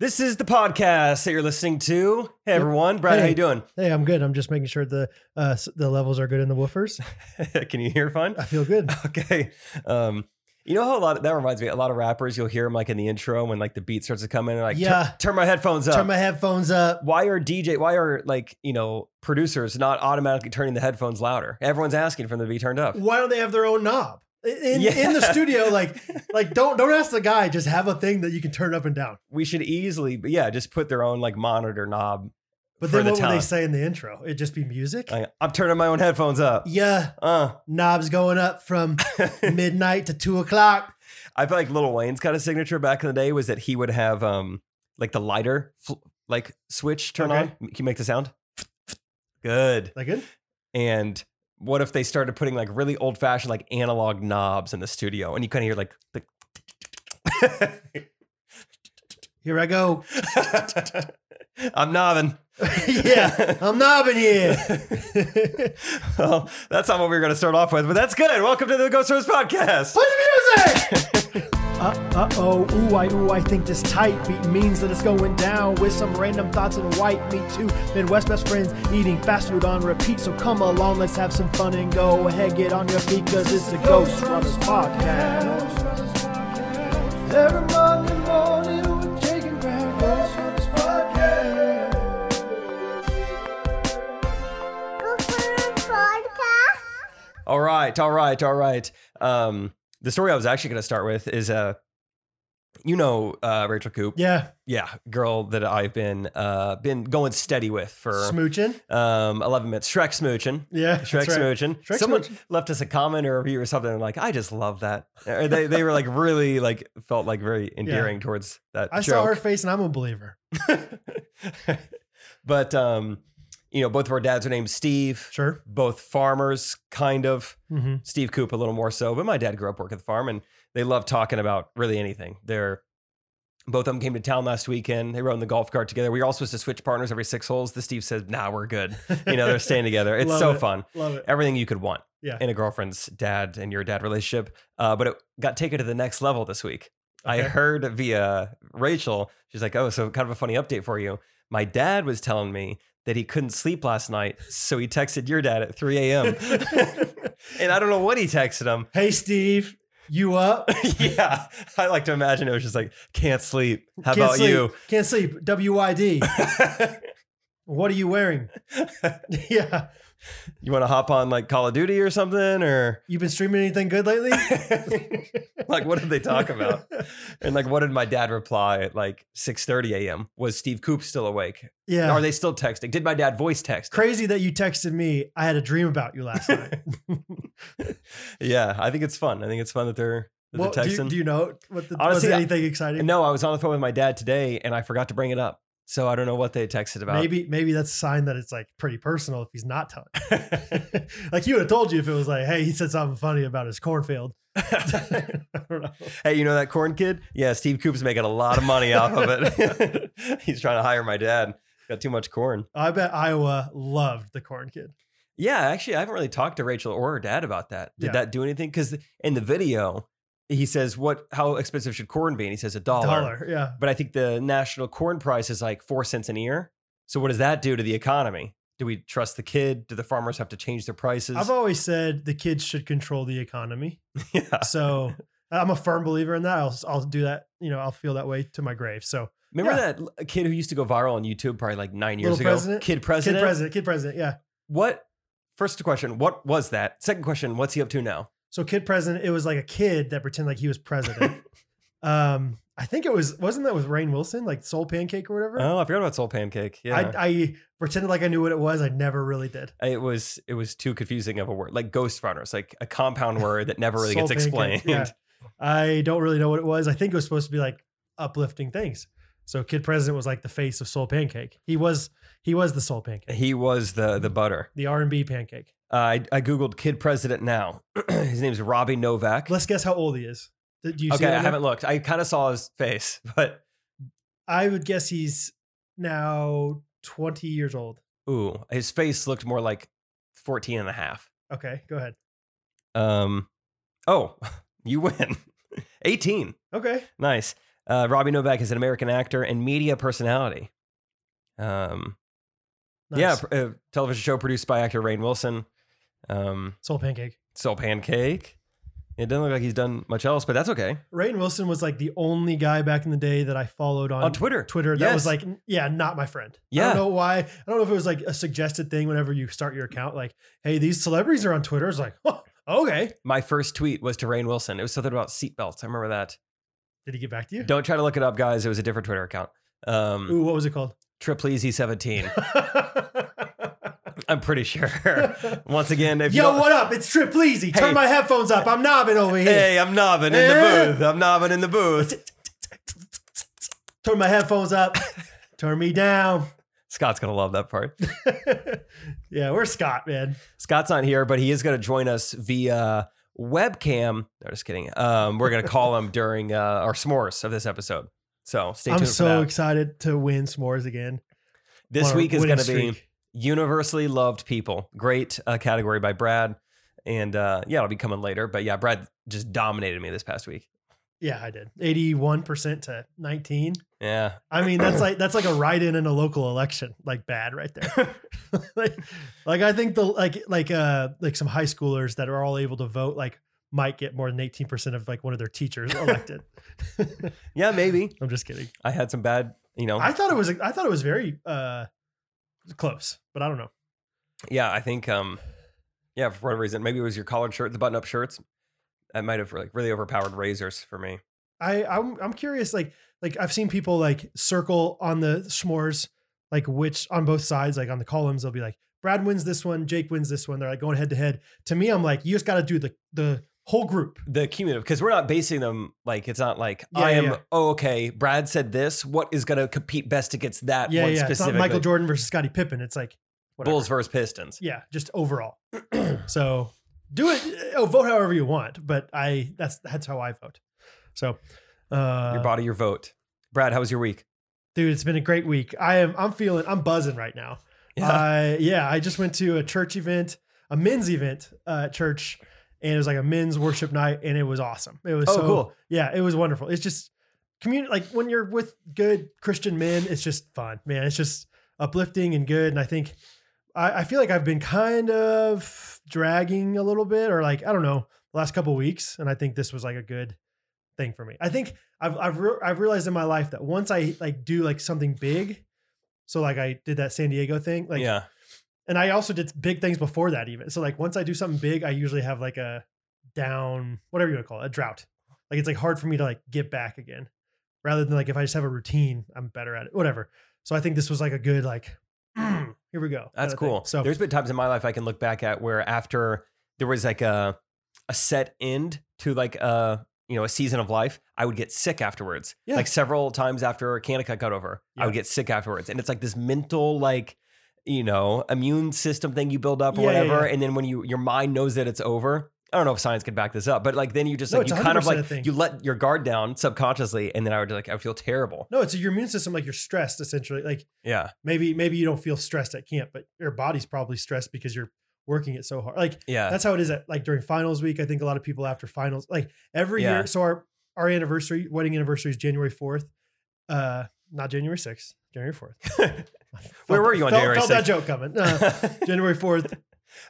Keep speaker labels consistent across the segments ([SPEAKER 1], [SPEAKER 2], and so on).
[SPEAKER 1] This is the podcast that you're listening to. Hey everyone, Brad, how
[SPEAKER 2] Hey.
[SPEAKER 1] you doing?
[SPEAKER 2] Hey, I'm good. I'm just making sure the uh, s- the levels are good in the woofers.
[SPEAKER 1] Can you hear fun?
[SPEAKER 2] I feel good.
[SPEAKER 1] Okay. Um, you know how a lot that reminds me a lot of rappers you'll hear them like in the intro when like the beat starts to come in and like
[SPEAKER 2] Yeah.
[SPEAKER 1] "Tur- turn my headphones up.
[SPEAKER 2] Turn my headphones up.
[SPEAKER 1] why are DJ why are like you know producers not automatically turning the headphones louder? Everyone's asking for them to be turned up.
[SPEAKER 2] Why don't they have their own knob in,
[SPEAKER 1] Yeah.
[SPEAKER 2] in the studio? Like, like don't don't ask the guy. Just have a thing that you can turn up and down.
[SPEAKER 1] We should easily but yeah just put their own like monitor knob.
[SPEAKER 2] But
[SPEAKER 1] For
[SPEAKER 2] then
[SPEAKER 1] the
[SPEAKER 2] what would
[SPEAKER 1] town.
[SPEAKER 2] they say in the intro? It'd just be music.
[SPEAKER 1] Like, I'm turning my own headphones up.
[SPEAKER 2] yeah,
[SPEAKER 1] Uh,
[SPEAKER 2] knobs going up from midnight to two o'clock.
[SPEAKER 1] I feel like Lil Wayne's kind of signature back in the day was that he would have um like the lighter fl- like switch turn
[SPEAKER 2] Okay.
[SPEAKER 1] on. Can you make the sound? Good.
[SPEAKER 2] Is that good?
[SPEAKER 1] And what if they started putting like really old fashioned like analog knobs in the studio and you kind of hear like the
[SPEAKER 2] Here I go.
[SPEAKER 1] I'm knobbing.
[SPEAKER 2] yeah, I'm knobbing here.
[SPEAKER 1] well, that's not what we were going to start off with, but that's good. Welcome to the Ghost Rose Podcast.
[SPEAKER 2] Play the music! uh, uh-oh, ooh, I, ooh, I think this tight beat means that it's going down with some random thoughts and white meat too. Midwest best friends eating fast food on repeat, so come along, let's have some fun and go ahead, get on your feet, cause it's the Ghost Runners Podcast. Every Monday morning with Jake and Brad, Ghost Runners Podcast.
[SPEAKER 1] All right, all right, all right. Um, the story I was actually going to start with is uh, you know uh, Rachel Coop,
[SPEAKER 2] Yeah,
[SPEAKER 1] yeah, girl that I've been uh, been going steady with for
[SPEAKER 2] smooching.
[SPEAKER 1] um, eleven minutes. Shrek smooching.
[SPEAKER 2] Yeah,
[SPEAKER 1] Shrek smooching.
[SPEAKER 2] Shrek
[SPEAKER 1] Someone
[SPEAKER 2] smooching.
[SPEAKER 1] left us a comment or a review or something. and like, I just love that. Or they they were like really like felt like very endearing towards that.
[SPEAKER 2] I
[SPEAKER 1] joke.
[SPEAKER 2] saw her face and I'm a believer.
[SPEAKER 1] but um, you know, both of our dads are named Steve.
[SPEAKER 2] Sure.
[SPEAKER 1] Both farmers, kind of.
[SPEAKER 2] Mm-hmm.
[SPEAKER 1] Steve Coop a little more so, but my dad grew up working at the farm and they love talking about really anything. They're both of them came to town last weekend. They rode in the golf cart together. We were all supposed to switch partners every six holes. The Steve says, nah, we're good. You know, they're staying together. It's
[SPEAKER 2] Love
[SPEAKER 1] so
[SPEAKER 2] it.
[SPEAKER 1] fun.
[SPEAKER 2] Love it.
[SPEAKER 1] Everything you could want
[SPEAKER 2] Yeah.
[SPEAKER 1] in a girlfriend's dad and your dad relationship. Uh, but it got taken to the next level this week. I
[SPEAKER 2] Okay.
[SPEAKER 1] heard via Rachel, she's like, oh, so kind of a funny update for you. My dad was telling me that he couldn't sleep last night. So he texted your dad at 3 a.m. Um, and I don't know what he texted him,
[SPEAKER 2] Hey, Steve, you up?
[SPEAKER 1] yeah, I like to imagine it was just like can't sleep. How
[SPEAKER 2] Can't
[SPEAKER 1] about
[SPEAKER 2] sleep.
[SPEAKER 1] you?
[SPEAKER 2] Can't sleep. WID. what are you wearing? yeah.
[SPEAKER 1] You want to hop on like Call of Duty or something, or
[SPEAKER 2] You been streaming anything good lately?
[SPEAKER 1] like what did they talk about? And like what did my dad reply at like six thirty a.m. Was Steve Coop still awake?
[SPEAKER 2] Yeah.
[SPEAKER 1] Are they still texting? Did my dad voice text?
[SPEAKER 2] Crazy that you texted me. I had a dream about you last night.
[SPEAKER 1] Yeah, I think it's fun. I think it's fun that they're that
[SPEAKER 2] Well,
[SPEAKER 1] they're
[SPEAKER 2] do, you,
[SPEAKER 1] texting.
[SPEAKER 2] do you know what the, was
[SPEAKER 1] Honestly,
[SPEAKER 2] it
[SPEAKER 1] I-
[SPEAKER 2] anything exciting?
[SPEAKER 1] no, I was on the phone with my dad today, and I forgot to bring it up. So I don't know what they texted about.
[SPEAKER 2] Maybe maybe that's a sign that it's like pretty personal if he's not telling. like he would have told you if it was like, hey, he said something funny about his cornfield. I don't know.
[SPEAKER 1] Hey, you know that corn kid? Yeah, Steve Coop's making a lot of money off of it. He's trying to hire my dad. Got too much corn.
[SPEAKER 2] I bet Iowa loved the corn kid.
[SPEAKER 1] Yeah, actually, I haven't really talked to Rachel or her dad about that. Did
[SPEAKER 2] Yeah.
[SPEAKER 1] that do anything? Because in the video, he says, "What? How expensive should corn be?" And he says, "A dollar."
[SPEAKER 2] Dollar. Yeah.
[SPEAKER 1] But I think the national corn price is like four cents an ear. So what does that do to the economy? Do we trust the kid? Do the farmers have to change their prices?
[SPEAKER 2] I've always said the kids should control the economy.
[SPEAKER 1] yeah.
[SPEAKER 2] So I'm a firm believer in that. I'll, I'll do that. You know, I'll feel that way to my grave. So
[SPEAKER 1] Remember
[SPEAKER 2] Yeah.
[SPEAKER 1] that l- kid who used to go viral on YouTube probably like nine years
[SPEAKER 2] Little
[SPEAKER 1] ago?
[SPEAKER 2] President?
[SPEAKER 1] Kid president.
[SPEAKER 2] kid president, kid president. Yeah.
[SPEAKER 1] what first question what was that second question what's he up to now
[SPEAKER 2] So kid president, it was like a kid that pretended like he was president. um, I think it was, wasn't that with Rain Wilson, like soul pancake or whatever?
[SPEAKER 1] oh i forgot about soul pancake yeah
[SPEAKER 2] I, I pretended like I knew what it was. I never really did.
[SPEAKER 1] it was it was too confusing of a word like ghost runners like a compound word that never really
[SPEAKER 2] Soul
[SPEAKER 1] gets explained
[SPEAKER 2] pancake, yeah. I don't really know what it was. I think it was supposed to be like uplifting things. So kid president was like the face of soul pancake. He was, he was the soul pancake,
[SPEAKER 1] he was the the butter
[SPEAKER 2] the R and B pancake.
[SPEAKER 1] uh, I, I googled kid president now his name's robbie novak
[SPEAKER 2] Let's guess how old he is. Did you see
[SPEAKER 1] okay
[SPEAKER 2] that
[SPEAKER 1] i
[SPEAKER 2] now?
[SPEAKER 1] haven't looked i kind of saw his face but
[SPEAKER 2] I would guess he's now 20 years old.
[SPEAKER 1] ooh his face looked more like 14 and a half
[SPEAKER 2] Okay, go ahead.
[SPEAKER 1] um oh you win 18
[SPEAKER 2] Okay.
[SPEAKER 1] Nice. Uh, Robbie Novak is an American actor and media personality. Um, Yeah,
[SPEAKER 2] Nice.
[SPEAKER 1] pr- uh, television show produced by actor Rain Wilson. Um,
[SPEAKER 2] Soul Pancake.
[SPEAKER 1] Soul Pancake. It doesn't look like he's done much else, but that's okay.
[SPEAKER 2] Rayton Wilson was like the only guy back in the day that I followed on,
[SPEAKER 1] On Twitter.
[SPEAKER 2] Twitter that was
[SPEAKER 1] Yes.
[SPEAKER 2] like, n- yeah, not my friend. I
[SPEAKER 1] Yeah.
[SPEAKER 2] don't know why. I don't know if it was like a suggested thing whenever you start your account, like, hey, these celebrities are on Twitter. It's like, oh, okay.
[SPEAKER 1] My first tweet was to Rain Wilson. It was something about seatbelts. I remember that.
[SPEAKER 2] Did he get back to you?
[SPEAKER 1] Don't try to look it up, guys. It was a different Twitter account. Um,
[SPEAKER 2] Ooh, what was it called?
[SPEAKER 1] Triplezi 17. I'm pretty sure. Once again, if you
[SPEAKER 2] Yo,
[SPEAKER 1] don't-
[SPEAKER 2] what up? It's Trip Leezy. Turn
[SPEAKER 1] Hey.
[SPEAKER 2] my headphones up. I'm nobbing over here.
[SPEAKER 1] Hey, I'm nobbing in
[SPEAKER 2] Eh?
[SPEAKER 1] the booth. I'm nobbing in the booth.
[SPEAKER 2] Turn my headphones up. Turn me down.
[SPEAKER 1] Scott's gonna love that part.
[SPEAKER 2] yeah, we're Scott, man.
[SPEAKER 1] Scott's not here, but he is gonna join us via webcam. No, just kidding. Um, we're gonna call him during uh, our s'mores of this episode. So stay
[SPEAKER 2] I'm
[SPEAKER 1] tuned for
[SPEAKER 2] so
[SPEAKER 1] that.
[SPEAKER 2] excited to win s'mores again.
[SPEAKER 1] this
[SPEAKER 2] On our
[SPEAKER 1] week is
[SPEAKER 2] winning
[SPEAKER 1] gonna be
[SPEAKER 2] streak.
[SPEAKER 1] universally loved people. Great uh, category by Brad. And uh, yeah, it'll be coming later. But yeah, Brad just dominated me this past week.
[SPEAKER 2] Yeah, I did. 81% to 19.
[SPEAKER 1] Yeah.
[SPEAKER 2] I mean, that's like that's like a write in in a local election, like bad right there. like, like I think the like like uh like some high schoolers that are all able to vote like might get more than 18% of like one of their teachers elected.
[SPEAKER 1] Yeah, maybe.
[SPEAKER 2] I'm just kidding.
[SPEAKER 1] I had some bad, you know.
[SPEAKER 2] I thought it was I thought it was very uh close, but I don't know.
[SPEAKER 1] yeah, I think um yeah, for whatever reason. Maybe it was your collared shirt, the button up shirts. That might have like really overpowered razors for me.
[SPEAKER 2] I I'm I'm curious like like I've seen people like circle on the s'mores like which on both sides like on the columns they'll be like Brad wins this one, Jake wins this one. They're like going head to head. To me, I'm like you just got to do the the whole group.
[SPEAKER 1] The cumulative, because we're not basing them like it's not like
[SPEAKER 2] Yeah,
[SPEAKER 1] I
[SPEAKER 2] yeah,
[SPEAKER 1] am
[SPEAKER 2] yeah.
[SPEAKER 1] oh okay, Brad said this. What is gonna compete best against that
[SPEAKER 2] Yeah,
[SPEAKER 1] one
[SPEAKER 2] yeah. It's not
[SPEAKER 1] specifically?
[SPEAKER 2] Michael Jordan versus Scottie Pippen. It's like whatever.
[SPEAKER 1] Bulls versus Pistons.
[SPEAKER 2] Yeah, just overall. so do it. Oh, vote however you want. But I that's that's how I vote. So uh,
[SPEAKER 1] your body, your vote. Brad, how was your week?
[SPEAKER 2] dude, it's been a great week. I am I'm feeling I'm buzzing right now. Yeah. I, yeah, I just went to a church event, a men's event uh, at church, and it was like a men's worship night, and it was awesome. It was
[SPEAKER 1] Oh,
[SPEAKER 2] so
[SPEAKER 1] cool.
[SPEAKER 2] Yeah, it was wonderful. It's just community, like when you're with good Christian men, it's just fun, man. It's just uplifting and good. And I think I, I feel like I've been kind of dragging a little bit, or like I don't know, the last couple weeks, and I think this was like a good thing for me. I think I've I've re- I've realized in my life that once I like do like something big, so like I did that San Diego thing, like
[SPEAKER 1] yeah.
[SPEAKER 2] and I also did big things before that even. So like once I do something big, I usually have like a down, whatever you want to call it, a drought. Like it's like hard for me to like get back again. Rather than like if I just have a routine, I'm better at it. Whatever. So I think this was like a good like here we go.
[SPEAKER 1] That's
[SPEAKER 2] kinda thing.
[SPEAKER 1] cool.
[SPEAKER 2] So
[SPEAKER 1] there's been times in my life I can look back at where after there was like a a set end to like a you know a season of life, I would get sick afterwards.
[SPEAKER 2] Yeah.
[SPEAKER 1] Like several times after Canada got over, I would
[SPEAKER 2] Yeah.
[SPEAKER 1] get sick afterwards, and it's like this mental like you know immune system thing you build up or
[SPEAKER 2] Yeah, yeah,
[SPEAKER 1] whatever,
[SPEAKER 2] yeah.
[SPEAKER 1] and then when you your mind knows that it's over. I don't know if science could back this up, but like then you just
[SPEAKER 2] No,
[SPEAKER 1] like
[SPEAKER 2] it's
[SPEAKER 1] you kind of
[SPEAKER 2] 100% a
[SPEAKER 1] like
[SPEAKER 2] thing.
[SPEAKER 1] you let your guard down subconsciously, and then I would like I would feel terrible.
[SPEAKER 2] no, it's your immune system, like you're stressed essentially. Like
[SPEAKER 1] Yeah,
[SPEAKER 2] maybe maybe you don't feel stressed at camp, but your body's probably stressed because you're working it so hard. Like
[SPEAKER 1] yeah,
[SPEAKER 2] that's how it is at like during finals week. I think a lot of people after finals, like every
[SPEAKER 1] Yeah.
[SPEAKER 2] year. So our our anniversary, wedding anniversary is January fourth, uh, not January sixth, January fourth.
[SPEAKER 1] Where were you on
[SPEAKER 2] felt,
[SPEAKER 1] January
[SPEAKER 2] Felt that joke coming. Uh, January fourth.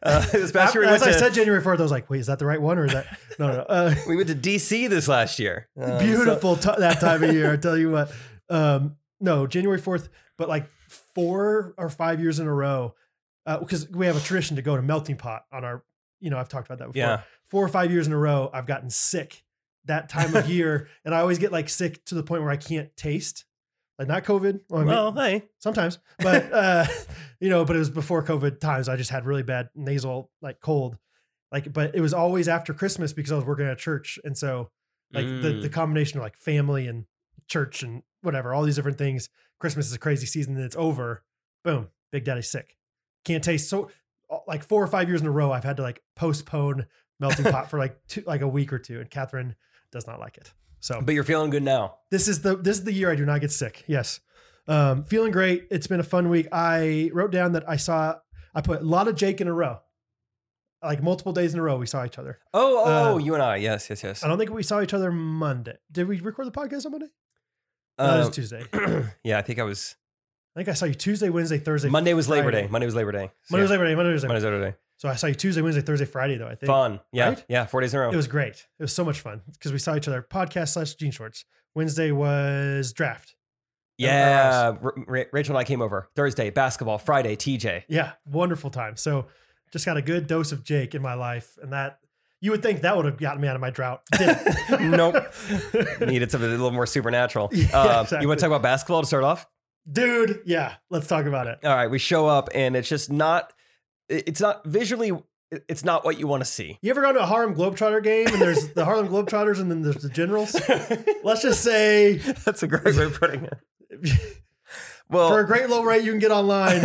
[SPEAKER 1] uh, this past year we
[SPEAKER 2] As
[SPEAKER 1] went
[SPEAKER 2] I
[SPEAKER 1] to-
[SPEAKER 2] said, January fourth, I was like, wait, is that the right one or is that no no? no. Uh,
[SPEAKER 1] We went to DC this last year. Um, so-
[SPEAKER 2] beautiful ti- that time of year. I tell you what. Um, no, January fourth, but like four or five years in a row, because we have a tradition to go to Melting Pot on our. You know, I've talked about that before.
[SPEAKER 1] yeah.
[SPEAKER 2] four or five years in a row, I've gotten sick that time of year, and I always get like sick to the point where I can't taste. Like not COVID. Well, I mean,
[SPEAKER 1] Well, hey.
[SPEAKER 2] sometimes, but uh, you know, but it was before COVID times. I just had really bad nasal like cold, like. But it was always after Christmas because I was working at a church, and so like the the combination of like family and church and whatever, all these different things. Christmas is a crazy season, and it's over. Boom, Big Daddy's sick. Can't taste. So uh, like four or five years in a row, I've had to like postpone melting pot for like two, like a week or two, and Catherine does not like it. So
[SPEAKER 1] Mm. but you're feeling good now.
[SPEAKER 2] this is the this is the year I do not get sick. Yes, um, feeling great. It's been a fun week. I wrote down that I saw I put a lot of Jake in a row, like multiple days in a row. We saw each other.
[SPEAKER 1] Oh, oh,
[SPEAKER 2] Uh,
[SPEAKER 1] you and I. Yes, yes, yes.
[SPEAKER 2] I don't think we saw each other Monday. Did we record the podcast on Monday? No, it
[SPEAKER 1] Uh,
[SPEAKER 2] was Tuesday. I
[SPEAKER 1] yeah, I think I was.
[SPEAKER 2] think I saw you Tuesday, Wednesday, Thursday.
[SPEAKER 1] Monday was Labor
[SPEAKER 2] Friday.
[SPEAKER 1] Day. Monday was Labor Day. So,
[SPEAKER 2] Monday was
[SPEAKER 1] yeah.
[SPEAKER 2] Labor Day. Monday was Labor
[SPEAKER 1] Monday was Labor Day.
[SPEAKER 2] So I saw you Tuesday, Wednesday, Thursday, Friday, though. I think
[SPEAKER 1] Fun. Yeah.
[SPEAKER 2] Right?
[SPEAKER 1] Yeah. Four days in a row.
[SPEAKER 2] it was great. It was so much fun because we saw each other. Podcast slash jean shorts. Wednesday was draft.
[SPEAKER 1] yeah. Ra- Ra- Rachel and I came over Thursday, basketball, Friday, TJ.
[SPEAKER 2] Yeah, wonderful time. So just got a good dose of Jake in my life, and that you would think that would have gotten me out of my drought. Didn't.
[SPEAKER 1] Nope. Needed something a little more supernatural.
[SPEAKER 2] Yeah,
[SPEAKER 1] uh, You
[SPEAKER 2] exactly.
[SPEAKER 1] want to talk about basketball to start off?
[SPEAKER 2] dude. Yeah, let's talk about it.
[SPEAKER 1] All right. We show up and it's just not, it- it's not visually, it- it's not what you want to see.
[SPEAKER 2] You ever gone to a Harlem Globetrotter game and there's the Harlem Globetrotters and then there's the Generals? Let's just say
[SPEAKER 1] That's a great way of putting it. Well,
[SPEAKER 2] for a great low rate you can get online,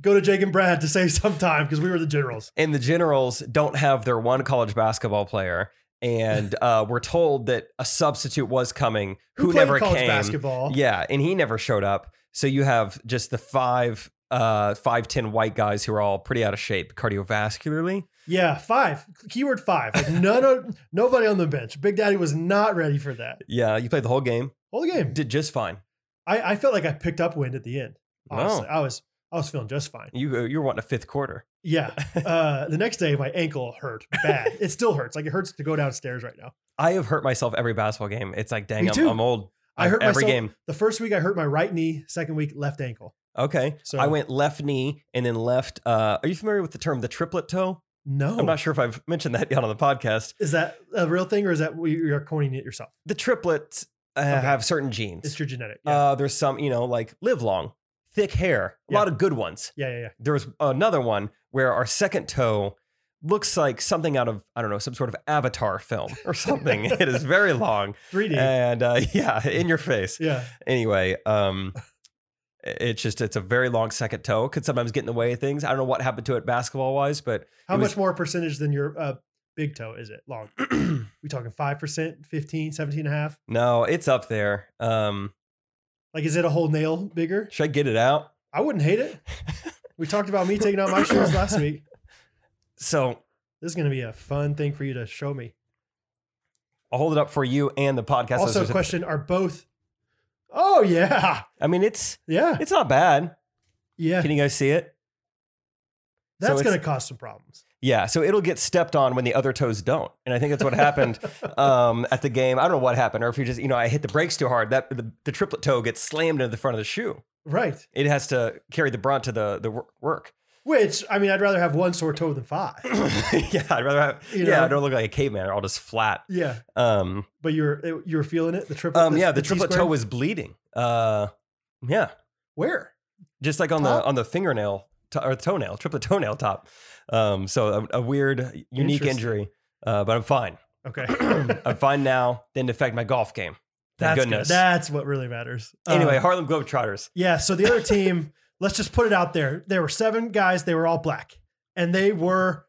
[SPEAKER 2] go to Jake and Brad to save some time because we were the Generals.
[SPEAKER 1] and the generals don't have their one college basketball player and uh, we're told that a substitute was coming who,
[SPEAKER 2] played
[SPEAKER 1] never
[SPEAKER 2] college
[SPEAKER 1] came
[SPEAKER 2] basketball?
[SPEAKER 1] yeah and he never showed up so you have just the five uh five ten white guys who are all pretty out of shape cardiovascularly
[SPEAKER 2] Yeah, five. Keyword five. Like none of nobody on the bench. Big Daddy was not ready for that.
[SPEAKER 1] yeah you played the whole game
[SPEAKER 2] Whole game.
[SPEAKER 1] did just fine
[SPEAKER 2] I, I felt like I picked up wind at the end.
[SPEAKER 1] Wow.
[SPEAKER 2] Honestly. I was I was feeling just fine.
[SPEAKER 1] you uh, you were wanting a fifth quarter
[SPEAKER 2] Yeah. Uh, the next day my ankle hurt bad. it still hurts. Like it hurts to go downstairs right now.
[SPEAKER 1] i have hurt myself every basketball game it's like dang
[SPEAKER 2] Me
[SPEAKER 1] I'm,
[SPEAKER 2] too.
[SPEAKER 1] I'm old
[SPEAKER 2] I hurt
[SPEAKER 1] every
[SPEAKER 2] myself-
[SPEAKER 1] game
[SPEAKER 2] The first week I hurt my right knee, second week left ankle.
[SPEAKER 1] okay
[SPEAKER 2] So
[SPEAKER 1] i went left knee and then left uh are you familiar with the term the triplet toe
[SPEAKER 2] no.
[SPEAKER 1] i'm not sure if i've mentioned that yet on the podcast
[SPEAKER 2] is that a real thing or is that you're coining it yourself?
[SPEAKER 1] the triplets uh,
[SPEAKER 2] Okay.
[SPEAKER 1] have certain genes.
[SPEAKER 2] It's your genetic. Yeah.
[SPEAKER 1] uh, there's some, you know, like live long, thick hair, a
[SPEAKER 2] Yeah.
[SPEAKER 1] lot of good ones.
[SPEAKER 2] yeah, yeah, yeah.
[SPEAKER 1] There's another one where our second toe looks like something out of, I don't know, some sort of avatar film or something. it is very long
[SPEAKER 2] 3D.
[SPEAKER 1] and uh, yeah, in your face.
[SPEAKER 2] yeah.
[SPEAKER 1] Anyway, um, it's just, it's a very long second toe. Could sometimes get in the way of things. I don't know what happened to it basketball wise, but
[SPEAKER 2] How
[SPEAKER 1] it
[SPEAKER 2] much
[SPEAKER 1] was-
[SPEAKER 2] more percentage than your uh, big toe is it long? we talking 5%, 15, 17 and a half?
[SPEAKER 1] no, it's up there. Um,
[SPEAKER 2] Like, is it a whole nail bigger?
[SPEAKER 1] should I get it out?
[SPEAKER 2] I wouldn't hate it. we talked about me taking out my shoes last week.
[SPEAKER 1] So
[SPEAKER 2] This is going to be a fun thing for you to show me.
[SPEAKER 1] I'll hold it up for you and the podcast.
[SPEAKER 2] also,
[SPEAKER 1] listeners.
[SPEAKER 2] question are both. Oh, yeah.
[SPEAKER 1] I mean, it's
[SPEAKER 2] Yeah.
[SPEAKER 1] it's not bad.
[SPEAKER 2] Yeah.
[SPEAKER 1] Can you guys see it? so
[SPEAKER 2] That's
[SPEAKER 1] it's-
[SPEAKER 2] going to cause some problems.
[SPEAKER 1] Yeah. So it'll get stepped on when the other toes don't, and I think that's what happened um, at the game. I don't know what happened, or if you just you know I hit the brakes too hard, that the, the triplet toe gets slammed into the front of the shoe.
[SPEAKER 2] Right.
[SPEAKER 1] It has to carry the brunt to the the wor- work.
[SPEAKER 2] Which, I mean, I'd rather have one sore toe than five.
[SPEAKER 1] yeah, I'd rather have.
[SPEAKER 2] You
[SPEAKER 1] yeah,
[SPEAKER 2] know?
[SPEAKER 1] I don't look like a caveman. Or all just flat.
[SPEAKER 2] Yeah.
[SPEAKER 1] Um,
[SPEAKER 2] But you were, you were feeling it? The triple.
[SPEAKER 1] um, yeah. The triplet
[SPEAKER 2] T-square?
[SPEAKER 1] toe was bleeding. Uh, yeah,
[SPEAKER 2] Where?
[SPEAKER 1] just like on
[SPEAKER 2] Top?
[SPEAKER 1] the on the fingernail to, or toenail, triplet toenail top. Um, so a, a weird, unique
[SPEAKER 2] Interesting.
[SPEAKER 1] injury. Uh, but I'm fine.
[SPEAKER 2] Okay.
[SPEAKER 1] I'm fine now. Didn't affect my golf game. Thank
[SPEAKER 2] That's good.
[SPEAKER 1] goodness.
[SPEAKER 2] That's what really matters.
[SPEAKER 1] anyway,
[SPEAKER 2] Um,
[SPEAKER 1] Harlem Globetrotters.
[SPEAKER 2] yeah. So the other team, let's just put it out there. There were seven guys. They were all black, and they were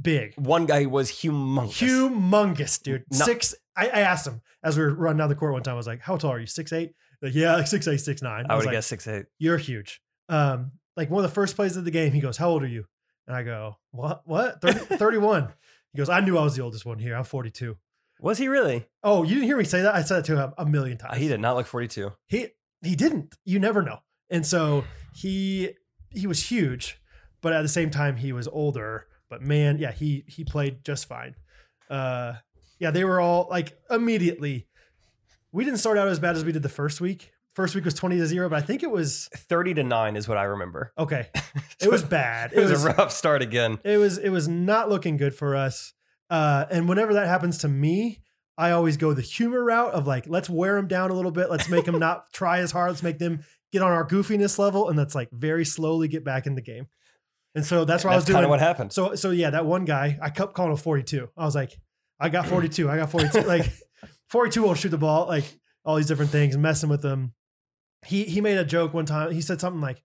[SPEAKER 2] big,
[SPEAKER 1] One guy was humongous.
[SPEAKER 2] humongous, dude.
[SPEAKER 1] No-
[SPEAKER 2] Six. I, I asked him as we were running down the court one time. I was like, "How tall are you? Six eight? Like, yeah, like six eight, six nine.
[SPEAKER 1] I
[SPEAKER 2] was
[SPEAKER 1] would
[SPEAKER 2] like,
[SPEAKER 1] guess six eight.
[SPEAKER 2] "You're huge." Um, like one of the first plays of the game, he goes, "How old are you?" And I go, "What? What? 30, 31." He goes, "I knew I was the oldest one here. I'm 42."
[SPEAKER 1] Was he really? Ah,
[SPEAKER 2] Oh, you didn't hear me say that? I said it to him a million times.
[SPEAKER 1] He did not look 42.
[SPEAKER 2] he he didn't you never know and
[SPEAKER 1] Hmm.
[SPEAKER 2] so he he was huge but at the same time he was older but man yeah he he played just fine uh yeah they were all like immediately we didn't start out as bad as we did the first week first week was 20 to 0 but i think it was
[SPEAKER 1] 30 to 9 is what I remember.
[SPEAKER 2] okay it was bad
[SPEAKER 1] It was, a rough start again.
[SPEAKER 2] it was it was not looking good for us. Uh, and whenever that happens to me, I always go the humor route of like, let's wear them down a little bit. Let's make them not try as hard. Let's make them get on our goofiness level, and that's like very slowly get back in the game. And so that's what I was
[SPEAKER 1] That's kind
[SPEAKER 2] doing.
[SPEAKER 1] of what happened.
[SPEAKER 2] so so yeah, that one guy I kept calling him forty two. I was like, I got forty two. I got forty two. like forty two will shoot the ball. Like all these different things, messing with them. He he made a joke one time. He said something like,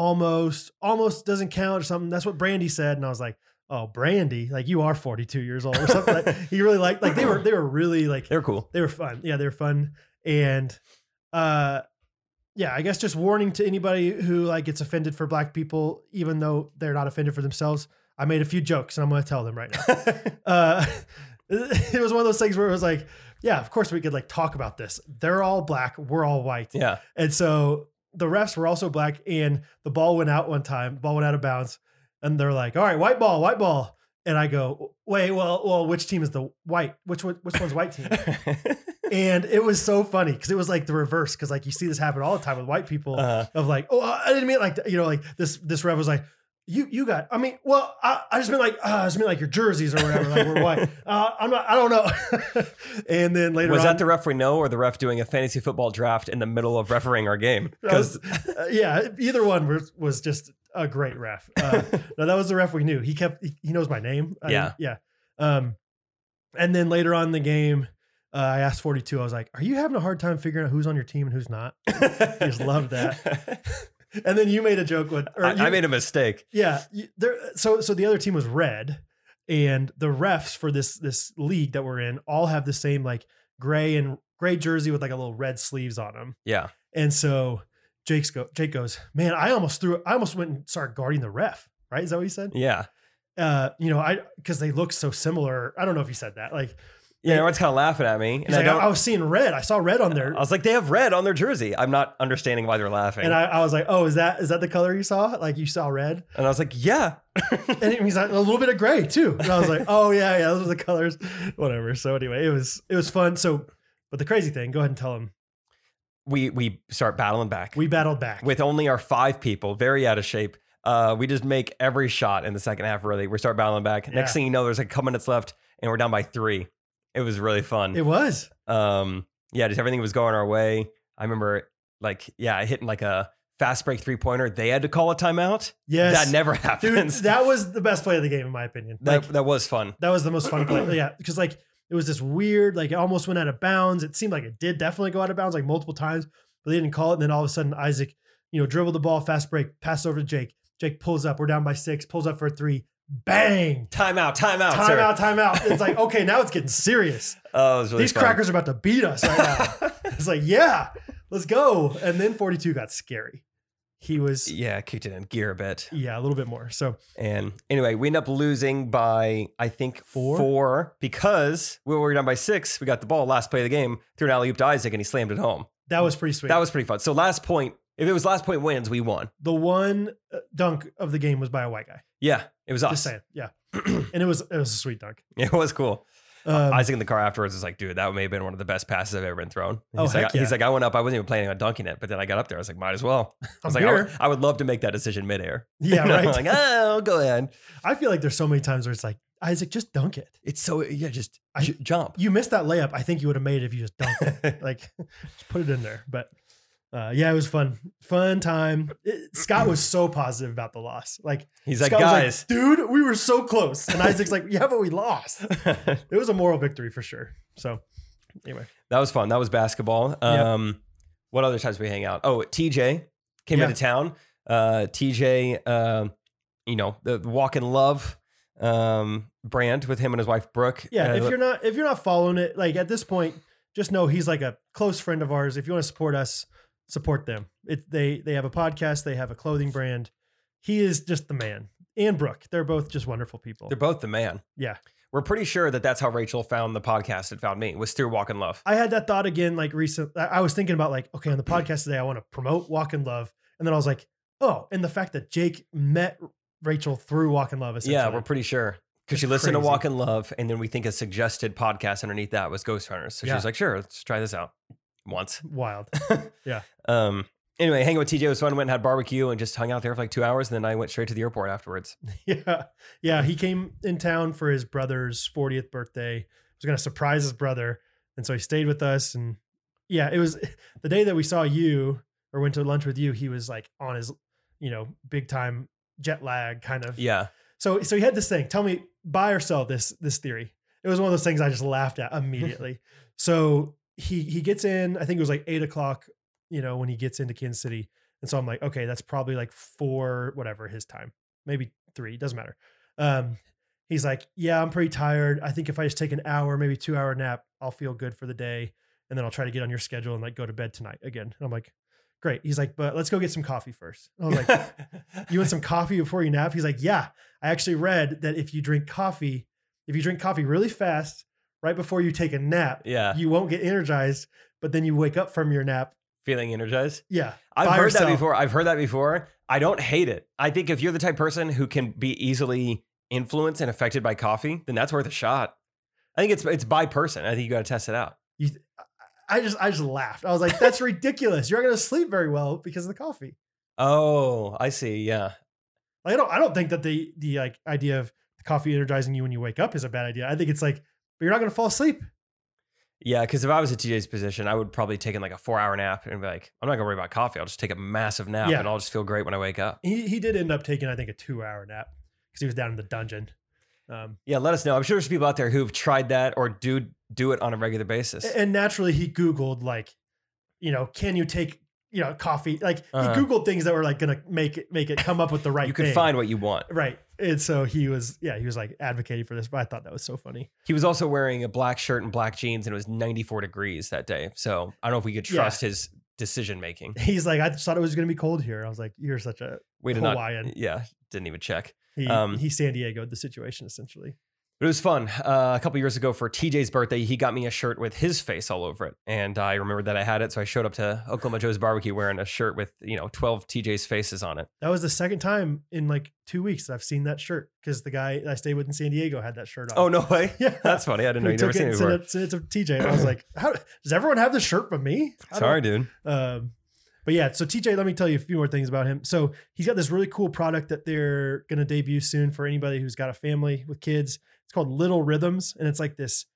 [SPEAKER 2] almost almost doesn't count or something. That's what Brandy said, and I was like, oh Brandy, like you are 42 years old or something. like, he really liked like they were they were really like
[SPEAKER 1] They were cool.
[SPEAKER 2] they were fun. Yeah, they were fun and uh yeah, I guess just warning to anybody who like gets offended for black people, even though they're not offended for themselves. I made a few jokes and I'm going to tell them right now. uh, it was one of those things where it was like yeah, of course we could like talk about this. They're all black, we're all white.
[SPEAKER 1] Yeah.
[SPEAKER 2] And so the refs were also black, and the ball went out one time, ball went out of bounds, and they're like, all right, white ball, white ball. And I go, wait, well, well, which team is the white? Which one, which one's white team?
[SPEAKER 1] Uh,
[SPEAKER 2] and it was so funny because it was like the reverse because like you see this happen all the time with white people
[SPEAKER 1] Uh,
[SPEAKER 2] of like, oh, I didn't mean it like that," you know, like this this ref was like, you you got. I mean, well, I, I just meant like, uh, I just meant like your jerseys or whatever. Like we're white. Uh, I'm not. I don't know. and then later
[SPEAKER 1] was
[SPEAKER 2] on,
[SPEAKER 1] that the ref we know or the ref doing a fantasy football draft in the middle of refereeing our game?
[SPEAKER 2] I was-
[SPEAKER 1] Because
[SPEAKER 2] uh, yeah, either one was was just a great ref. Uh, no, that was the ref we knew. He kept he, he knows my name. I-
[SPEAKER 1] Yeah.
[SPEAKER 2] yeah. Um, and then later on in the game, uh, I asked 42. I was like, "Are you having a hard time figuring out who's on your team and who's not?" just loved that. And then you made a joke with, or
[SPEAKER 1] I,
[SPEAKER 2] you,
[SPEAKER 1] I made a mistake.
[SPEAKER 2] Yeah, you- there. So so the other team was red, and the refs for this this league that we're in all have the same like gray and gray jersey with like a little red sleeves on them.
[SPEAKER 1] Yeah.
[SPEAKER 2] And so Jake's go Jake goes, man, I almost threw. I almost went and started guarding the ref. Right? Is that what he said?
[SPEAKER 1] Yeah.
[SPEAKER 2] Uh, you know, I because they look so similar. I don't know if he said that. Like,
[SPEAKER 1] Yeah. Everyone's kind of laughing at me.
[SPEAKER 2] he's
[SPEAKER 1] And I
[SPEAKER 2] like, I,
[SPEAKER 1] don't.
[SPEAKER 2] I was seeing red. I saw red on there.
[SPEAKER 1] I was like, they have red on their jersey. I'm not understanding why they're laughing.
[SPEAKER 2] And I, I was like, "Oh, is that is that the color you saw? Like you saw red?"
[SPEAKER 1] And I was like, yeah.
[SPEAKER 2] and it means like a little bit of gray too. And I was like, oh yeah, yeah, those are the colors, whatever. So anyway, it was it was fun. So, but the crazy thing, go ahead and tell them
[SPEAKER 1] We we start battling back.
[SPEAKER 2] we battled back.
[SPEAKER 1] with only our five people, very out of shape. Uh, we just make every shot in the second half. Really, we start battling back. Next
[SPEAKER 2] Yeah.
[SPEAKER 1] thing you know, there's like a couple minutes left, and we're down by three. It was really fun.
[SPEAKER 2] it was
[SPEAKER 1] um, yeah, just everything was going our way. I remember, like, yeah, hitting like a fast break three pointer. They had to call a timeout.
[SPEAKER 2] yes,
[SPEAKER 1] That never
[SPEAKER 2] dude,
[SPEAKER 1] happens.
[SPEAKER 2] that was the best play of the game in my opinion.
[SPEAKER 1] that,
[SPEAKER 2] Like
[SPEAKER 1] that was fun.
[SPEAKER 2] that was the most fun play. Yeah, because like it was this weird, like it almost went out of bounds. It seemed like it did definitely go out of bounds like multiple times, but they didn't call it. And then all of a sudden, Isaac, you know, dribbled the ball, fast break, pass over to Jake. Jake pulls up. We're down by six. Pulls up for a three. Bang.
[SPEAKER 1] Timeout, timeout,
[SPEAKER 2] Time
[SPEAKER 1] sir.
[SPEAKER 2] out, time out. It's like, okay, now it's getting serious.
[SPEAKER 1] Oh, it was really
[SPEAKER 2] These
[SPEAKER 1] fun.
[SPEAKER 2] crackers are about to beat us right now. it's like, yeah, let's go. And then 42 got scary. He was,
[SPEAKER 1] yeah, kicked it in gear a bit.
[SPEAKER 2] yeah, a little bit more. So,
[SPEAKER 1] And anyway, we end up losing by I think
[SPEAKER 2] Four?
[SPEAKER 1] four, because we were down by six. We got the ball last play of the game, threw an alley oop to Isaac, and he slammed it home.
[SPEAKER 2] that was pretty sweet.
[SPEAKER 1] That was pretty fun. So last point, if it was last point wins, we won.
[SPEAKER 2] the one uh, dunk of the game was by a white guy.
[SPEAKER 1] Yeah, it was
[SPEAKER 2] Just
[SPEAKER 1] us.
[SPEAKER 2] saying. Yeah. and it was, it was a sweet dunk.
[SPEAKER 1] It was cool.
[SPEAKER 2] Um,
[SPEAKER 1] Isaac in the car afterwards was like, "Dude, that may have been one of the best passes I've ever been thrown."
[SPEAKER 2] Oh,
[SPEAKER 1] he's,
[SPEAKER 2] heck
[SPEAKER 1] like,
[SPEAKER 2] yeah.
[SPEAKER 1] he's like, "I went up. I wasn't even planning on dunking it, but then I got up there. I was like, might as well." I
[SPEAKER 2] I'm
[SPEAKER 1] was like, I
[SPEAKER 2] here.
[SPEAKER 1] would, I would love to make that decision midair."
[SPEAKER 2] yeah,
[SPEAKER 1] You know,
[SPEAKER 2] right.
[SPEAKER 1] like, oh, go ahead.
[SPEAKER 2] I feel like there's so many times where it's like, Isaac, just dunk it.
[SPEAKER 1] It's so yeah, just
[SPEAKER 2] I-
[SPEAKER 1] j- jump.
[SPEAKER 2] You missed that layup. I think you would have made it if you just dunked it. like just put it in there. But uh, yeah, it was fun, fun time. It- Scott was so positive about the loss. Like
[SPEAKER 1] He's like,
[SPEAKER 2] Scott was
[SPEAKER 1] "Guys,
[SPEAKER 2] dude, we were so close. And Isaac's like, yeah, but we lost. It was a moral victory for sure. So anyway,
[SPEAKER 1] That was fun. That was basketball.
[SPEAKER 2] Yeah.
[SPEAKER 1] Um, What other times we hang out? Oh, TJ came
[SPEAKER 2] Yeah.
[SPEAKER 1] into town. Uh, TJ, um, you know, the, the Walk in Love um, brand with him and his wife, Brooke.
[SPEAKER 2] yeah,
[SPEAKER 1] Uh,
[SPEAKER 2] if you're not if you're not following it, like at this point, just know he's like a close friend of ours. If you want to support us, support them. It, they they have a podcast, they have a clothing brand. He is just the man. And Brooke, they're both just wonderful people.
[SPEAKER 1] They're both the man.
[SPEAKER 2] Yeah.
[SPEAKER 1] We're pretty sure that that's how Rachel found the podcast and found me was through Walk in Love.
[SPEAKER 2] I had that thought again, like recent. I I was thinking about like, okay, on the podcast today, I want to promote Walk in Love, and then I was like, oh, and the fact that Jake met Rachel through Walk in Love.
[SPEAKER 1] Yeah,
[SPEAKER 2] essentially.
[SPEAKER 1] we're pretty sure. Because she
[SPEAKER 2] It's
[SPEAKER 1] listened
[SPEAKER 2] crazy.
[SPEAKER 1] to Walk in Love, and then we think a suggested podcast underneath that was Ghost Runners. So
[SPEAKER 2] Yeah.
[SPEAKER 1] she was like, sure, let's try this out once.
[SPEAKER 2] wild.
[SPEAKER 1] Um, anyway, hanging with TJ was fun. Went and had barbecue and just hung out there for like two hours. And then I went straight to the airport afterwards.
[SPEAKER 2] Yeah. Yeah. He came in town for his brother's 40th birthday. He was going to surprise his brother. And so he stayed with us. And yeah, it was the day that we saw you or went to lunch with you, he was like on his, you know, big time jet lag kind of.
[SPEAKER 1] Yeah.
[SPEAKER 2] So, so he had this thing. Tell me, buy or sell this, this theory. It was one of those things I just laughed at immediately. so he, he gets in, I think it was like eight o'clock, you know, when he gets into Kansas City. And so I'm like, okay, that's probably like four, whatever his time, maybe three, doesn't matter. Um, he's like, yeah, I'm pretty tired. I think if I just take an hour, maybe two hour nap, I'll feel good for the day. And then I'll try to get on your schedule and like go to bed tonight again. And I'm like, great. He's like, but let's go get some coffee first. And I was like, you want some coffee before you nap? He's like, yeah. I actually read that if you drink coffee, if you drink coffee really fast, right before you take a nap.
[SPEAKER 1] Yeah.
[SPEAKER 2] You won't get energized, but then you wake up from your nap.
[SPEAKER 1] Feeling energized.
[SPEAKER 2] Yeah.
[SPEAKER 1] I've
[SPEAKER 2] by
[SPEAKER 1] heard
[SPEAKER 2] yourself.
[SPEAKER 1] that before. I've heard that before. I don't hate it. I think if you're the type of person who can be easily influenced and affected by coffee, then that's worth a shot. I think it's it's by person. I think you got to test it out.
[SPEAKER 2] I just I just laughed. I was like, that's ridiculous. You're not gonna sleep very well because of the coffee.
[SPEAKER 1] Oh, I see. Yeah.
[SPEAKER 2] Like, I don't I don't think that the the like idea of the coffee energizing you when you wake up is a bad idea. I think it's like, but you're not gonna fall asleep.
[SPEAKER 1] Yeah, because if I was at TJ's position, I would probably take in like a four hour nap and be like, I'm not gonna worry about coffee. I'll just take a massive nap
[SPEAKER 2] Yeah.
[SPEAKER 1] and I'll just feel great when I wake up.
[SPEAKER 2] He he did end up taking, I think, a two hour nap because he was down in the dungeon. Um
[SPEAKER 1] Yeah, let us know. I'm sure there's people out there who've tried that or do do it on a regular basis.
[SPEAKER 2] A- And naturally, he Googled like, you know, can you take you know coffee? Like
[SPEAKER 1] Uh-huh.
[SPEAKER 2] he Googled things that were like gonna make it make it come up with the right.
[SPEAKER 1] you can
[SPEAKER 2] thing.
[SPEAKER 1] find what you want.
[SPEAKER 2] right. And so he was, yeah, he was like advocating for this, but I thought that was so funny.
[SPEAKER 1] He was also wearing a black shirt and black jeans, and it was 94 degrees that day. So I don't know if we could
[SPEAKER 2] Yeah.
[SPEAKER 1] trust his decision making.
[SPEAKER 2] He's like, I just thought it was gonna be cold here. I was like, you're such a
[SPEAKER 1] We did not.
[SPEAKER 2] Hawaiian.
[SPEAKER 1] Yeah, didn't even check.
[SPEAKER 2] He
[SPEAKER 1] Um,
[SPEAKER 2] he San Diego the situation essentially.
[SPEAKER 1] But it was fun. Uh, a couple years ago for TJ's birthday, he got me a shirt with his face all over it, and I remembered that I had it, so I showed up to Oklahoma Joe's barbecue wearing a shirt with you know 12 TJ's faces on it.
[SPEAKER 2] That was the second time in like two weeks that I've seen that shirt because the guy I stayed with in San Diego had that shirt on.
[SPEAKER 1] Oh no way!
[SPEAKER 2] yeah,
[SPEAKER 1] That's funny. I didn't know
[SPEAKER 2] He
[SPEAKER 1] you'd never
[SPEAKER 2] took it
[SPEAKER 1] seen it
[SPEAKER 2] and sent
[SPEAKER 1] before.
[SPEAKER 2] it, sent it to TJ. And I was like, How, does everyone have this shirt but me? I don't-
[SPEAKER 1] Sorry, dude.
[SPEAKER 2] Um, but yeah, so TJ, let me tell you a few more things about him. So he's got this really cool product that they're going to debut soon for anybody who's got a family with kids. It's called Little Rhythms, and it's like this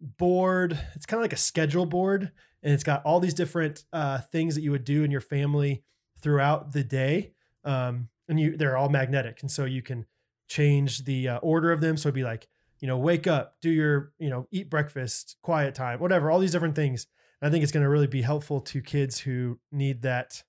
[SPEAKER 2] board. It's kind of like a schedule board, and it's got all these different uh, things that you would do in your family throughout the day. Um, and you, they're all magnetic, and so you can change the uh, order of them. So it'd be like, you know, wake up, do your, you know, eat breakfast, quiet time, whatever. All these different things. I think it's going to really be helpful to kids who need that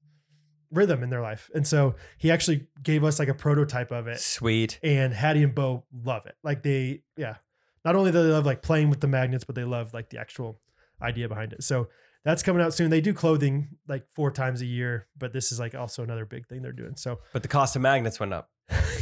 [SPEAKER 2] rhythm in their life. And so he actually gave us like a prototype of it,
[SPEAKER 1] Sweet.
[SPEAKER 2] and Hattie and Bo love it. Like they, yeah, not only do they love like playing with the magnets, but they love like the actual idea behind it. So that's coming out soon. They do clothing like four times a year, but this is like also another big thing they're doing. So
[SPEAKER 1] But the cost of magnets went up.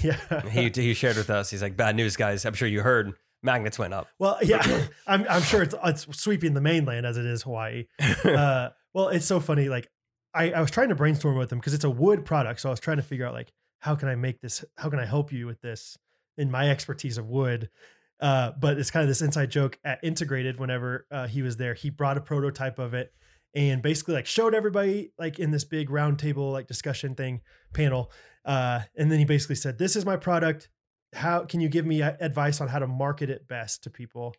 [SPEAKER 2] yeah,
[SPEAKER 1] He he shared with us. He's like, bad news, guys. I'm sure you heard magnets went up.
[SPEAKER 2] well, yeah, I'm I'm sure it's it's sweeping the mainland as it is Hawaii. uh, well, it's so funny. Like, I, I was trying to brainstorm with them because it's a wood product. So I was trying to figure out like how can I make this? How can I help you with this in my expertise of wood? Uh, but it's kind of this inside joke at Integrated. Whenever uh, he was there, he brought a prototype of it and basically like showed everybody like in this big round table like discussion thing panel. Uh, and then he basically said, "This is my product. How can you give me uh, advice on how to market it best to people?"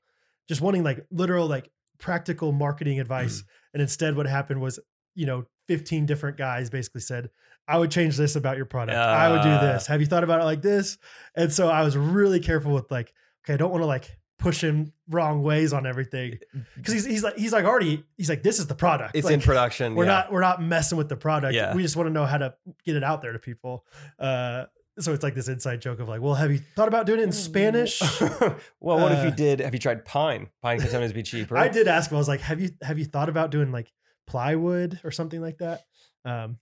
[SPEAKER 2] Just wanting like literal like practical marketing advice. And instead, what happened was, you know, 15 different guys basically said, I would change this about your product. I would do
[SPEAKER 1] Ah.
[SPEAKER 2] this. Have you thought about it like this? And so I was really careful with like, okay, I don't want to like push him wrong ways on everything. Cause he's, he's like, he's like already, he's like, this is the product.
[SPEAKER 1] It's
[SPEAKER 2] Like,
[SPEAKER 1] in production.
[SPEAKER 2] We're
[SPEAKER 1] yeah.
[SPEAKER 2] not, we're not messing with the product.
[SPEAKER 1] Yeah.
[SPEAKER 2] We just want to know how to get it out there to people. Uh, so it's like this inside joke of like, well, have you thought about doing it in Spanish?
[SPEAKER 1] well, what if
[SPEAKER 2] Uh,
[SPEAKER 1] you did? Have you tried pine? Pine can sometimes be cheaper.
[SPEAKER 2] I did ask him. I was like, "Have you have you thought about doing like plywood or something like that?" Um,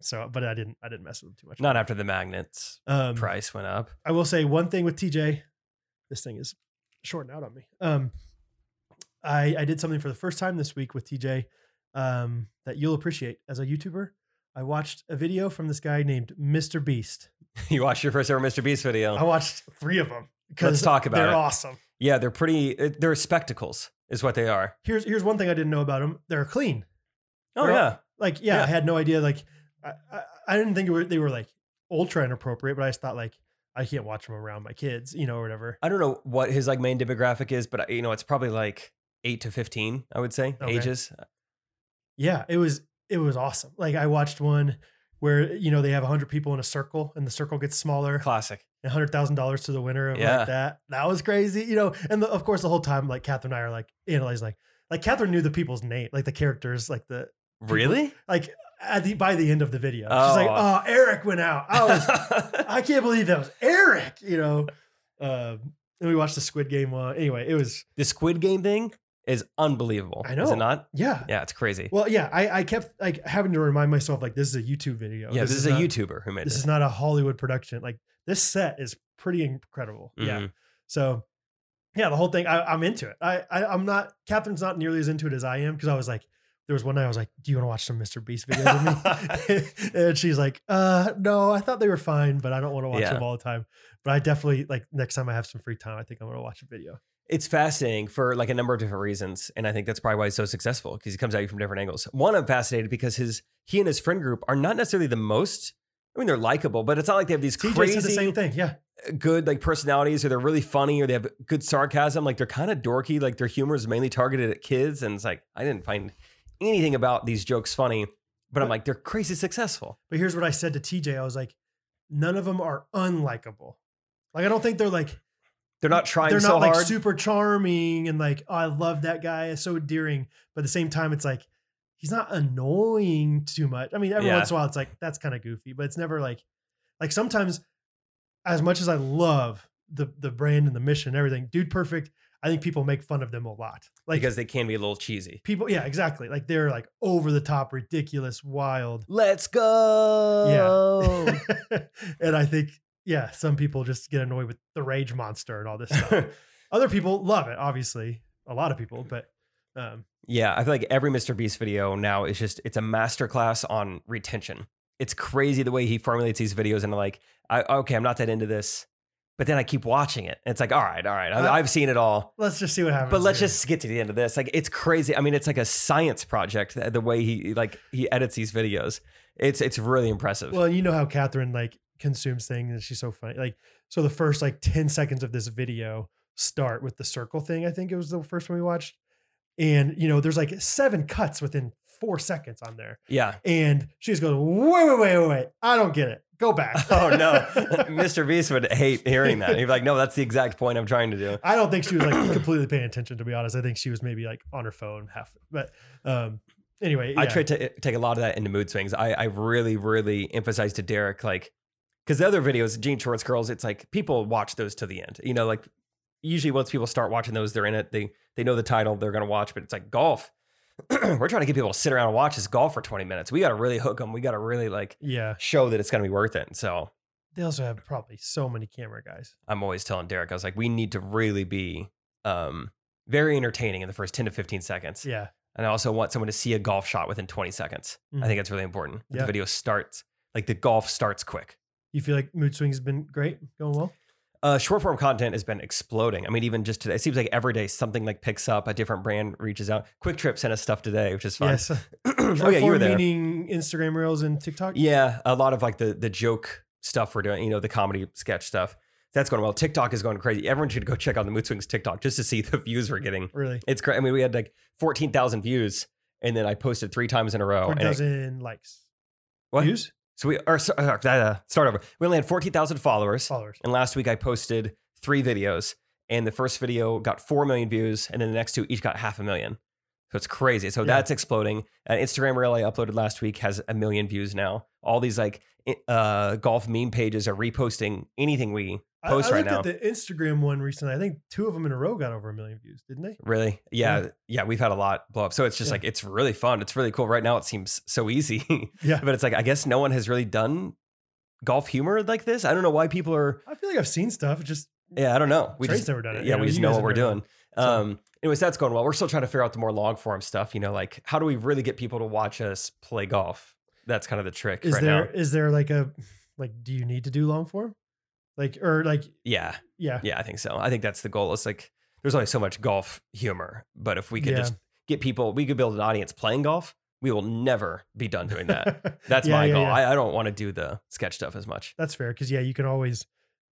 [SPEAKER 2] so, but I didn't. I didn't mess with him too much.
[SPEAKER 1] Not after the magnets
[SPEAKER 2] Um,
[SPEAKER 1] price went up.
[SPEAKER 2] I will say one thing with TJ. This thing is shorting out on me. Um, I I did something for the first time this week with TJ um, that you'll appreciate as a YouTuber. I watched a video from this guy named Mr. Beast.
[SPEAKER 1] You watched your first ever Mr. Beast video.
[SPEAKER 2] I watched three of them
[SPEAKER 1] Oh. Let's talk about
[SPEAKER 2] they're
[SPEAKER 1] it.
[SPEAKER 2] awesome.
[SPEAKER 1] Yeah, they're pretty. uh, They're spectacles, is what they are.
[SPEAKER 2] Here's here's one thing I didn't know about them. They're clean.
[SPEAKER 1] Oh
[SPEAKER 2] They're-
[SPEAKER 1] yeah,
[SPEAKER 2] like yeah,
[SPEAKER 1] Yeah.
[SPEAKER 2] I had no idea. Like I, I, I didn't think they were, they were like ultra inappropriate, but I just thought like I can't watch them around my kids, you know, or whatever.
[SPEAKER 1] I don't know what his like main demographic is, but uh, you know it's probably like eight to fifteen. I would say
[SPEAKER 2] Okay.
[SPEAKER 1] ages.
[SPEAKER 2] Yeah, it was it was awesome. Like I watched one where you know they have hundred people in a circle, and the circle gets smaller.
[SPEAKER 1] Classic.
[SPEAKER 2] hundred thousand dollars to the winner of
[SPEAKER 1] Yeah.
[SPEAKER 2] like that. That was crazy, you know. And the, of course, the whole time, like Catherine and I are like analyzing, like like Catherine knew the people's name, like the characters, like the
[SPEAKER 1] Really?
[SPEAKER 2] like at the by the end of the video, she's like,
[SPEAKER 1] Oh.
[SPEAKER 2] "Oh, Eric went out. I was I can't believe that was Eric, you know. Um, and we watched the Squid Game one. Anyway, it was
[SPEAKER 1] the Squid Game thing is unbelievable.
[SPEAKER 2] I know.
[SPEAKER 1] Is it not?
[SPEAKER 2] yeah.
[SPEAKER 1] Yeah, it's crazy.
[SPEAKER 2] Well, yeah, I, I kept like having to remind myself like this is a YouTube video.
[SPEAKER 1] yeah, this, is, a
[SPEAKER 2] not-
[SPEAKER 1] YouTuber who made
[SPEAKER 2] This
[SPEAKER 1] this.
[SPEAKER 2] is
[SPEAKER 1] Mm-hmm.
[SPEAKER 2] not a Hollywood production. Like this set is pretty incredible. Yeah.
[SPEAKER 1] Mhm.
[SPEAKER 2] So yeah, the whole thing. I, I'm into it. I, I I'm not. Catherine's not nearly as into it as I am because I was like, there was one night I was like, do you want to watch some Mr. Beast videos with me? and she's like, uh, no, I thought they were fine, but I don't want to watch
[SPEAKER 1] Yeah.
[SPEAKER 2] them all the time. But I definitely like next time I have some free time, I think I'm gonna watch a video.
[SPEAKER 1] It's fascinating for like a number of different reasons, and I think that's probably why he's so successful because he comes at you from different angles. One, I'm fascinated because his he and his friend group are not necessarily the most. I mean, they're likable, but it's not like they have these
[SPEAKER 2] TJ
[SPEAKER 1] crazy
[SPEAKER 2] said the same thing. Yeah,
[SPEAKER 1] good like personalities or they're really funny or they have good sarcasm like they're kind of dorky like their humor is mainly targeted at kids and it's like i didn't find anything about these jokes funny but i'm like they're crazy successful
[SPEAKER 2] but here's what I said to TJ. I was like, none of them are unlikable. Like I don't think they're like
[SPEAKER 1] they're not trying
[SPEAKER 2] they're
[SPEAKER 1] so
[SPEAKER 2] not like
[SPEAKER 1] hard
[SPEAKER 2] super charming and like oh, I love that guy, it's so endearing. But at the same time, it's like he's not annoying too much. I mean, every
[SPEAKER 1] Yeah.
[SPEAKER 2] once in a while, it's like that's kind of goofy, but it's never like like sometimes. As much as I love the the brand and the mission and everything, Dude Perfect, I think people make fun of them a lot. Like
[SPEAKER 1] because they can be a little cheesy
[SPEAKER 2] people, yeah, exactly. Like they're like over the top, ridiculous, wild.
[SPEAKER 1] let's go
[SPEAKER 2] and I think, yeah, some people just get annoyed with the rage monster and all this stuff. Other people love it, obviously. A lot of people, but um,
[SPEAKER 1] Yeah, I feel like every Mr. Beast video now is just it's a masterclass on retention. It's crazy the way he formulates these videos and like, I, okay, I'm not that into this, but then I keep watching it. And it's like, all right, all right, I,
[SPEAKER 2] Uh,
[SPEAKER 1] I've seen it all,
[SPEAKER 2] let's just see what happens.
[SPEAKER 1] but let's
[SPEAKER 2] here.
[SPEAKER 1] just get to the end of this. Like, it's crazy. I mean, it's like a science project the, the way he like he edits these videos. It's it's really impressive.
[SPEAKER 2] Well, you know how Catherine like consumes things, and she's so funny. Like, so the first like ten seconds of this video start with the circle thing. I think it was the first one we watched, and you know, there's like seven cuts within four seconds on there,
[SPEAKER 1] yeah.
[SPEAKER 2] and she just goes, "Wait, wait, wait, wait, wait! I don't get it. Go back."
[SPEAKER 1] Oh no, Mr. Beast would hate hearing that. He'd be like, no, that's the exact point I'm trying to do.
[SPEAKER 2] I don't think she was like completely paying attention. To be honest, I think she was maybe like on her phone half. But um, anyway,
[SPEAKER 1] I
[SPEAKER 2] yeah.
[SPEAKER 1] try to eh, take a lot of that into mood swings. I, I really, really emphasize to Derek, like, because the other videos, Gene Schwartz Girls, it's like people watch those to the end. You know, like usually once people start watching those, they're in it. They they know the title, they're gonna watch. But it's like golf. We're trying to get people to sit around and watch this golf for twenty minutes. We got to really hook them. We got to really like
[SPEAKER 2] Yeah,
[SPEAKER 1] show that it's gonna be worth it. And so
[SPEAKER 2] they also have probably so many camera guys.
[SPEAKER 1] I'm always telling Derek, I was like, we need to really be um very entertaining in the first ten to fifteen seconds.
[SPEAKER 2] Yeah,
[SPEAKER 1] And I also want someone to see a golf shot within 20 seconds. I think it's really important. that
[SPEAKER 2] Mm-hmm. Yeah.
[SPEAKER 1] The video starts, like the golf starts quick.
[SPEAKER 2] you feel like mood swings has been great, going well.
[SPEAKER 1] Uh, short form content has been exploding. I mean, even just today, it seems like every day something like picks up, a different brand reaches out. Quick Trip sent us stuff today, which is fun.
[SPEAKER 2] Yes.
[SPEAKER 1] oh, yeah, you were
[SPEAKER 2] Short-form
[SPEAKER 1] there.
[SPEAKER 2] Meaning Instagram reels and TikTok.
[SPEAKER 1] Yeah, a lot of like the the joke stuff we're doing, you know, the comedy sketch stuff. That's going well. TikTok is going crazy. Everyone should go check out the Mood Swings TikTok just to see the views we're getting.
[SPEAKER 2] really.
[SPEAKER 1] It's great. I mean, we had like 14,000 views and then I posted three times in a row.
[SPEAKER 2] Four
[SPEAKER 1] and it-
[SPEAKER 2] dozen likes.
[SPEAKER 1] Oh, What?
[SPEAKER 2] Views?
[SPEAKER 1] So we are so- uh, uh, start over. We only had 14,000 followers.
[SPEAKER 2] Followers.
[SPEAKER 1] And last week I posted three videos, and the first video got 4 million views, and then the next two each got half a million. So it's crazy. So
[SPEAKER 2] Yeah.
[SPEAKER 1] that's exploding. An Instagram reel I uploaded last week has a million views now. All these like i- uh, golf meme pages are reposting anything we
[SPEAKER 2] I-
[SPEAKER 1] post
[SPEAKER 2] I,
[SPEAKER 1] right
[SPEAKER 2] looked
[SPEAKER 1] now.
[SPEAKER 2] at the Instagram one recently. I think two of them in a row got over a million views, didn't they?
[SPEAKER 1] really? Yeah, yeah. We've had a lot blow up. So it's just
[SPEAKER 2] Yeah.
[SPEAKER 1] like, it's really fun. It's really cool. Right now it seems so easy,
[SPEAKER 2] Yeah.
[SPEAKER 1] but it's like, I guess no one has really done golf humor like this. I don't know why people are.
[SPEAKER 2] I feel like I've seen stuff. it Just
[SPEAKER 1] Yeah, I don't know. We
[SPEAKER 2] Trey's
[SPEAKER 1] just
[SPEAKER 2] never done it.
[SPEAKER 1] Yeah,
[SPEAKER 2] You know,
[SPEAKER 1] we just
[SPEAKER 2] you
[SPEAKER 1] know
[SPEAKER 2] guys
[SPEAKER 1] what
[SPEAKER 2] have
[SPEAKER 1] we're
[SPEAKER 2] never done
[SPEAKER 1] doing. Um, anyways, that's going well. We're still trying to figure out the more long form stuff. You know, like how do we really get people to watch us play golf? That's kind of the trick
[SPEAKER 2] is
[SPEAKER 1] right
[SPEAKER 2] there
[SPEAKER 1] now.
[SPEAKER 2] is there like a like do you need to do long form? Like or like
[SPEAKER 1] Yeah,
[SPEAKER 2] yeah.
[SPEAKER 1] yeah, I think so. I think that's the goal. It's like there's only so much golf humor, but if we could
[SPEAKER 2] Yeah.
[SPEAKER 1] just get people, we could build an audience playing golf. We will never be done doing that. That's
[SPEAKER 2] Yeah,
[SPEAKER 1] my
[SPEAKER 2] yeah,
[SPEAKER 1] goal.
[SPEAKER 2] yeah.
[SPEAKER 1] I, I don't want to do the sketch stuff as much.
[SPEAKER 2] That's fair because yeah, you can always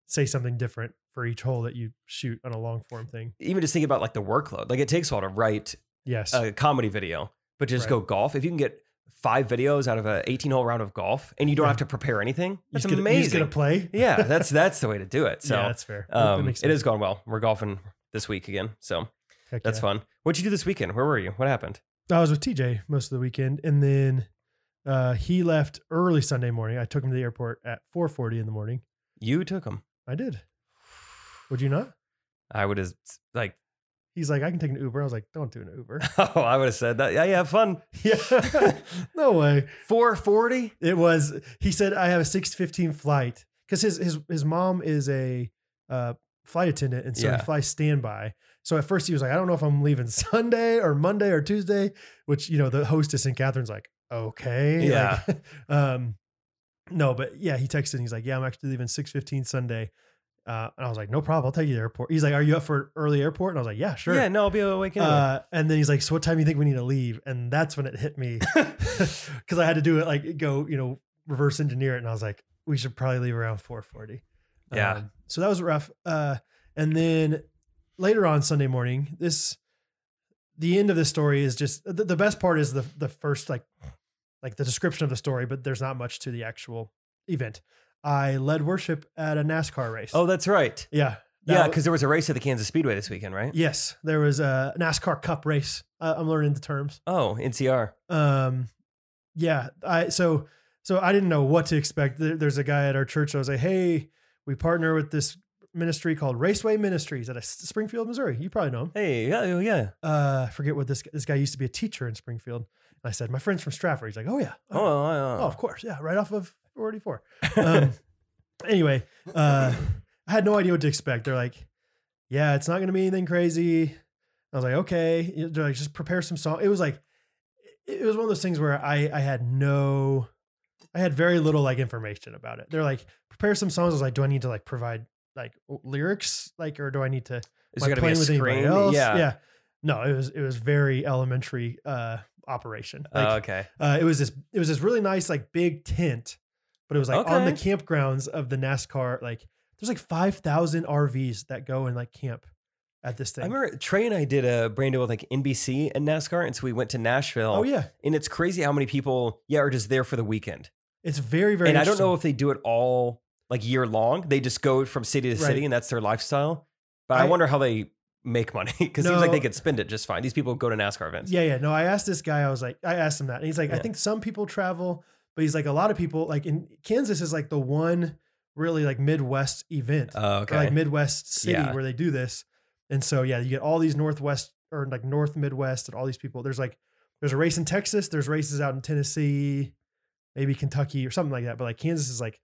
[SPEAKER 2] say something different for each hole that you shoot on a long form thing.
[SPEAKER 1] Even just think about like the workload. Like it takes a while to write
[SPEAKER 2] Yes,
[SPEAKER 1] a comedy video, but just
[SPEAKER 2] Right.
[SPEAKER 1] go golf. If you can get five videos out of a 18 hole round of golf and you don't
[SPEAKER 2] Yeah.
[SPEAKER 1] have to prepare anything, that's
[SPEAKER 2] you just Get, you just
[SPEAKER 1] amazing.
[SPEAKER 2] get to play.
[SPEAKER 1] yeah, that's that's the way to do it. So
[SPEAKER 2] yeah, that's fair. That- that
[SPEAKER 1] um,
[SPEAKER 2] makes
[SPEAKER 1] it
[SPEAKER 2] sense.
[SPEAKER 1] has gone well. We're golfing this week again, so
[SPEAKER 2] Heck
[SPEAKER 1] that's
[SPEAKER 2] yeah.
[SPEAKER 1] fun. What'd you do this weekend? Where were you? What happened?
[SPEAKER 2] I was with TJ most of the weekend, and then uh, he left early Sunday morning. I took him to the airport at 4:40 in the morning.
[SPEAKER 1] You took them.
[SPEAKER 2] I did. Would you not?
[SPEAKER 1] I would have like
[SPEAKER 2] He's like, I can take an Uber. I was like, don't do an Uber.
[SPEAKER 1] oh I would have said that yeah yeah have fun
[SPEAKER 2] yeah, no way.
[SPEAKER 1] 440
[SPEAKER 2] It was. He said, "I have a six fifteen flight because his his his mom is a uh, flight attendant, and so
[SPEAKER 1] Yeah.
[SPEAKER 2] he flies standby. So at first he was like, I don't know if I'm leaving Sunday or Monday or Tuesday, which you know the hostess and Catherine's like, okay,
[SPEAKER 1] Yeah.
[SPEAKER 2] like, um, no, but yeah, he texted and he's like, yeah, I'm actually leaving six fifteen Sunday. Uh, and I was like, no problem. I'll take you to the airport. He's like, are you up for early airport? And I was like, yeah, sure.
[SPEAKER 1] Yeah, no, I'll be awake anyway.
[SPEAKER 2] Uh, and then he's like, "So what time do you think we need to leave?" And that's when it hit me because I had to do it like go you know reverse engineer it, and I was like, "We should probably leave around 4:40."
[SPEAKER 1] Yeah.
[SPEAKER 2] Um, so that was rough. Uh, and then later on Sunday morning, this the end of this story is just the, the best part is the the first like like the description of the story, but there's not much to the actual event. I led worship at a NASCAR race.
[SPEAKER 1] oh, that's right.
[SPEAKER 2] yeah, That
[SPEAKER 1] Yeah,
[SPEAKER 2] wa-
[SPEAKER 1] because there was a race at the Kansas Speedway this weekend, right?
[SPEAKER 2] Yes, there was a NASCAR Cup race. Uh, I'm learning the terms.
[SPEAKER 1] Oh, NCR.
[SPEAKER 2] Um, yeah, I so so I didn't know what to expect. There, there's a guy at our church. I was like, hey, we partner with this ministry called Raceway Ministries out of S- Springfield, Missouri. You probably know him.
[SPEAKER 1] Hey, yeah, oh, yeah.
[SPEAKER 2] Uh, I forget what this this guy used to be a teacher in Springfield. And I said, my friend's from Stratford. He's like, oh yeah,
[SPEAKER 1] Oh, oh, oh,
[SPEAKER 2] oh of course, yeah, right off of 44. Um, anyway, uh, I had no idea what to expect. They're like, yeah, it's not going to be anything crazy. I was like, okay. You know, They're like, just prepare some song. It was like, it it was one of those things where I I had no, I had very little like information about it. They're like, prepare some songs. I was like, do I need to like provide like lyrics, like, or do I need to
[SPEAKER 1] Is
[SPEAKER 2] like
[SPEAKER 1] there gonna be a
[SPEAKER 2] playing with anybody
[SPEAKER 1] screen?
[SPEAKER 2] else?
[SPEAKER 1] Yeah.
[SPEAKER 2] yeah. No, it was it was very elementary uh operation. Like,
[SPEAKER 1] Oh, okay.
[SPEAKER 2] uh, it was this it was this really nice like big tent, but it was like on the
[SPEAKER 1] Okay.
[SPEAKER 2] campgrounds of the NASCAR. Like there's like five thousand RVs that go and like camp at this
[SPEAKER 1] I
[SPEAKER 2] thing.
[SPEAKER 1] remember Trey and I did a brand deal with like NBC and NASCAR, and so we went to Nashville.
[SPEAKER 2] oh yeah,
[SPEAKER 1] and it's crazy how many people, yeah, are just there for the weekend.
[SPEAKER 2] it's very very.
[SPEAKER 1] and I don't know
[SPEAKER 2] interesting.
[SPEAKER 1] if they do it all like year long. They just go from city to
[SPEAKER 2] Right.
[SPEAKER 1] city, and that's their lifestyle. But I,
[SPEAKER 2] I-
[SPEAKER 1] wonder how they make money because it seems like
[SPEAKER 2] No.
[SPEAKER 1] they could spend it just fine. These people go to NASCAR events.
[SPEAKER 2] Yeah, yeah. No, I asked this guy. I was like, I asked him that, and he's like, I
[SPEAKER 1] Yeah.
[SPEAKER 2] think some people travel, but he's like, a lot of people like in Kansas is like the one really like Midwest event.
[SPEAKER 1] Oh,
[SPEAKER 2] or,
[SPEAKER 1] okay.
[SPEAKER 2] like Midwest city
[SPEAKER 1] Yeah.
[SPEAKER 2] where they do this. And so yeah, you get all these Northwest or like North Midwest and all these people. There's like there's a race in Texas, there's races out in Tennessee, maybe Kentucky or something like that. But like Kansas is like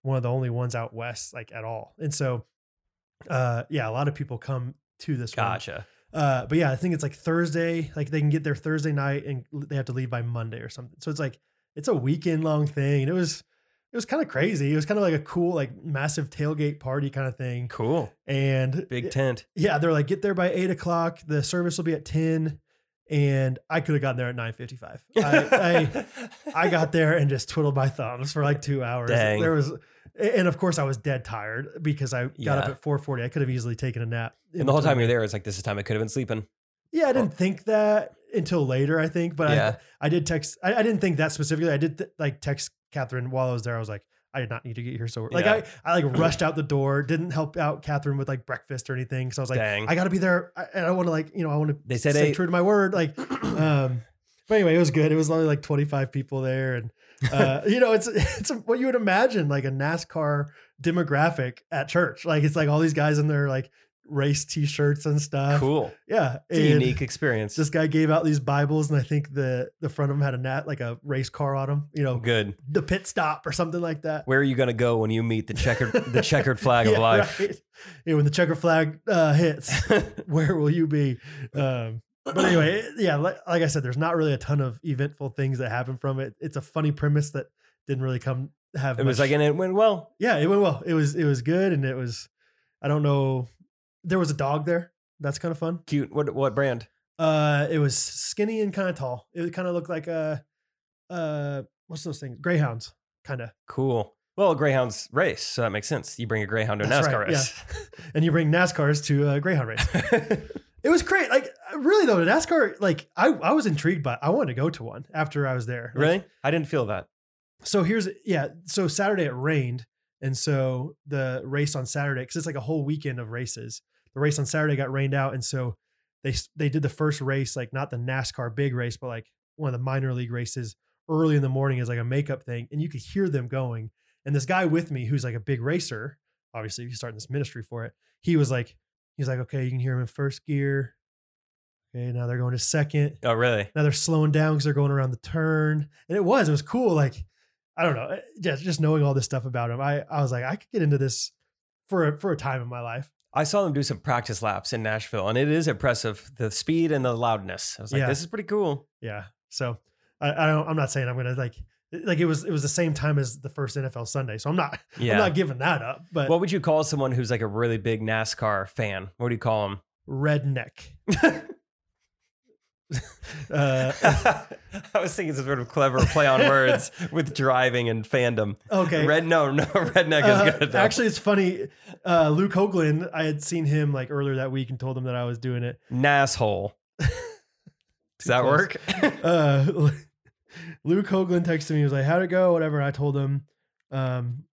[SPEAKER 2] one of the only ones out west, like at all. And so uh yeah, a lot of people come to this one.
[SPEAKER 1] gotcha.
[SPEAKER 2] Uh, but yeah, I think it's like Thursday. Like they can get there Thursday night, and l- they have to leave by Monday or something. So it's like it's a weekend long thing, and it was it was kind of crazy. It was kind of like a cool, like massive tailgate party kind of thing.
[SPEAKER 1] Cool.
[SPEAKER 2] And
[SPEAKER 1] Big
[SPEAKER 2] it-
[SPEAKER 1] tent.
[SPEAKER 2] yeah, they're like get there by eight o'clock. The service will be at ten, and I could have gotten there at nine fifty five. I, I I got there and just twiddled my thumbs for like two hours.
[SPEAKER 1] Dang.
[SPEAKER 2] There was, and of course I was dead tired because I got up
[SPEAKER 1] Yeah.
[SPEAKER 2] at four forty. I could have easily taken a nap. in
[SPEAKER 1] and the whole
[SPEAKER 2] between.
[SPEAKER 1] time you're there, it's like this is time I could have been sleeping.
[SPEAKER 2] Yeah, I didn't think that until later. I think, but
[SPEAKER 1] Yeah.
[SPEAKER 2] I, I did text. I, I didn't think that specifically. I did th- like text Catherine while I was there. I was like, I did not need to get here so early. like
[SPEAKER 1] Yeah.
[SPEAKER 2] I I like rushed out the door. Didn't help out Catherine with like breakfast or anything. So I was like,
[SPEAKER 1] Dang.
[SPEAKER 2] I got to be there, I- and I want to like you know I want to
[SPEAKER 1] They said
[SPEAKER 2] stay
[SPEAKER 1] eight.
[SPEAKER 2] true to my word. Like, um, but anyway, it was good. It was only like twenty five people there, and uh, you know it's it's what you would imagine like a NASCAR demographic at church. Like it's like all these guys in their like race t shirts and stuff.
[SPEAKER 1] cool.
[SPEAKER 2] Yeah,
[SPEAKER 1] It's a
[SPEAKER 2] and-
[SPEAKER 1] unique experience.
[SPEAKER 2] this guy gave out these Bibles, and I think the the front of them had a nat like a race car on them. You know,
[SPEAKER 1] good.
[SPEAKER 2] the pit stop or something like that.
[SPEAKER 1] Where are you gonna go when you meet the checkered the checkered flag of
[SPEAKER 2] Yeah,
[SPEAKER 1] life?
[SPEAKER 2] right. Yeah, when the checker flag uh, hits, where will you be? Um, but anyway, it- yeah, like, like I said, there's not really a ton of eventful things that happen from it. It's a funny premise that didn't really come have.
[SPEAKER 1] It was
[SPEAKER 2] much-
[SPEAKER 1] like and it went well.
[SPEAKER 2] yeah, it went well. It was it was good, and it was I don't know. There was a dog there. That's kind of fun.
[SPEAKER 1] Cute. What what brand?
[SPEAKER 2] Uh, it was skinny and kind of tall. It kind of looked like a, uh, what's those things? Greyhounds, kind of.
[SPEAKER 1] Cool. Well, Greyhound's race, so that makes sense. You bring a Greyhound to a
[SPEAKER 2] That's
[SPEAKER 1] NASCAR
[SPEAKER 2] right,
[SPEAKER 1] race.
[SPEAKER 2] And you bring NASCARs to a Greyhound race. it was great. Like really though, the NASCAR. Like I, I was intrigued by. I wanted to go to one after I was there. Like,
[SPEAKER 1] really? I didn't feel that.
[SPEAKER 2] So here's yeah. So Saturday it rained, and so the race on Saturday because it's like a whole weekend of races. The race on Saturday got rained out, and so they s- they did the first race like not the NASCAR big race, but like one of the minor league races early in the morning as like a makeup thing, and you could hear them going. And this guy with me who's like a big racer, obviously he's starting this ministry for it. He was like, he's like, okay, you can hear him in first gear. Okay, now they're going to second
[SPEAKER 1] Oh, really?
[SPEAKER 2] now they're slowing down because they're going around the turn and it was it was cool like i don't eh, know just just knowing all this stuff about him i i was like i could get into this for a, for a time in my life
[SPEAKER 1] I saw them do some practice laps in Nashville, and it is impressive the speed and the loudness. I was like,
[SPEAKER 2] Yeah.
[SPEAKER 1] this is pretty cool.
[SPEAKER 2] Yeah. So I, I don't, I'm not saying I'm going to like, like it was, it was the same time as the first NFL Sunday. So I'm not,
[SPEAKER 1] Yeah.
[SPEAKER 2] I'm not giving that up, but
[SPEAKER 1] what would you call someone who's like a really big NASCAR fan? What do you call them?
[SPEAKER 2] redneck. uh,
[SPEAKER 1] I was thinking some sort of clever play on words with driving and fandom.
[SPEAKER 2] okay.
[SPEAKER 1] Red, no, no, redneck
[SPEAKER 2] Uh,
[SPEAKER 1] is good. though.
[SPEAKER 2] actually, it's funny. Uh, Luke Hoagland, I had seen him like earlier that week and told him that I was doing it.
[SPEAKER 1] Nasshole. Does that
[SPEAKER 2] close.
[SPEAKER 1] work?
[SPEAKER 2] Uh, Luke Hoagland texted me. He was like, "How'd it go?" Whatever. And I told him, um,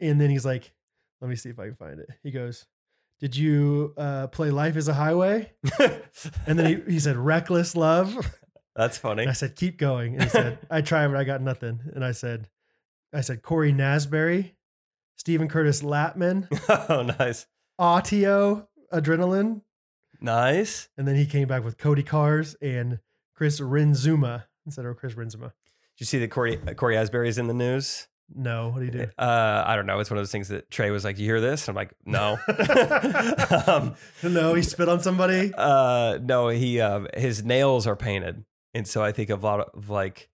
[SPEAKER 2] and then he's like, "Let me see if I can find it." He goes, "Did you uh, play Life Is a Highway?" And then he, he said, "Reckless Love."
[SPEAKER 1] That's funny.
[SPEAKER 2] And I said, "Keep going." And he said, "I tried, but I got nothing." And I said, "I said Corey Nasberry, Stephen Curtis Latman,
[SPEAKER 1] oh, nice.
[SPEAKER 2] Autio Adrenaline."
[SPEAKER 1] Nice.
[SPEAKER 2] And then he came back with Cody Cars and Chris Renzuma instead of Chris Renzuma.
[SPEAKER 1] Did you see that Corey, uh, Corey Asbury is in the news?
[SPEAKER 2] No, what do you do?
[SPEAKER 1] Uh, I don't know. It's one of those things that Trey was like, "You hear this?" I'm like, "No." um,
[SPEAKER 2] no, he spit on somebody.
[SPEAKER 1] uh, no, he um, his nails are painted, and so I think a lot of like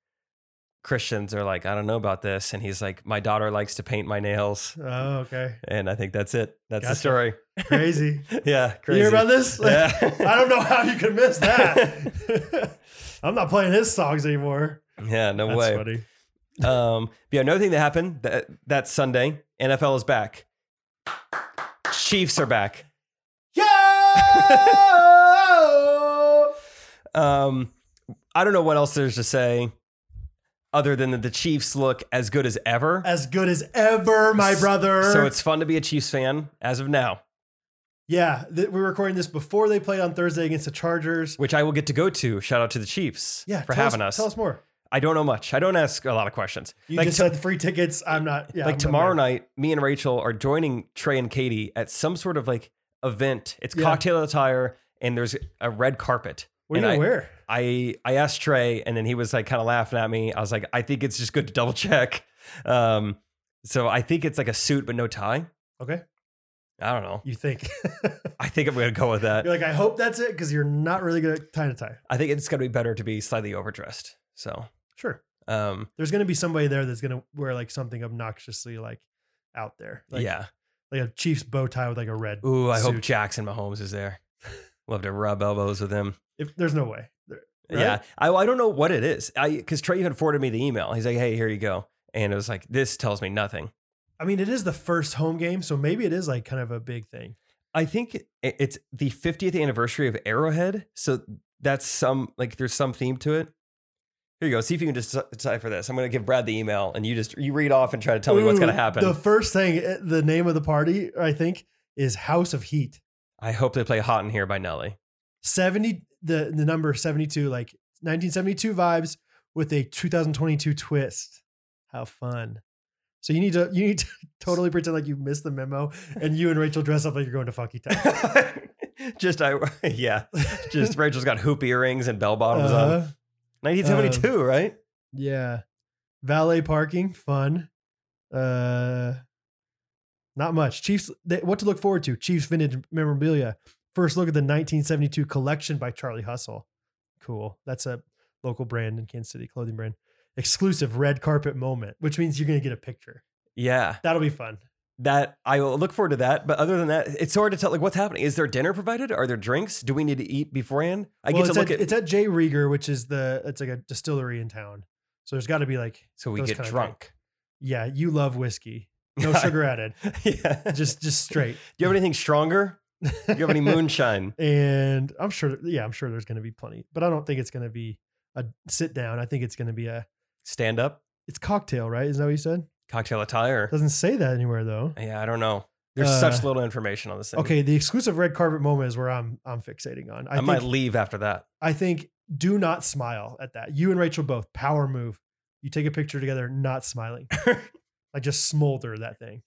[SPEAKER 1] Christians are like, "I don't know about this," and he's like, "My daughter likes to paint my nails,"
[SPEAKER 2] Oh, okay.
[SPEAKER 1] and I think that's it. That's the
[SPEAKER 2] Gotcha.
[SPEAKER 1] story.
[SPEAKER 2] Crazy.
[SPEAKER 1] Yeah,
[SPEAKER 2] You
[SPEAKER 1] crazy.
[SPEAKER 2] hear about this?
[SPEAKER 1] yeah.
[SPEAKER 2] I don't know how you could miss that. I'm not playing his songs anymore.
[SPEAKER 1] Yeah, no
[SPEAKER 2] That's
[SPEAKER 1] way.
[SPEAKER 2] funny.
[SPEAKER 1] Um, but yeah, another thing that happened that that Sunday, NFL is back. Chiefs are back.
[SPEAKER 2] Yeah.
[SPEAKER 1] Um, I don't know what else there's to say other than that the Chiefs look as good as ever.
[SPEAKER 2] as good as ever, my brother.
[SPEAKER 1] So it's fun to be a Chiefs fan as of now,
[SPEAKER 2] yeah. Th- we're recording this before they played on Thursday against the Chargers.
[SPEAKER 1] which I will get to go to. Shout out to the Chiefs
[SPEAKER 2] Yeah,
[SPEAKER 1] for
[SPEAKER 2] tell
[SPEAKER 1] having
[SPEAKER 2] Tell
[SPEAKER 1] us.
[SPEAKER 2] us more.
[SPEAKER 1] I don't know much. I don't ask a lot of questions.
[SPEAKER 2] You
[SPEAKER 1] like
[SPEAKER 2] just
[SPEAKER 1] to-
[SPEAKER 2] said free tickets. I'm not. Yeah,
[SPEAKER 1] like
[SPEAKER 2] I'm
[SPEAKER 1] tomorrow
[SPEAKER 2] not
[SPEAKER 1] night, me and Rachel are joining Trey and Katie at some sort of like event. It's
[SPEAKER 2] Yeah.
[SPEAKER 1] cocktail attire and there's a red carpet.
[SPEAKER 2] What are you
[SPEAKER 1] And
[SPEAKER 2] gonna
[SPEAKER 1] I-
[SPEAKER 2] wear?
[SPEAKER 1] I I asked Trey, and then he was like kind of laughing at me. I was like, I think it's just good to double check. Um, so I think it's like a suit but no tie.
[SPEAKER 2] Okay,
[SPEAKER 1] I don't know.
[SPEAKER 2] you think?
[SPEAKER 1] I think I'm gonna go with that.
[SPEAKER 2] you're like, I hope that's it because you're not really good at tie to tie.
[SPEAKER 1] I think it's gonna be better to be slightly overdressed. So,
[SPEAKER 2] Sure,
[SPEAKER 1] um,
[SPEAKER 2] there's gonna be somebody there that's gonna wear like something obnoxiously like out there. Like,
[SPEAKER 1] yeah.
[SPEAKER 2] like a Chiefs bow tie with like a red.
[SPEAKER 1] Ooh, I hope
[SPEAKER 2] suit.
[SPEAKER 1] Jackson Mahomes is there. Love to rub elbows with him.
[SPEAKER 2] If there's no way. There- right?
[SPEAKER 1] Yeah, I, I don't know what it is. I because Trey even forwarded me the email. He's like, "Hey, here you go," and it was like, "This tells me nothing."
[SPEAKER 2] I mean, it is the first home game, so maybe it is like kind of a big thing.
[SPEAKER 1] I think it- it's the 50th anniversary of Arrowhead, so that's some like there's some theme to it. Here you go. See if you can just decipher this. I'm going to give Brad the email, and you just you read off and try to tell me what's going
[SPEAKER 2] Ooh,
[SPEAKER 1] to happen.
[SPEAKER 2] The first thing, eh, the name of the party, I think, is House of Heat.
[SPEAKER 1] I hope they play "Hot in Here" by Nelly.
[SPEAKER 2] 70 the the number 72 like 1972 vibes with a 2022 twist how fun so you need to you need to totally pretend like you missed the memo and you and rachel dress up like you're going to funky town
[SPEAKER 1] just I yeah. Just Rachel's got hoop earrings and bell bottoms on.
[SPEAKER 2] Uh,
[SPEAKER 1] 1972, right?
[SPEAKER 2] yeah valet parking fun uh not much chiefs they, what to look forward to chiefs vintage memorabilia first look at the 1972 collection by charlie hustle cool that's a local brand in kansas city clothing brand exclusive red carpet moment which means you're gonna get a picture
[SPEAKER 1] Yeah.
[SPEAKER 2] that'll be fun
[SPEAKER 1] That I will look forward to that. But other than that, it's hard to tell like what's happening. Is there dinner provided? Are there drinks? Do we need to eat beforehand? I
[SPEAKER 2] Well,
[SPEAKER 1] get
[SPEAKER 2] it's
[SPEAKER 1] to look
[SPEAKER 2] at,
[SPEAKER 1] at
[SPEAKER 2] it's at j rieger which is the it's like a distillery in town so there's got to be like
[SPEAKER 1] so we
[SPEAKER 2] those
[SPEAKER 1] get
[SPEAKER 2] kinda
[SPEAKER 1] drunk.
[SPEAKER 2] yeah you love whiskey no sugar added
[SPEAKER 1] yeah.
[SPEAKER 2] just just straight
[SPEAKER 1] Do you have anything stronger? Do you have any moonshine?
[SPEAKER 2] and I'm sure, yeah, I'm sure there's going to be plenty, but I don't think it's going to be a sit down. I think it's going to be a
[SPEAKER 1] Stand up,
[SPEAKER 2] it's cocktail, right? Is that what you said?
[SPEAKER 1] cocktail attire.
[SPEAKER 2] Doesn't say that anywhere though.
[SPEAKER 1] Yeah, I don't know. There's
[SPEAKER 2] Uh,
[SPEAKER 1] such little information on this thing.
[SPEAKER 2] Okay, the exclusive red carpet moment is where I'm I'm fixating on. I,
[SPEAKER 1] I,
[SPEAKER 2] think
[SPEAKER 1] might leave after that.
[SPEAKER 2] I think do not smile at that. You and Rachel both power move. You take a picture together, not smiling. like just smolder that thing.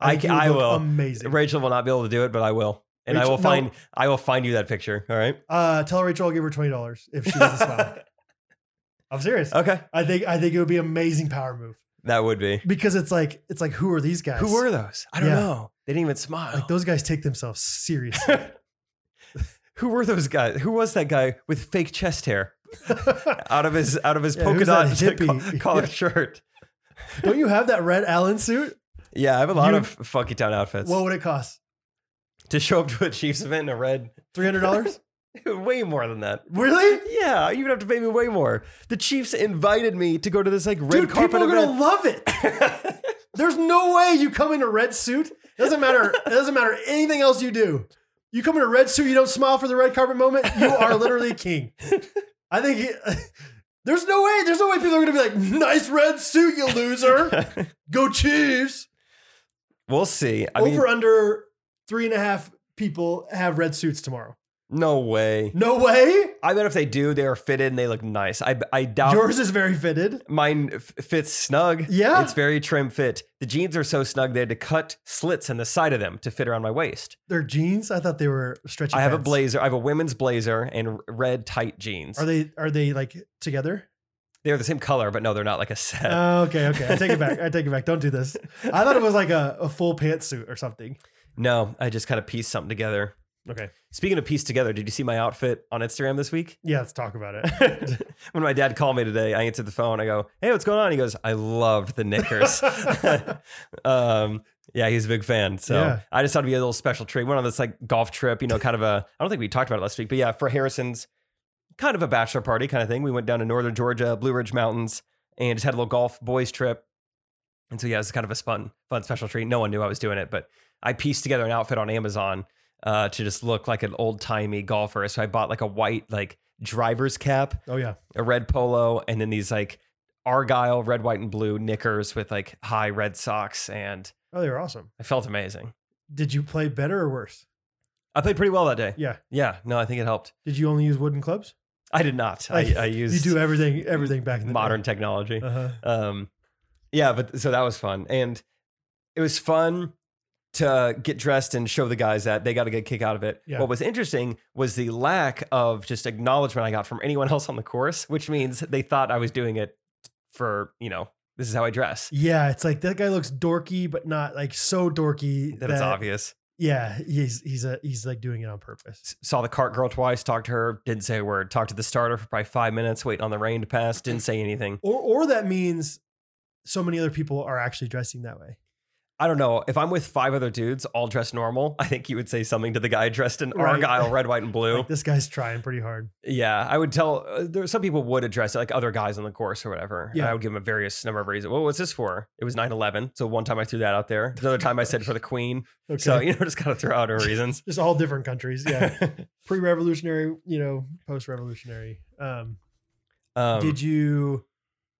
[SPEAKER 1] I,
[SPEAKER 2] think
[SPEAKER 1] ca-
[SPEAKER 2] you would
[SPEAKER 1] I
[SPEAKER 2] look
[SPEAKER 1] will.
[SPEAKER 2] Amazing.
[SPEAKER 1] Rachel will not be able to do it, but I will. And I
[SPEAKER 2] Rachel-
[SPEAKER 1] will
[SPEAKER 2] no.
[SPEAKER 1] find I will find you that picture. All right.
[SPEAKER 2] Uh, tell Rachel I'll give her twenty dollars if she doesn't smile. I'm serious.
[SPEAKER 1] okay.
[SPEAKER 2] I think I think it would be an amazing power move.
[SPEAKER 1] That would be.
[SPEAKER 2] because it's like it's like who are these guys?
[SPEAKER 1] Who were those? I don't
[SPEAKER 2] Yeah.
[SPEAKER 1] know. They didn't even smile.
[SPEAKER 2] Like those guys take themselves seriously.
[SPEAKER 1] Who were those guys? Who was that guy with fake chest hair out of his out of his
[SPEAKER 2] Yeah,
[SPEAKER 1] polka
[SPEAKER 2] who's
[SPEAKER 1] dot
[SPEAKER 2] that
[SPEAKER 1] co-
[SPEAKER 2] hippie?
[SPEAKER 1] collared
[SPEAKER 2] Yeah.
[SPEAKER 1] shirt?
[SPEAKER 2] Don't you have that red Allen suit?
[SPEAKER 1] Yeah, I have a lot
[SPEAKER 2] You-
[SPEAKER 1] of funky town outfits.
[SPEAKER 2] What would it cost?
[SPEAKER 1] to show up to a Chiefs event in a red,
[SPEAKER 2] Three hundred dollars?
[SPEAKER 1] way more than that.
[SPEAKER 2] Really?
[SPEAKER 1] Yeah, you'd have to pay me way more. The Chiefs invited me to go to this like red
[SPEAKER 2] Dude,
[SPEAKER 1] carpet
[SPEAKER 2] people are gonna
[SPEAKER 1] event.
[SPEAKER 2] love it. There's no way you come in a red suit. Doesn't matter. It doesn't matter anything else you do. You come in a red suit. You don't smile for the red carpet moment. You are literally king. I think. he- there's no way. There's no way people are gonna be like, "Nice red suit, you loser. Go Chiefs."
[SPEAKER 1] we'll see. I mean,
[SPEAKER 2] Over under three and a half people have red suits tomorrow.
[SPEAKER 1] no way.
[SPEAKER 2] No way.
[SPEAKER 1] I bet if they do, they are fitted and they look nice. I I doubt
[SPEAKER 2] Yours is very fitted.
[SPEAKER 1] mine f- fits snug.
[SPEAKER 2] Yeah.
[SPEAKER 1] it's very trim fit. The jeans are so snug they had to cut slits in the side of them to fit around my waist.
[SPEAKER 2] They're jeans. I thought they were stretchy.
[SPEAKER 1] I have a
[SPEAKER 2] pants.
[SPEAKER 1] blazer. I have a women's blazer and r- red tight jeans.
[SPEAKER 2] Are they? Are they like together?
[SPEAKER 1] They're the same color, but no, they're not like a set.
[SPEAKER 2] Oh, okay, okay. I take it back. I take it back. Don't do this. I thought it was like a, a full pantsuit or something.
[SPEAKER 1] no, I just kind of pieced something together.
[SPEAKER 2] Okay.
[SPEAKER 1] Speaking of pieced together, did you see my outfit on Instagram this week?
[SPEAKER 2] Yeah, let's talk about it.
[SPEAKER 1] when my dad called me today, I answered the phone. I go, "Hey, what's going on?" He goes, "I loved the knickers." um, yeah, he's a big fan. So
[SPEAKER 2] Yeah.
[SPEAKER 1] I just thought it'd be a little special treat. Went on this like golf trip, you know, kind of a. I don't think we talked about it last week, but yeah, for Harrison's kind of a bachelor party kind of thing. We went down to northern Georgia, Blue Ridge Mountains, and just had a little golf boys trip. And so yeah, it was kind of a fun, fun special treat. No one knew I was doing it, but I pieced together an outfit on Amazon uh, to just look like an old timey golfer. So I bought like a white like driver's cap
[SPEAKER 2] oh yeah.
[SPEAKER 1] a red polo and then these like argyle red white and blue knickers with like high red socks and
[SPEAKER 2] Oh, they were awesome.
[SPEAKER 1] i felt amazing
[SPEAKER 2] Did you play better or worse?
[SPEAKER 1] i played pretty well that day
[SPEAKER 2] Yeah.
[SPEAKER 1] yeah no i think it helped
[SPEAKER 2] Did you only use wooden clubs?
[SPEAKER 1] i did not
[SPEAKER 2] Like,
[SPEAKER 1] i, I used
[SPEAKER 2] you do everything everything back in the
[SPEAKER 1] modern technology
[SPEAKER 2] Day. Uh-huh.
[SPEAKER 1] um yeah but so that was fun and it was fun to get dressed and show the guys that they got a good kick out of it
[SPEAKER 2] Yeah.
[SPEAKER 1] what was interesting was the lack of just acknowledgement i got from anyone else on the course which means they thought i was doing it for you know this is how i dress
[SPEAKER 2] Yeah, it's like that guy looks dorky, but not like so dorky
[SPEAKER 1] that it's obvious.
[SPEAKER 2] Yeah, he's he's a he's like doing it on purpose.
[SPEAKER 1] S- Saw the cart girl twice, talked to her, didn't say a word. Talked to the starter for probably five minutes, waiting on the rain to pass, didn't
[SPEAKER 2] Mm.
[SPEAKER 1] say anything.
[SPEAKER 2] Or or that means so many other people are actually dressing that way.
[SPEAKER 1] I don't know. If I'm with five other dudes, all dressed normal, I think you would say something to the guy dressed in
[SPEAKER 2] Right.
[SPEAKER 1] Argyle, red, white, and blue.
[SPEAKER 2] Like this guy's trying pretty hard.
[SPEAKER 1] yeah, I would tell. Uh, there, some people would address it, like other guys on the course or whatever. Yeah.
[SPEAKER 2] Yeah.
[SPEAKER 1] I would give them a various number of reasons. Well, what's this for? It was 9 11. So one time I threw that out there. Another time I said for the queen.
[SPEAKER 2] Okay.
[SPEAKER 1] So, you know, just got to throw out our reasons.
[SPEAKER 2] just all different countries. Yeah. pre-revolutionary, you know, post-revolutionary. Um,
[SPEAKER 1] um,
[SPEAKER 2] did you?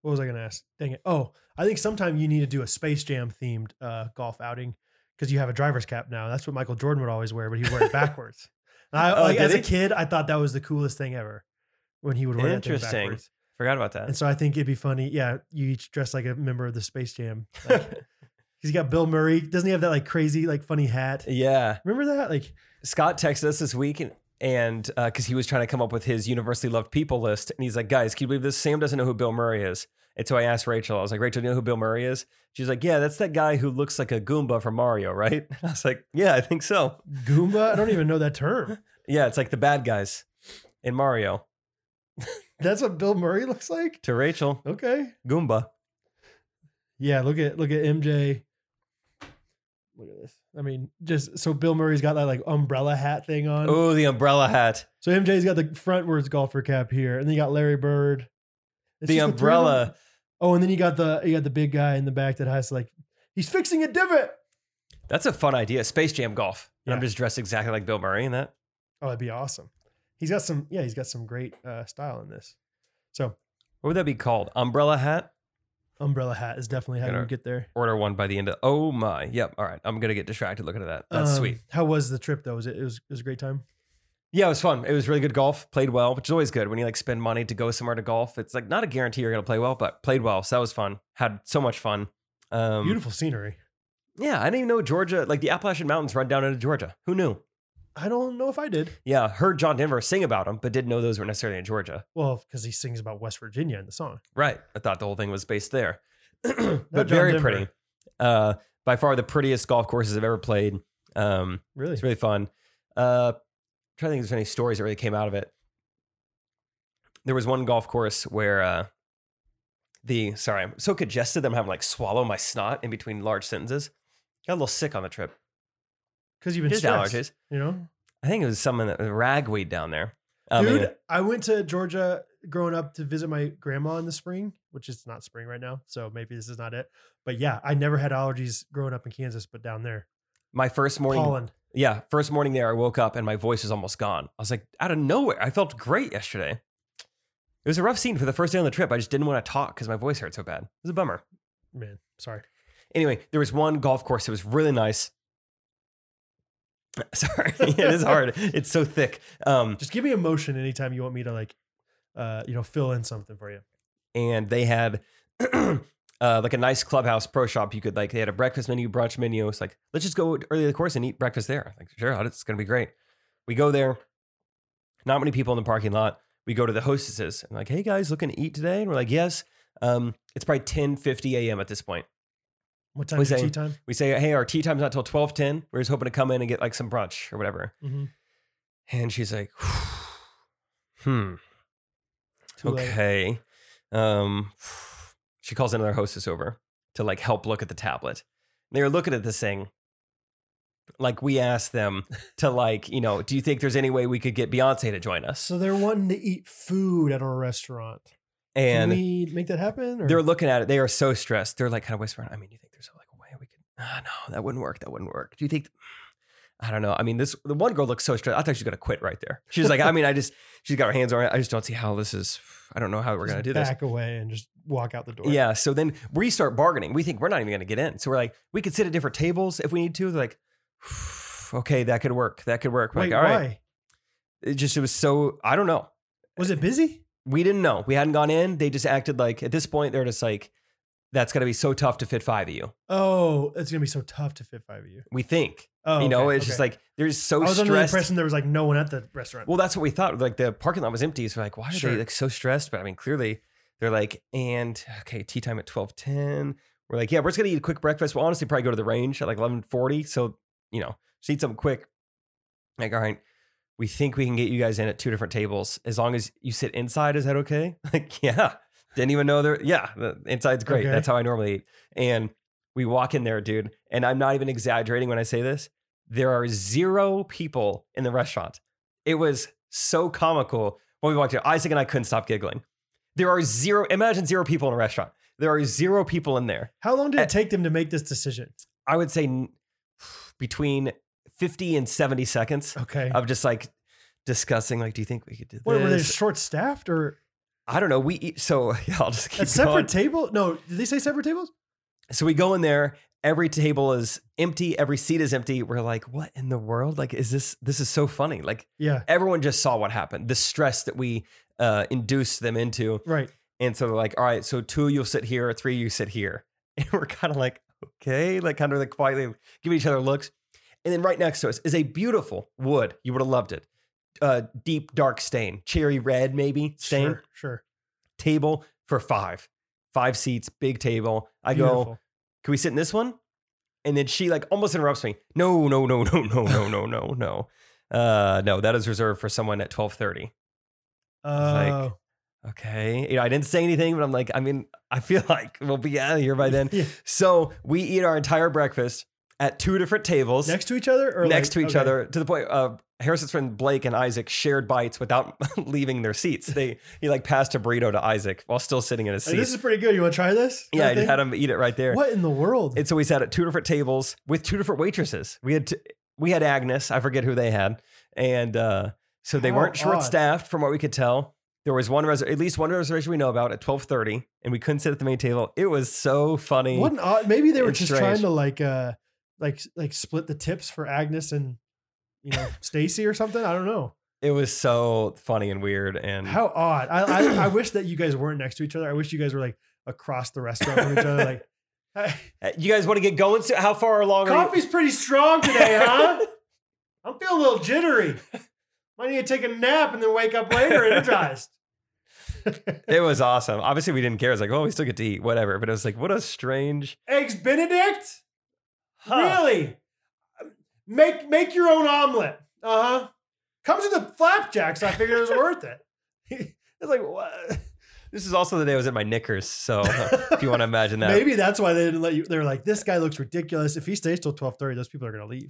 [SPEAKER 2] What was I going to ask? Dang it! Oh, I think sometime you need to do a Space Jam themed uh, golf outing because you have a driver's cap now. That's what Michael Jordan would always wear, but he would wear it backwards. And I,
[SPEAKER 1] Oh,
[SPEAKER 2] like,
[SPEAKER 1] did
[SPEAKER 2] as a
[SPEAKER 1] he?
[SPEAKER 2] kid, I thought that was the coolest thing ever when he would wear that thing
[SPEAKER 1] Interesting.
[SPEAKER 2] backwards.
[SPEAKER 1] Forgot about that.
[SPEAKER 2] And so I think it'd be funny. Yeah, you each dress like a member of the Space Jam. Like, he's got Bill Murray. Doesn't he have that like crazy, like funny hat?
[SPEAKER 1] yeah.
[SPEAKER 2] Remember that? Like,
[SPEAKER 1] Scott texted us this week and and because he was trying to come up with his universally loved people list, and he's like, "Guys, can you believe this? Sam doesn't know who Bill Murray is." And so I asked Rachel. I was like, "Rachel, do you know who Bill Murray is?" She's like, "Yeah, that's that guy who looks like a Goomba from Mario, right?" I was like, "Yeah, I think so.
[SPEAKER 2] Goomba? I don't even know that term.
[SPEAKER 1] Yeah, it's like the bad guys in Mario."
[SPEAKER 2] That's what Bill Murray looks like.
[SPEAKER 1] To Rachel,
[SPEAKER 2] Okay.
[SPEAKER 1] Goomba.
[SPEAKER 2] Yeah, look at look at MJ. Look at this. I mean, just so Bill Murray's got that like umbrella hat thing on.
[SPEAKER 1] Oh, the umbrella hat.
[SPEAKER 2] So MJ's got the frontwards golfer cap here, and then you got Larry Bird. It's
[SPEAKER 1] the
[SPEAKER 2] just three of them.
[SPEAKER 1] umbrella.
[SPEAKER 2] oh, and then you got the you got the big guy in the back that has like he's fixing a divot.
[SPEAKER 1] That's a fun idea. Space Jam golf. And I'm
[SPEAKER 2] Yeah.
[SPEAKER 1] just dressed exactly like Bill Murray in that.
[SPEAKER 2] Oh, that'd be awesome. He's got some yeah, he's got some great uh, style in this. So
[SPEAKER 1] What would that be called? Umbrella hat.
[SPEAKER 2] umbrella hat is definitely how
[SPEAKER 1] Gonna-
[SPEAKER 2] you get there.
[SPEAKER 1] Order one by the end of. Oh my. Yep. All right. I'm gonna get distracted looking at that. That's
[SPEAKER 2] Um,
[SPEAKER 1] sweet.
[SPEAKER 2] How was the trip though? Was it, it was it was a great time?
[SPEAKER 1] Yeah, it was fun. It was really good golf. Played well, which is always good when you like spend money to go somewhere to golf. It's like not a guarantee you're going to play well, but played well. So that was fun. Had so much fun. Um,
[SPEAKER 2] Beautiful scenery.
[SPEAKER 1] Yeah, I didn't even know Georgia, like the Appalachian Mountains run down into Georgia. Who knew?
[SPEAKER 2] I don't know if I did.
[SPEAKER 1] Yeah, heard John Denver sing about them, but didn't know those were necessarily in Georgia.
[SPEAKER 2] Well, because he sings about West Virginia in the song.
[SPEAKER 1] Right. I thought the whole thing was based there,
[SPEAKER 2] Not John
[SPEAKER 1] but very
[SPEAKER 2] Denver.
[SPEAKER 1] pretty. Uh, by far the prettiest golf courses I've ever played. Um,
[SPEAKER 2] Really?
[SPEAKER 1] it's really fun. Uh, trying to think if there's any stories that really came out of it. There was one golf course where uh, the sorry, I'm so congested that I'm having to, like swallow my snot in between large sentences. Got a little sick on the trip.
[SPEAKER 2] Because you've been
[SPEAKER 1] Just
[SPEAKER 2] stressed,
[SPEAKER 1] allergies.
[SPEAKER 2] you know.
[SPEAKER 1] I think it was someone that uh, ragweed down there. Um, I mean,
[SPEAKER 2] Dude, I went to Georgia growing up to visit my grandma in the spring, which is not spring right now, so maybe this is not it. But yeah, I never had allergies growing up in Kansas, but down there,
[SPEAKER 1] my first morning
[SPEAKER 2] pollen.
[SPEAKER 1] Yeah, first morning there, I woke up and my voice was almost gone. I was like, out of nowhere, I felt great yesterday. It was a rough scene for the first day on the trip. I just didn't want to talk because my voice hurt so bad. It was a bummer.
[SPEAKER 2] Man, sorry.
[SPEAKER 1] Anyway, there was one golf course that was really nice. Sorry, it is hard. It's so thick. Um,
[SPEAKER 2] Just give me emotion anytime you want me to like, uh, you know, fill in something for you.
[SPEAKER 1] and they had uh, like a nice clubhouse pro shop. You could like they had a breakfast menu, brunch menu. It's like let's just go early to the course and eat breakfast there. Like sure, it's gonna be great. We go there. Not many people in the parking lot. We go to the hostesses and like, hey guys, looking to eat today? And we're like, yes. Um, it's probably 10 50 a.m. at this point.
[SPEAKER 2] What time
[SPEAKER 1] We
[SPEAKER 2] is your
[SPEAKER 1] say-
[SPEAKER 2] tea time?
[SPEAKER 1] We say, hey, our tea time's not till 12 10. We're just hoping to come in and get like some brunch or whatever.
[SPEAKER 2] Mm-hmm.
[SPEAKER 1] And she's like, hmm. Okay. Um, she calls another hostess over to like help look at the tablet. And they were looking at this thing. Like we asked them to like, you know, do you think there's any way we could get Beyonce to join us?
[SPEAKER 2] So they're wanting to eat food at a restaurant. Can
[SPEAKER 1] And
[SPEAKER 2] we make that happen? Or?
[SPEAKER 1] they're looking at it. They are so stressed. They're like kind of whispering. I mean, you think there's like a way we could? Ah, no, that wouldn't work. That wouldn't work. Do you think? I don't know. I mean, this the one girl looks so stressed. I thought she was gonna quit right there. She's like, I mean, I just she's got her hands on it. I just don't see how this is. I don't know how we're
[SPEAKER 2] Just
[SPEAKER 1] gonna do this.
[SPEAKER 2] back away and just walk out the door.
[SPEAKER 1] Yeah. So then we start bargaining. We think we're not even going to get in. So we're like, we could sit at different tables if we need to. They're like, okay, that could work. That could work. We're
[SPEAKER 2] Wait,
[SPEAKER 1] like, all
[SPEAKER 2] why?
[SPEAKER 1] right. It just, it was so, I don't know.
[SPEAKER 2] Was it busy?
[SPEAKER 1] We didn't know. We hadn't gone in. They just acted like, at this point, they're just like, that's going to be so tough to fit five of you.
[SPEAKER 2] Oh, it's gonna be so tough to fit five of you.
[SPEAKER 1] We think,
[SPEAKER 2] Oh,
[SPEAKER 1] you know,
[SPEAKER 2] okay,
[SPEAKER 1] it's just
[SPEAKER 2] okay.
[SPEAKER 1] like, they're just so
[SPEAKER 2] I was under the
[SPEAKER 1] stressed.
[SPEAKER 2] impression there was like no one at the restaurant.
[SPEAKER 1] Well, that's what we thought. Like the parking lot was empty. So we're like, why are
[SPEAKER 2] Sure.
[SPEAKER 1] they like so stressed? But I mean, clearly they're like, and okay, tea time at 1210. We're like, yeah, we're just gonna eat a quick breakfast. We'll honestly probably go to the range at like 1140. So, you know, just eat something quick. Like, all right, we think we can get you guys in at two different tables. As long as you sit inside, is that okay? Like, yeah. Didn't even know there. Yeah, the inside's great.
[SPEAKER 2] Okay.
[SPEAKER 1] That's how I normally eat. And we walk in there, dude. And I'm not even exaggerating when I say this. There are zero people in the restaurant. It was so comical when we walked in. Isaac and I couldn't stop giggling. There are zero, imagine zero people in a restaurant. There are zero people in there.
[SPEAKER 2] How long did
[SPEAKER 1] Uh,
[SPEAKER 2] it take them to make this decision?
[SPEAKER 1] I would say n- between 50 and 70 seconds
[SPEAKER 2] Okay.
[SPEAKER 1] of just like discussing, like, do you think we could do
[SPEAKER 2] what, were they
[SPEAKER 1] this?
[SPEAKER 2] short staffed or
[SPEAKER 1] I don't know. We eat, so yeah, I'll just keep
[SPEAKER 2] at separate
[SPEAKER 1] going.
[SPEAKER 2] table? No, did they say separate tables?
[SPEAKER 1] So we go in there. Every table is empty. Every seat is empty. We're like, what in the world? Like, is this, this is so funny. Like,
[SPEAKER 2] Yeah.
[SPEAKER 1] everyone just saw what happened, the stress that we uh, induced them into.
[SPEAKER 2] Right.
[SPEAKER 1] And so they're like, all right, so two you'll sit here, three you sit here. And we're kind of like, okay, like kind of like quietly giving each other looks. And then right next to us is a beautiful wood. You would have loved it. Uh, deep dark stain, cherry red maybe stain.
[SPEAKER 2] Sure. Sure.
[SPEAKER 1] Table for five, five seats, big table. I go,
[SPEAKER 2] Beautiful.
[SPEAKER 1] can we sit in this one? And then she like almost interrupts me. No, no, no, no, no, no, no, no, no. Uh, no, that is reserved for someone at twelve thirty. like,
[SPEAKER 2] Oh.
[SPEAKER 1] Okay, you know I didn't say anything, but I'm like, I mean, I feel like we'll be out of here by then.
[SPEAKER 2] Yeah.
[SPEAKER 1] So we eat our entire breakfast at two different tables
[SPEAKER 2] next to each other or
[SPEAKER 1] next
[SPEAKER 2] like-
[SPEAKER 1] to each
[SPEAKER 2] okay.
[SPEAKER 1] other to the point uh, Harrison's friend Blake and Isaac shared bites without leaving their seats. They he like passed a burrito to Isaac while still sitting in his
[SPEAKER 2] Like,
[SPEAKER 1] seat.
[SPEAKER 2] this is pretty good. You want to try this?
[SPEAKER 1] yeah, I
[SPEAKER 2] Kind of
[SPEAKER 1] just had
[SPEAKER 2] thing?
[SPEAKER 1] him eat it right there.
[SPEAKER 2] What in the world?
[SPEAKER 1] And so we sat at two different tables with two different waitresses. We had t- we had Agnes, I forget who they had, and uh, so they
[SPEAKER 2] How
[SPEAKER 1] weren't
[SPEAKER 2] odd.
[SPEAKER 1] short staffed from what we could tell. There was one res- at least one reservation we know about at twelve thirty, and we couldn't sit at the main table. It was so funny.
[SPEAKER 2] What an odd. Maybe they were
[SPEAKER 1] It's
[SPEAKER 2] just
[SPEAKER 1] strange.
[SPEAKER 2] trying to like, uh, like, like split the tips for Agnes and you know Stacy or something. I don't know.
[SPEAKER 1] It was so funny and weird, and
[SPEAKER 2] How odd. I, I I wish that you guys weren't next to each other. I wish you guys were like across the restaurant from each other. Like, "Hey,
[SPEAKER 1] Uh, you guys want to get going? So how far along? Are you-
[SPEAKER 2] coffee's pretty strong today, huh? I'm feeling a little jittery. Might need to take a nap and then wake up later energized.
[SPEAKER 1] it was awesome. Obviously, we didn't care. It's like, oh, we still get to eat, whatever. But it was like, what a strange.
[SPEAKER 2] Eggs Benedict.
[SPEAKER 1] Huh.
[SPEAKER 2] Really? Make make your own omelet. Uh huh. Comes with the flapjacks. I figured it was worth it.
[SPEAKER 1] It's like what? This is also the day I was at my knickers. So if you want to imagine that,
[SPEAKER 2] Maybe that's why they didn't let you. They were like, "This guy looks ridiculous. If he stays till twelve thirty, those people are gonna leave."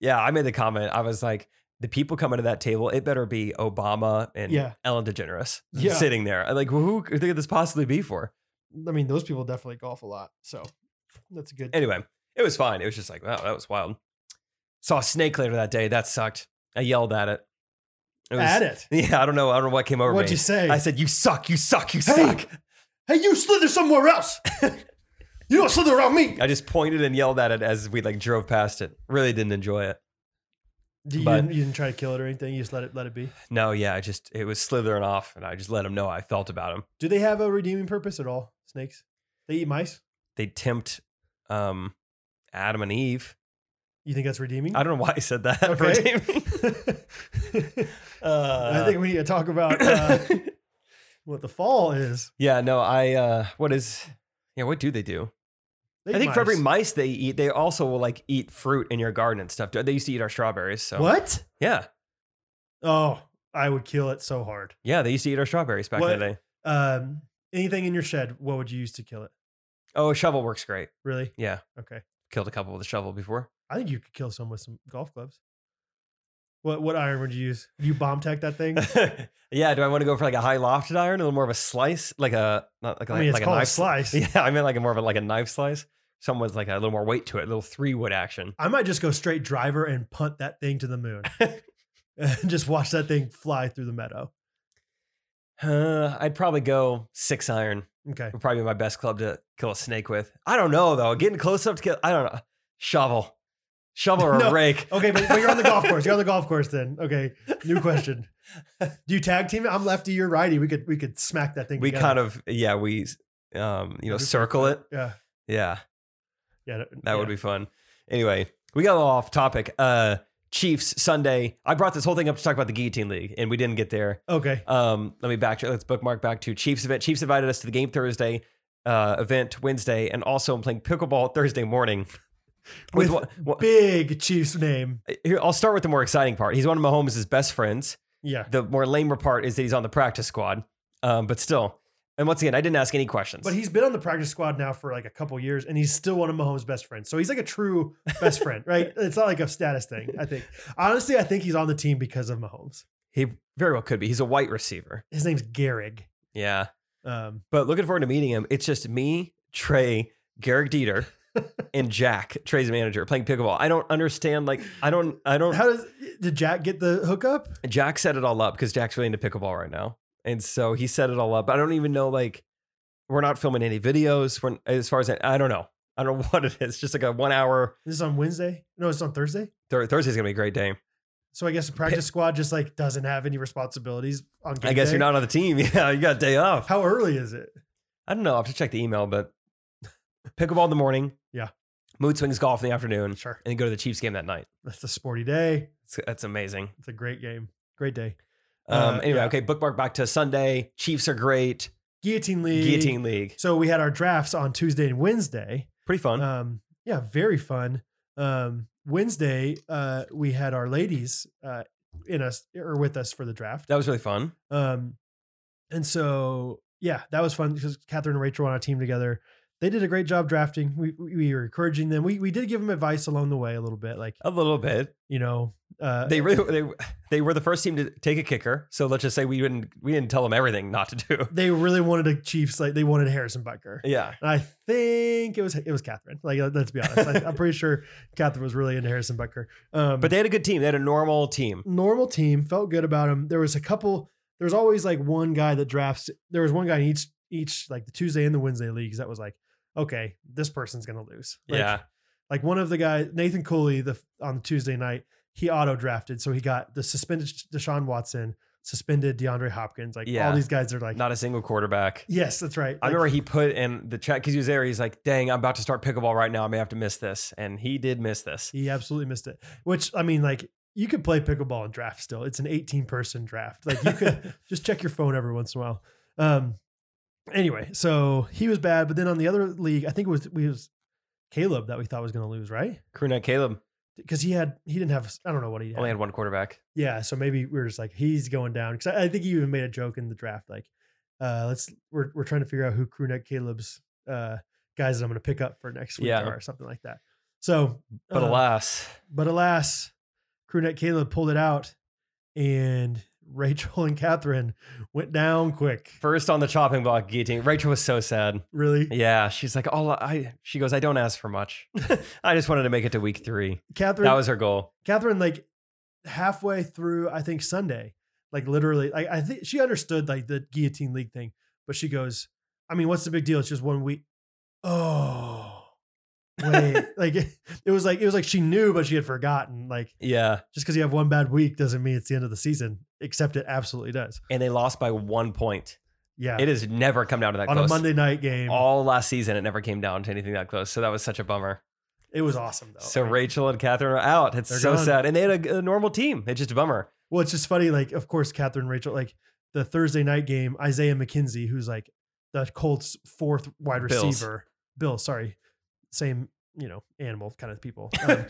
[SPEAKER 1] yeah, I made the comment. I was like, the people coming to that table, it better be Obama and
[SPEAKER 2] Yeah.
[SPEAKER 1] Ellen DeGeneres
[SPEAKER 2] Yeah.
[SPEAKER 1] sitting there. I'm like, who could this possibly be for?
[SPEAKER 2] I mean, those people definitely golf a lot, so that's a good.
[SPEAKER 1] Anyway, it was fine. It was just like, wow, that was wild. Saw a snake later that day. That sucked. I yelled at it. it was,
[SPEAKER 2] At it,
[SPEAKER 1] Yeah, I don't know. I don't know what came over
[SPEAKER 2] what'd
[SPEAKER 1] me.
[SPEAKER 2] you say?
[SPEAKER 1] I said, "You suck. You suck. You
[SPEAKER 2] Hey!
[SPEAKER 1] suck."
[SPEAKER 2] hey, you slither somewhere else. you don't slither around me.
[SPEAKER 1] I just pointed and yelled at it as we like drove past it. Really didn't enjoy it.
[SPEAKER 2] You,
[SPEAKER 1] But-
[SPEAKER 2] didn't, you didn't try to kill it or anything. You just let it let it be.
[SPEAKER 1] No, yeah, I just it was slithering off, and I just let him know how I felt about him.
[SPEAKER 2] Do they have a redeeming purpose at all? Snakes? They eat mice.
[SPEAKER 1] They tempt um, Adam and Eve.
[SPEAKER 2] You think that's redeeming? Uh,
[SPEAKER 1] I don't know why I said that.
[SPEAKER 2] Okay.
[SPEAKER 1] redeeming. uh,
[SPEAKER 2] I think we need to talk about uh, what the fall is.
[SPEAKER 1] yeah, no, I. Uh, what is? Yeah, what do they do?
[SPEAKER 2] They
[SPEAKER 1] I
[SPEAKER 2] eat
[SPEAKER 1] think for every
[SPEAKER 2] mice.
[SPEAKER 1] mice they eat, they also will like eat fruit in your garden and stuff. They used to eat our strawberries. So
[SPEAKER 2] What?
[SPEAKER 1] Yeah,
[SPEAKER 2] Oh, I would kill it so hard.
[SPEAKER 1] yeah, they used to eat our strawberries back
[SPEAKER 2] What?
[SPEAKER 1] in the day.
[SPEAKER 2] Um, anything in your shed? What would you use to kill it?
[SPEAKER 1] Oh, a shovel works great.
[SPEAKER 2] Really?
[SPEAKER 1] Yeah,
[SPEAKER 2] Okay.
[SPEAKER 1] killed a couple with a shovel before.
[SPEAKER 2] I think you could kill some with some golf clubs. What what iron would you use? You bomb tech that thing?
[SPEAKER 1] yeah, do I want to go for like a high lofted iron, a little more of a slice, like a not like,
[SPEAKER 2] I mean, it's
[SPEAKER 1] like a
[SPEAKER 2] called a
[SPEAKER 1] knife
[SPEAKER 2] slice.
[SPEAKER 1] Yeah, I meant like a more of a, like a knife slice. Someone's like a little more weight to it, a little three wood action.
[SPEAKER 2] I might just go straight driver and punt that thing to the moon, and just watch that thing fly through the meadow.
[SPEAKER 1] Uh, I'd probably go six iron.
[SPEAKER 2] Okay.
[SPEAKER 1] Would probably be my best club to kill a snake with. I don't know though. Getting close enough to kill. I don't know. Shovel, shovel or
[SPEAKER 2] No.
[SPEAKER 1] a rake.
[SPEAKER 2] Okay, but, but you're on the golf course. You're on the golf course then. Okay. New question. Do you tag team it? I'm lefty, you're righty. We could we could smack that thing.
[SPEAKER 1] We
[SPEAKER 2] together.
[SPEAKER 1] kind of yeah we um you know
[SPEAKER 2] That'd be
[SPEAKER 1] circle it.
[SPEAKER 2] Yeah.
[SPEAKER 1] Yeah,
[SPEAKER 2] Yeah.
[SPEAKER 1] that would be fun. Anyway, we got a little off topic. Uh, Chiefs Sunday. I brought this whole thing up to talk about the Guillotine League, and we didn't get there.
[SPEAKER 2] Okay.
[SPEAKER 1] Um, let me backtrack. Let's bookmark back to Chiefs event. Chiefs invited us to the game Thursday, uh, event Wednesday, and also I'm playing pickleball Thursday morning.
[SPEAKER 2] With
[SPEAKER 1] With, one, one-
[SPEAKER 2] Big Chiefs name.
[SPEAKER 1] here, I'll start with the more exciting part. He's one of Mahomes' best friends.
[SPEAKER 2] Yeah.
[SPEAKER 1] The more lamer part is that he's on the practice squad. Um, but still, and once again, I didn't ask any questions.
[SPEAKER 2] But he's been on the practice squad now for like a couple years, and he's still one of Mahomes' best friends. So he's like a true best friend, right? It's not like a status thing. I think honestly, I think he's on the team because of Mahomes.
[SPEAKER 1] he very well could be. He's a white receiver.
[SPEAKER 2] His name's Gehrig.
[SPEAKER 1] Yeah.
[SPEAKER 2] Um,
[SPEAKER 1] But looking forward to meeting him. It's just me, Trey, Garrick Dieter, and Jack, Trey's manager, playing pickleball. I don't understand. Like, I don't, I don't.
[SPEAKER 2] how does did Jack get the hookup?
[SPEAKER 1] Jack set it all up because Jack's really into pickleball right now, and so he set it all up. I don't even know. Like, we're not filming any videos. We're, as far as I, I don't know. I don't know what it is. Just like a one hour.
[SPEAKER 2] This is on Wednesday. No, it's on Thursday.
[SPEAKER 1] Thur- Thursday's gonna be a great day.
[SPEAKER 2] So I guess the practice squad just like doesn't have any responsibilities on.
[SPEAKER 1] I
[SPEAKER 2] game
[SPEAKER 1] guess
[SPEAKER 2] day?
[SPEAKER 1] you're not on the team. Yeah, you got a day off.
[SPEAKER 2] How early is it?
[SPEAKER 1] I don't know. I will have to check the email, but pickleball in the morning.
[SPEAKER 2] Yeah.
[SPEAKER 1] Mood swings golf in the afternoon, and
[SPEAKER 2] Sure,
[SPEAKER 1] then go to the Chiefs game that night.
[SPEAKER 2] that's a sporty day.
[SPEAKER 1] That's, that's amazing.
[SPEAKER 2] It's a great game. Great day.
[SPEAKER 1] Um,
[SPEAKER 2] Uh,
[SPEAKER 1] anyway,
[SPEAKER 2] yeah.
[SPEAKER 1] okay. Bookmark back to Sunday. Chiefs are great.
[SPEAKER 2] Guillotine League.
[SPEAKER 1] Guillotine League,
[SPEAKER 2] So we had our drafts on Tuesday and Wednesday.
[SPEAKER 1] pretty fun.
[SPEAKER 2] Um, yeah, very fun. Um, Wednesday, uh, we had our ladies uh, in us or with us for the draft.
[SPEAKER 1] that was really fun.
[SPEAKER 2] Um, and so, yeah, that was fun because Catherine and Rachel were on a team together. They did a great job drafting. We we we were encouraging them. We we did give them advice along the way a little bit, like
[SPEAKER 1] A little bit.
[SPEAKER 2] you know, uh,
[SPEAKER 1] they really they they were the first team to take a kicker. So let's just say we didn't we didn't tell them everything not to do.
[SPEAKER 2] they really wanted a Chiefs like they wanted Harrison Butker.
[SPEAKER 1] Yeah,
[SPEAKER 2] And I think it was it was Catherine. Like uh, let's be honest, I, I'm pretty sure Catherine was really into Harrison Butker. Um,
[SPEAKER 1] but they had a good team. They had a normal team.
[SPEAKER 2] normal team, felt good about him. There was a couple. There was always like one guy that drafts. There was one guy in each each like the Tuesday and the Wednesday leagues that was like, okay, this person's gonna lose. Like,
[SPEAKER 1] yeah,
[SPEAKER 2] like one of the guys, Nathan Cooley, the on the Tuesday night, he auto drafted, so he got the suspended Deshaun Watson, suspended DeAndre Hopkins. Like all
[SPEAKER 1] Yeah.
[SPEAKER 2] these guys are like,
[SPEAKER 1] not a single quarterback.
[SPEAKER 2] yes, that's right.
[SPEAKER 1] I
[SPEAKER 2] Like,
[SPEAKER 1] remember he put in the chat because he was there. He's like, "Dang, I'm about to start pickleball right now. I may have to miss this," and he did miss this.
[SPEAKER 2] he absolutely missed it. Which I mean, like. You could play pickleball and draft still. It's an 18 person draft. Like you could just check your phone every once in a while. Um, anyway, so he was bad, but then on the other league, I think it was we was Caleb that we thought was going to lose, right?
[SPEAKER 1] Crew neck Caleb
[SPEAKER 2] Because he had he didn't have I don't know what he had.
[SPEAKER 1] only had one quarterback.
[SPEAKER 2] yeah, so maybe we were just like he's going down because I, I think he even made a joke in the draft like, uh, let's we're we're trying to figure out who crew neck Caleb's uh guys that I'm going to pick up for next week
[SPEAKER 1] Yeah.
[SPEAKER 2] or something like that. So,
[SPEAKER 1] But
[SPEAKER 2] uh,
[SPEAKER 1] alas,
[SPEAKER 2] But alas, crewneck Caleb pulled it out, and Rachel and Catherine went down quick.
[SPEAKER 1] first on the chopping block guillotine. Rachel was so sad.
[SPEAKER 2] Really,
[SPEAKER 1] Yeah, she's like, "All I," she goes, "I don't ask for much. I just wanted to make it to week three.
[SPEAKER 2] Catherine.
[SPEAKER 1] That was her goal."
[SPEAKER 2] Catherine. Like halfway through, I think Sunday, like literally, like I think she understood like the guillotine league thing, but she goes, "I mean, what's the big deal? It's just one week." Oh, wait, like it was like it was like she knew, but she had forgotten. Like
[SPEAKER 1] Yeah,
[SPEAKER 2] just because you have one bad week doesn't mean it's the end of the season, except it absolutely does.
[SPEAKER 1] and they lost by one point.
[SPEAKER 2] Yeah,
[SPEAKER 1] It has never come down to that
[SPEAKER 2] on
[SPEAKER 1] close.
[SPEAKER 2] a Monday night game.
[SPEAKER 1] All last season, it never came down to anything that close. So that was such a bummer.
[SPEAKER 2] It was awesome though.
[SPEAKER 1] so
[SPEAKER 2] Like,
[SPEAKER 1] Rachel and Catherine are out. It's
[SPEAKER 2] They're
[SPEAKER 1] so
[SPEAKER 2] gone.
[SPEAKER 1] sad, and they had a, a normal team. It's just a bummer.
[SPEAKER 2] well, it's just funny. Like, of course, Catherine Rachel, like the Thursday night game, Isaiah McKenzie, who's like the Colts' fourth wide
[SPEAKER 1] Bills.
[SPEAKER 2] receiver, Bill. Sorry, same you know animal kind of people. Um,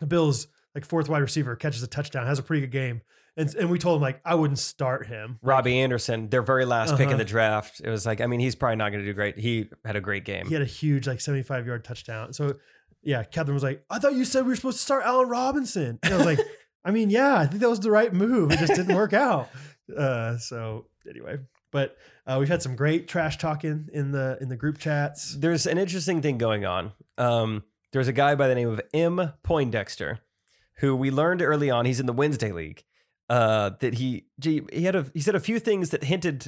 [SPEAKER 2] the Bills like fourth wide receiver catches a touchdown, has a pretty good game, and and we told him like I wouldn't start him.
[SPEAKER 1] Robbie Anderson, their very last pick
[SPEAKER 2] Uh-huh.
[SPEAKER 1] in the draft. It was like, I mean, he's probably not going to do great. He had a great game.
[SPEAKER 2] He had a huge like seventy five yard touchdown. So yeah, Catherine was like, I thought you said we were supposed to start Allen Robinson, and I was like. I mean, yeah, I think that was the right move. It just didn't work out. Uh, so anyway, but uh, we've had some great trash talking in the in the group chats.
[SPEAKER 1] There's an interesting thing going on. Um, there's a guy by the name of M. Poindexter, who we learned early on. He's in the Wednesday League. Uh, that he gee, he had a he said a few things that hinted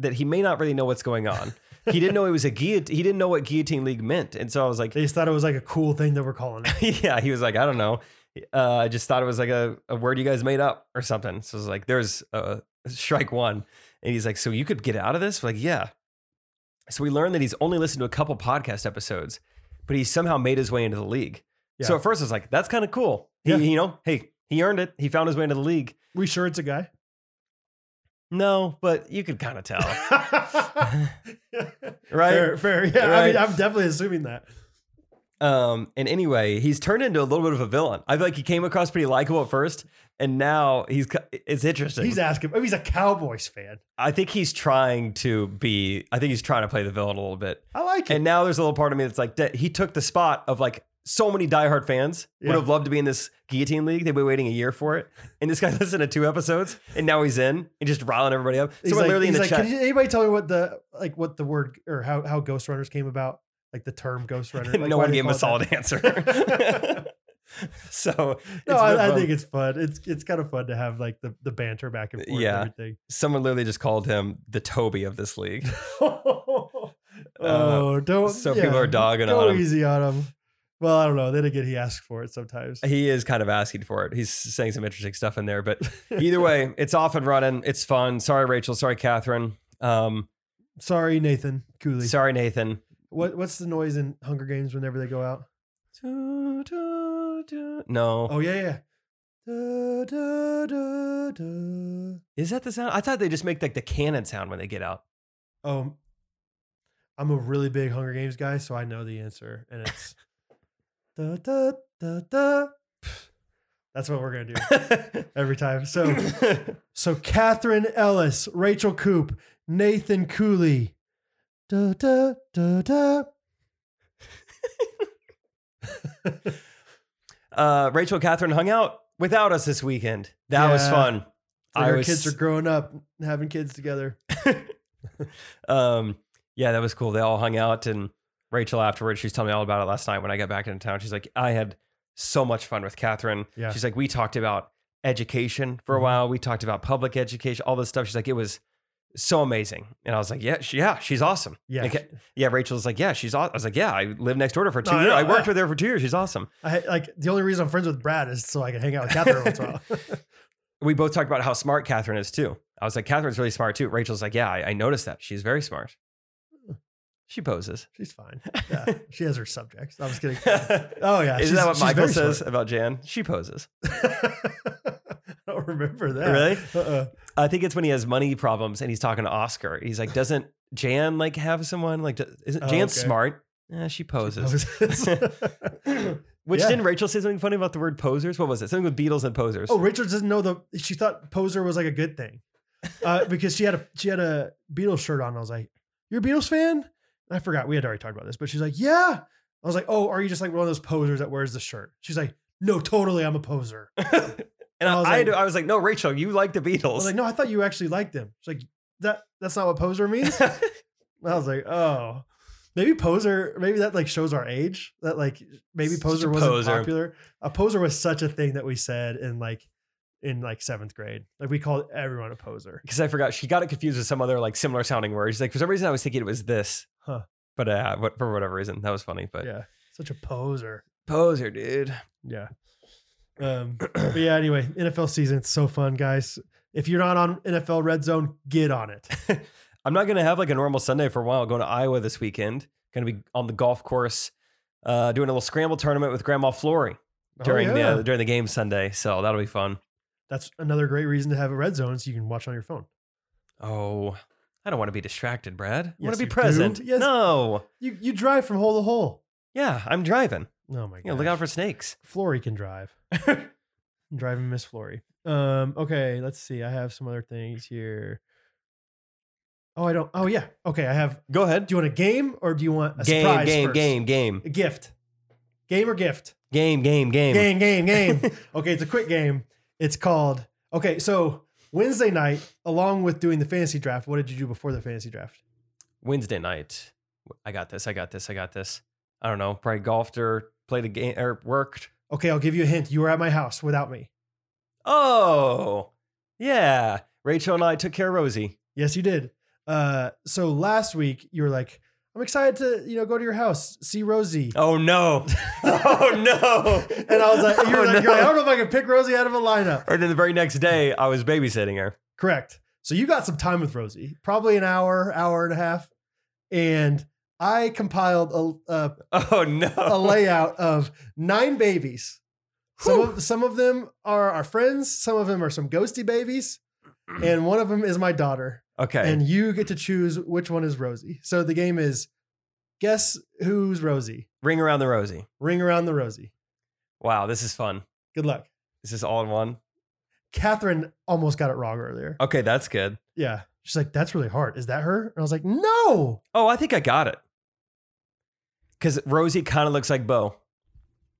[SPEAKER 1] that he may not really know what's going on. he didn't know it was a guillotine. He didn't know what guillotine league meant, and so I was like,
[SPEAKER 2] They just thought it was like a cool thing that we're calling it.
[SPEAKER 1] yeah, he was like, I don't know. Uh, I just thought it was like a, a word you guys made up or something. So it's like, there's uh, strike one. And he's like, So you could get out of this? We're like, yeah. So we learned that he's only listened to a couple podcast episodes, but he somehow made his way into the league. So
[SPEAKER 2] Yeah.
[SPEAKER 1] at first I was like, That's kind of cool. He,
[SPEAKER 2] Yeah.
[SPEAKER 1] You know, hey, he earned it. He found his way into the league.
[SPEAKER 2] We sure it's a guy?
[SPEAKER 1] No, but you could kind of tell. right.
[SPEAKER 2] fair, fair. Yeah, I mean,
[SPEAKER 1] Right.
[SPEAKER 2] I'm definitely assuming that.
[SPEAKER 1] Um, and anyway, he's turned into a little bit of a villain. I feel like he came across pretty likable at first, and now he's co- it's interesting.
[SPEAKER 2] He's asking. Oh, he's a Cowboys fan.
[SPEAKER 1] I think he's trying to be. I think he's trying to play the villain a little bit.
[SPEAKER 2] I like it.
[SPEAKER 1] And now there's a little part of me that's like, that he took the spot of like so many diehard fans
[SPEAKER 2] Yeah.
[SPEAKER 1] would have loved to be in this guillotine league. They've been waiting a year for it, and this guy listened to two episodes, and now he's in and just riling everybody up.
[SPEAKER 2] He's
[SPEAKER 1] Someone
[SPEAKER 2] like,
[SPEAKER 1] literally in
[SPEAKER 2] he's
[SPEAKER 1] the
[SPEAKER 2] like,
[SPEAKER 1] chat.
[SPEAKER 2] Can you- anybody tell me what the like what the word or how how Ghost Runners came about? Like the term Ghost Runner. Like,
[SPEAKER 1] no
[SPEAKER 2] why
[SPEAKER 1] one
[SPEAKER 2] do you
[SPEAKER 1] gave him a
[SPEAKER 2] call it
[SPEAKER 1] solid answer.
[SPEAKER 2] that?
[SPEAKER 1] so
[SPEAKER 2] no,
[SPEAKER 1] it's been
[SPEAKER 2] I, I
[SPEAKER 1] fun.
[SPEAKER 2] think it's fun. It's it's kind of fun to have like the, the banter back and forth. and
[SPEAKER 1] Uh, Yeah.
[SPEAKER 2] everything.
[SPEAKER 1] someone literally just called him the Toby of this league.
[SPEAKER 2] oh, don't.
[SPEAKER 1] so Uh, people are dogging
[SPEAKER 2] go
[SPEAKER 1] on him.
[SPEAKER 2] easy on him. Well, I don't know. Then again, he asks for it sometimes.
[SPEAKER 1] he is kind of asking for it. He's saying some interesting stuff in there, but either way, it's off and running. It's fun. Sorry, Rachel. Sorry, Catherine. Um,
[SPEAKER 2] Sorry, Nathan Cooley.
[SPEAKER 1] sorry, Nathan.
[SPEAKER 2] What what's the noise in Hunger Games whenever they go out?
[SPEAKER 1] No,
[SPEAKER 2] Oh yeah, yeah. Da, da, da, da.
[SPEAKER 1] is that the sound? I thought they just make like the cannon sound when they get out.
[SPEAKER 2] Um, I'm a really big Hunger Games guy, so I know the answer, and it's da, da, da, da. That's what we're gonna do every time. So. So Catherine Ellis, Rachel Coop, Nathan Cooley. Da, da, da, da.
[SPEAKER 1] uh, Rachel, and Catherine hung out without us this weekend. That was
[SPEAKER 2] Yeah.
[SPEAKER 1] fun.
[SPEAKER 2] Our kids are growing up, having kids together.
[SPEAKER 1] um yeah that was cool they all hung out and rachel afterwards she was telling me all about it last night when i got back into town she's like i had so much fun with catherine
[SPEAKER 2] Yeah.
[SPEAKER 1] she's like we talked about education for a
[SPEAKER 2] Mhm.
[SPEAKER 1] while we talked about public education all this stuff she's like it was so amazing and i was like yeah she, yeah she's awesome
[SPEAKER 2] Yeah.
[SPEAKER 1] And Ca- yeah rachel's like yeah she's aw-. i was like yeah i lived next door to her for two
[SPEAKER 2] No, I
[SPEAKER 1] years
[SPEAKER 2] know,
[SPEAKER 1] i worked
[SPEAKER 2] Oh, yeah.
[SPEAKER 1] with her for two years she's awesome
[SPEAKER 2] I like the only reason I'm friends with Brad is so I can hang out with Catherine once in a while.
[SPEAKER 1] we both talked about how smart catherine is too i was like catherine's really smart too rachel's like yeah i, I noticed that she's very smart she poses
[SPEAKER 2] She's fine. Yeah, she has her subjects. I was kidding. Oh yeah,
[SPEAKER 1] Isn't
[SPEAKER 2] she's-
[SPEAKER 1] that what
[SPEAKER 2] she's
[SPEAKER 1] Michael
[SPEAKER 2] very
[SPEAKER 1] says
[SPEAKER 2] smart.
[SPEAKER 1] about Jan? She poses.
[SPEAKER 2] I don't remember that.
[SPEAKER 1] Really?
[SPEAKER 2] Uh-uh.
[SPEAKER 1] I think it's when he has money problems and he's talking to Oscar. He's like, "Doesn't Jan like have someone like? Isn't
[SPEAKER 2] Oh,
[SPEAKER 1] Jan
[SPEAKER 2] okay.
[SPEAKER 1] smart? Eh, she poses.
[SPEAKER 2] Poses.
[SPEAKER 1] Which
[SPEAKER 2] Yeah.
[SPEAKER 1] didn't Rachel say something funny about the word posers? What was it? Something with Beatles and posers.
[SPEAKER 2] oh, Rachel doesn't know the. She thought poser was like a good thing, uh, because she had a she had a Beatles shirt on. I was like, "You're a Beatles fan?" And I forgot we had already talked about this, but she's like, "Yeah." I was like, "Oh, are you just like one of those posers that wears the shirt?" She's like, "No, totally, I'm a poser." I
[SPEAKER 1] and I, I,
[SPEAKER 2] I
[SPEAKER 1] was
[SPEAKER 2] was like-
[SPEAKER 1] I, was like, no, Rachel, you like the Beatles.
[SPEAKER 2] was like, "No, I thought you actually liked them." She's like, "That that's not what poser means." I was like, "Oh." Maybe poser, maybe that like shows our age. That like maybe
[SPEAKER 1] Such a
[SPEAKER 2] poser wasn't
[SPEAKER 1] poser.
[SPEAKER 2] popular. A poser was such a thing that we said in like in like seventh grade. Like we called everyone a poser.
[SPEAKER 1] because I forgot she got it confused with some other like similar sounding word. She's like, for some reason, I was thinking it was this,
[SPEAKER 2] Huh.
[SPEAKER 1] but uh, what, for whatever reason, that was funny. But
[SPEAKER 2] yeah, such a poser.
[SPEAKER 1] poser, dude.
[SPEAKER 2] Yeah. Um, but yeah. Anyway, NFL season. It's so fun, guys. If you're not on NFL Red Zone, get on it.
[SPEAKER 1] I'm not gonna have like a normal Sunday for a while. Going to Iowa this weekend. Going to be on the golf course, uh, doing a little scramble tournament with Grandma Flory during
[SPEAKER 2] Oh, yeah.
[SPEAKER 1] the uh, during the game Sunday. So that'll be fun.
[SPEAKER 2] that's another great reason to have a Red Zone, so you can watch on your phone.
[SPEAKER 1] Oh, I don't want to be distracted, Brad. I
[SPEAKER 2] Yes,
[SPEAKER 1] want to
[SPEAKER 2] you
[SPEAKER 1] be
[SPEAKER 2] do.
[SPEAKER 1] present.
[SPEAKER 2] Yes.
[SPEAKER 1] No.
[SPEAKER 2] You you drive from hole to hole.
[SPEAKER 1] Yeah, I'm driving.
[SPEAKER 2] Oh my god!
[SPEAKER 1] You know, look out for snakes.
[SPEAKER 2] Flory can drive. I'm driving Miss Flory. Um. Okay. Let's see. I have some other things here. Oh, I don't. Oh, yeah. Okay. I have.
[SPEAKER 1] Go ahead.
[SPEAKER 2] Do you want a game or do you want a
[SPEAKER 1] Game,
[SPEAKER 2] surprise
[SPEAKER 1] game,
[SPEAKER 2] first?
[SPEAKER 1] game, game,
[SPEAKER 2] A gift. Game or gift?
[SPEAKER 1] game, game, game,
[SPEAKER 2] game, game, game. okay, it's a quick game. It's called. Okay, so Wednesday night, along with doing the fantasy draft, what did you do before the fantasy draft?
[SPEAKER 1] Wednesday night. I got this. I got this. I got this. I don't know. Probably golfed or played a game or worked.
[SPEAKER 2] Okay, I'll give you a hint. You were at my house without me.
[SPEAKER 1] Oh, yeah. Rachel and I took care of Rosie.
[SPEAKER 2] Yes, you did. Uh, so last week you were like, "I'm excited to you know go to your house, see Rosie,"
[SPEAKER 1] Oh no. oh no.
[SPEAKER 2] and I was like, "You're
[SPEAKER 1] Oh,
[SPEAKER 2] like, you're like, I
[SPEAKER 1] no.
[SPEAKER 2] don't know if I can pick Rosie out of a lineup."
[SPEAKER 1] Or then the very next day, I was babysitting her.
[SPEAKER 2] Correct. So you got some time with Rosie, probably an hour, hour and a half, and I compiled a, a
[SPEAKER 1] Oh no.
[SPEAKER 2] a layout of nine babies. Some
[SPEAKER 1] Whew.
[SPEAKER 2] of, some of them are our friends. Some of them are some ghosty babies,
[SPEAKER 1] Mm.
[SPEAKER 2] and one of them is my daughter.
[SPEAKER 1] okay.
[SPEAKER 2] And you get to choose which one is Rosie. So the game is, guess who's Rosie?
[SPEAKER 1] Ring around the Rosie.
[SPEAKER 2] Ring around the Rosie.
[SPEAKER 1] Wow, this is fun.
[SPEAKER 2] Good luck.
[SPEAKER 1] This is all in one.
[SPEAKER 2] Catherine almost got it wrong earlier.
[SPEAKER 1] Okay, that's good.
[SPEAKER 2] Yeah, she's like, "That's really hard. Is that her?" And I was like, "No."
[SPEAKER 1] Oh, I think I got it. Because Rosie kind of looks like Bo.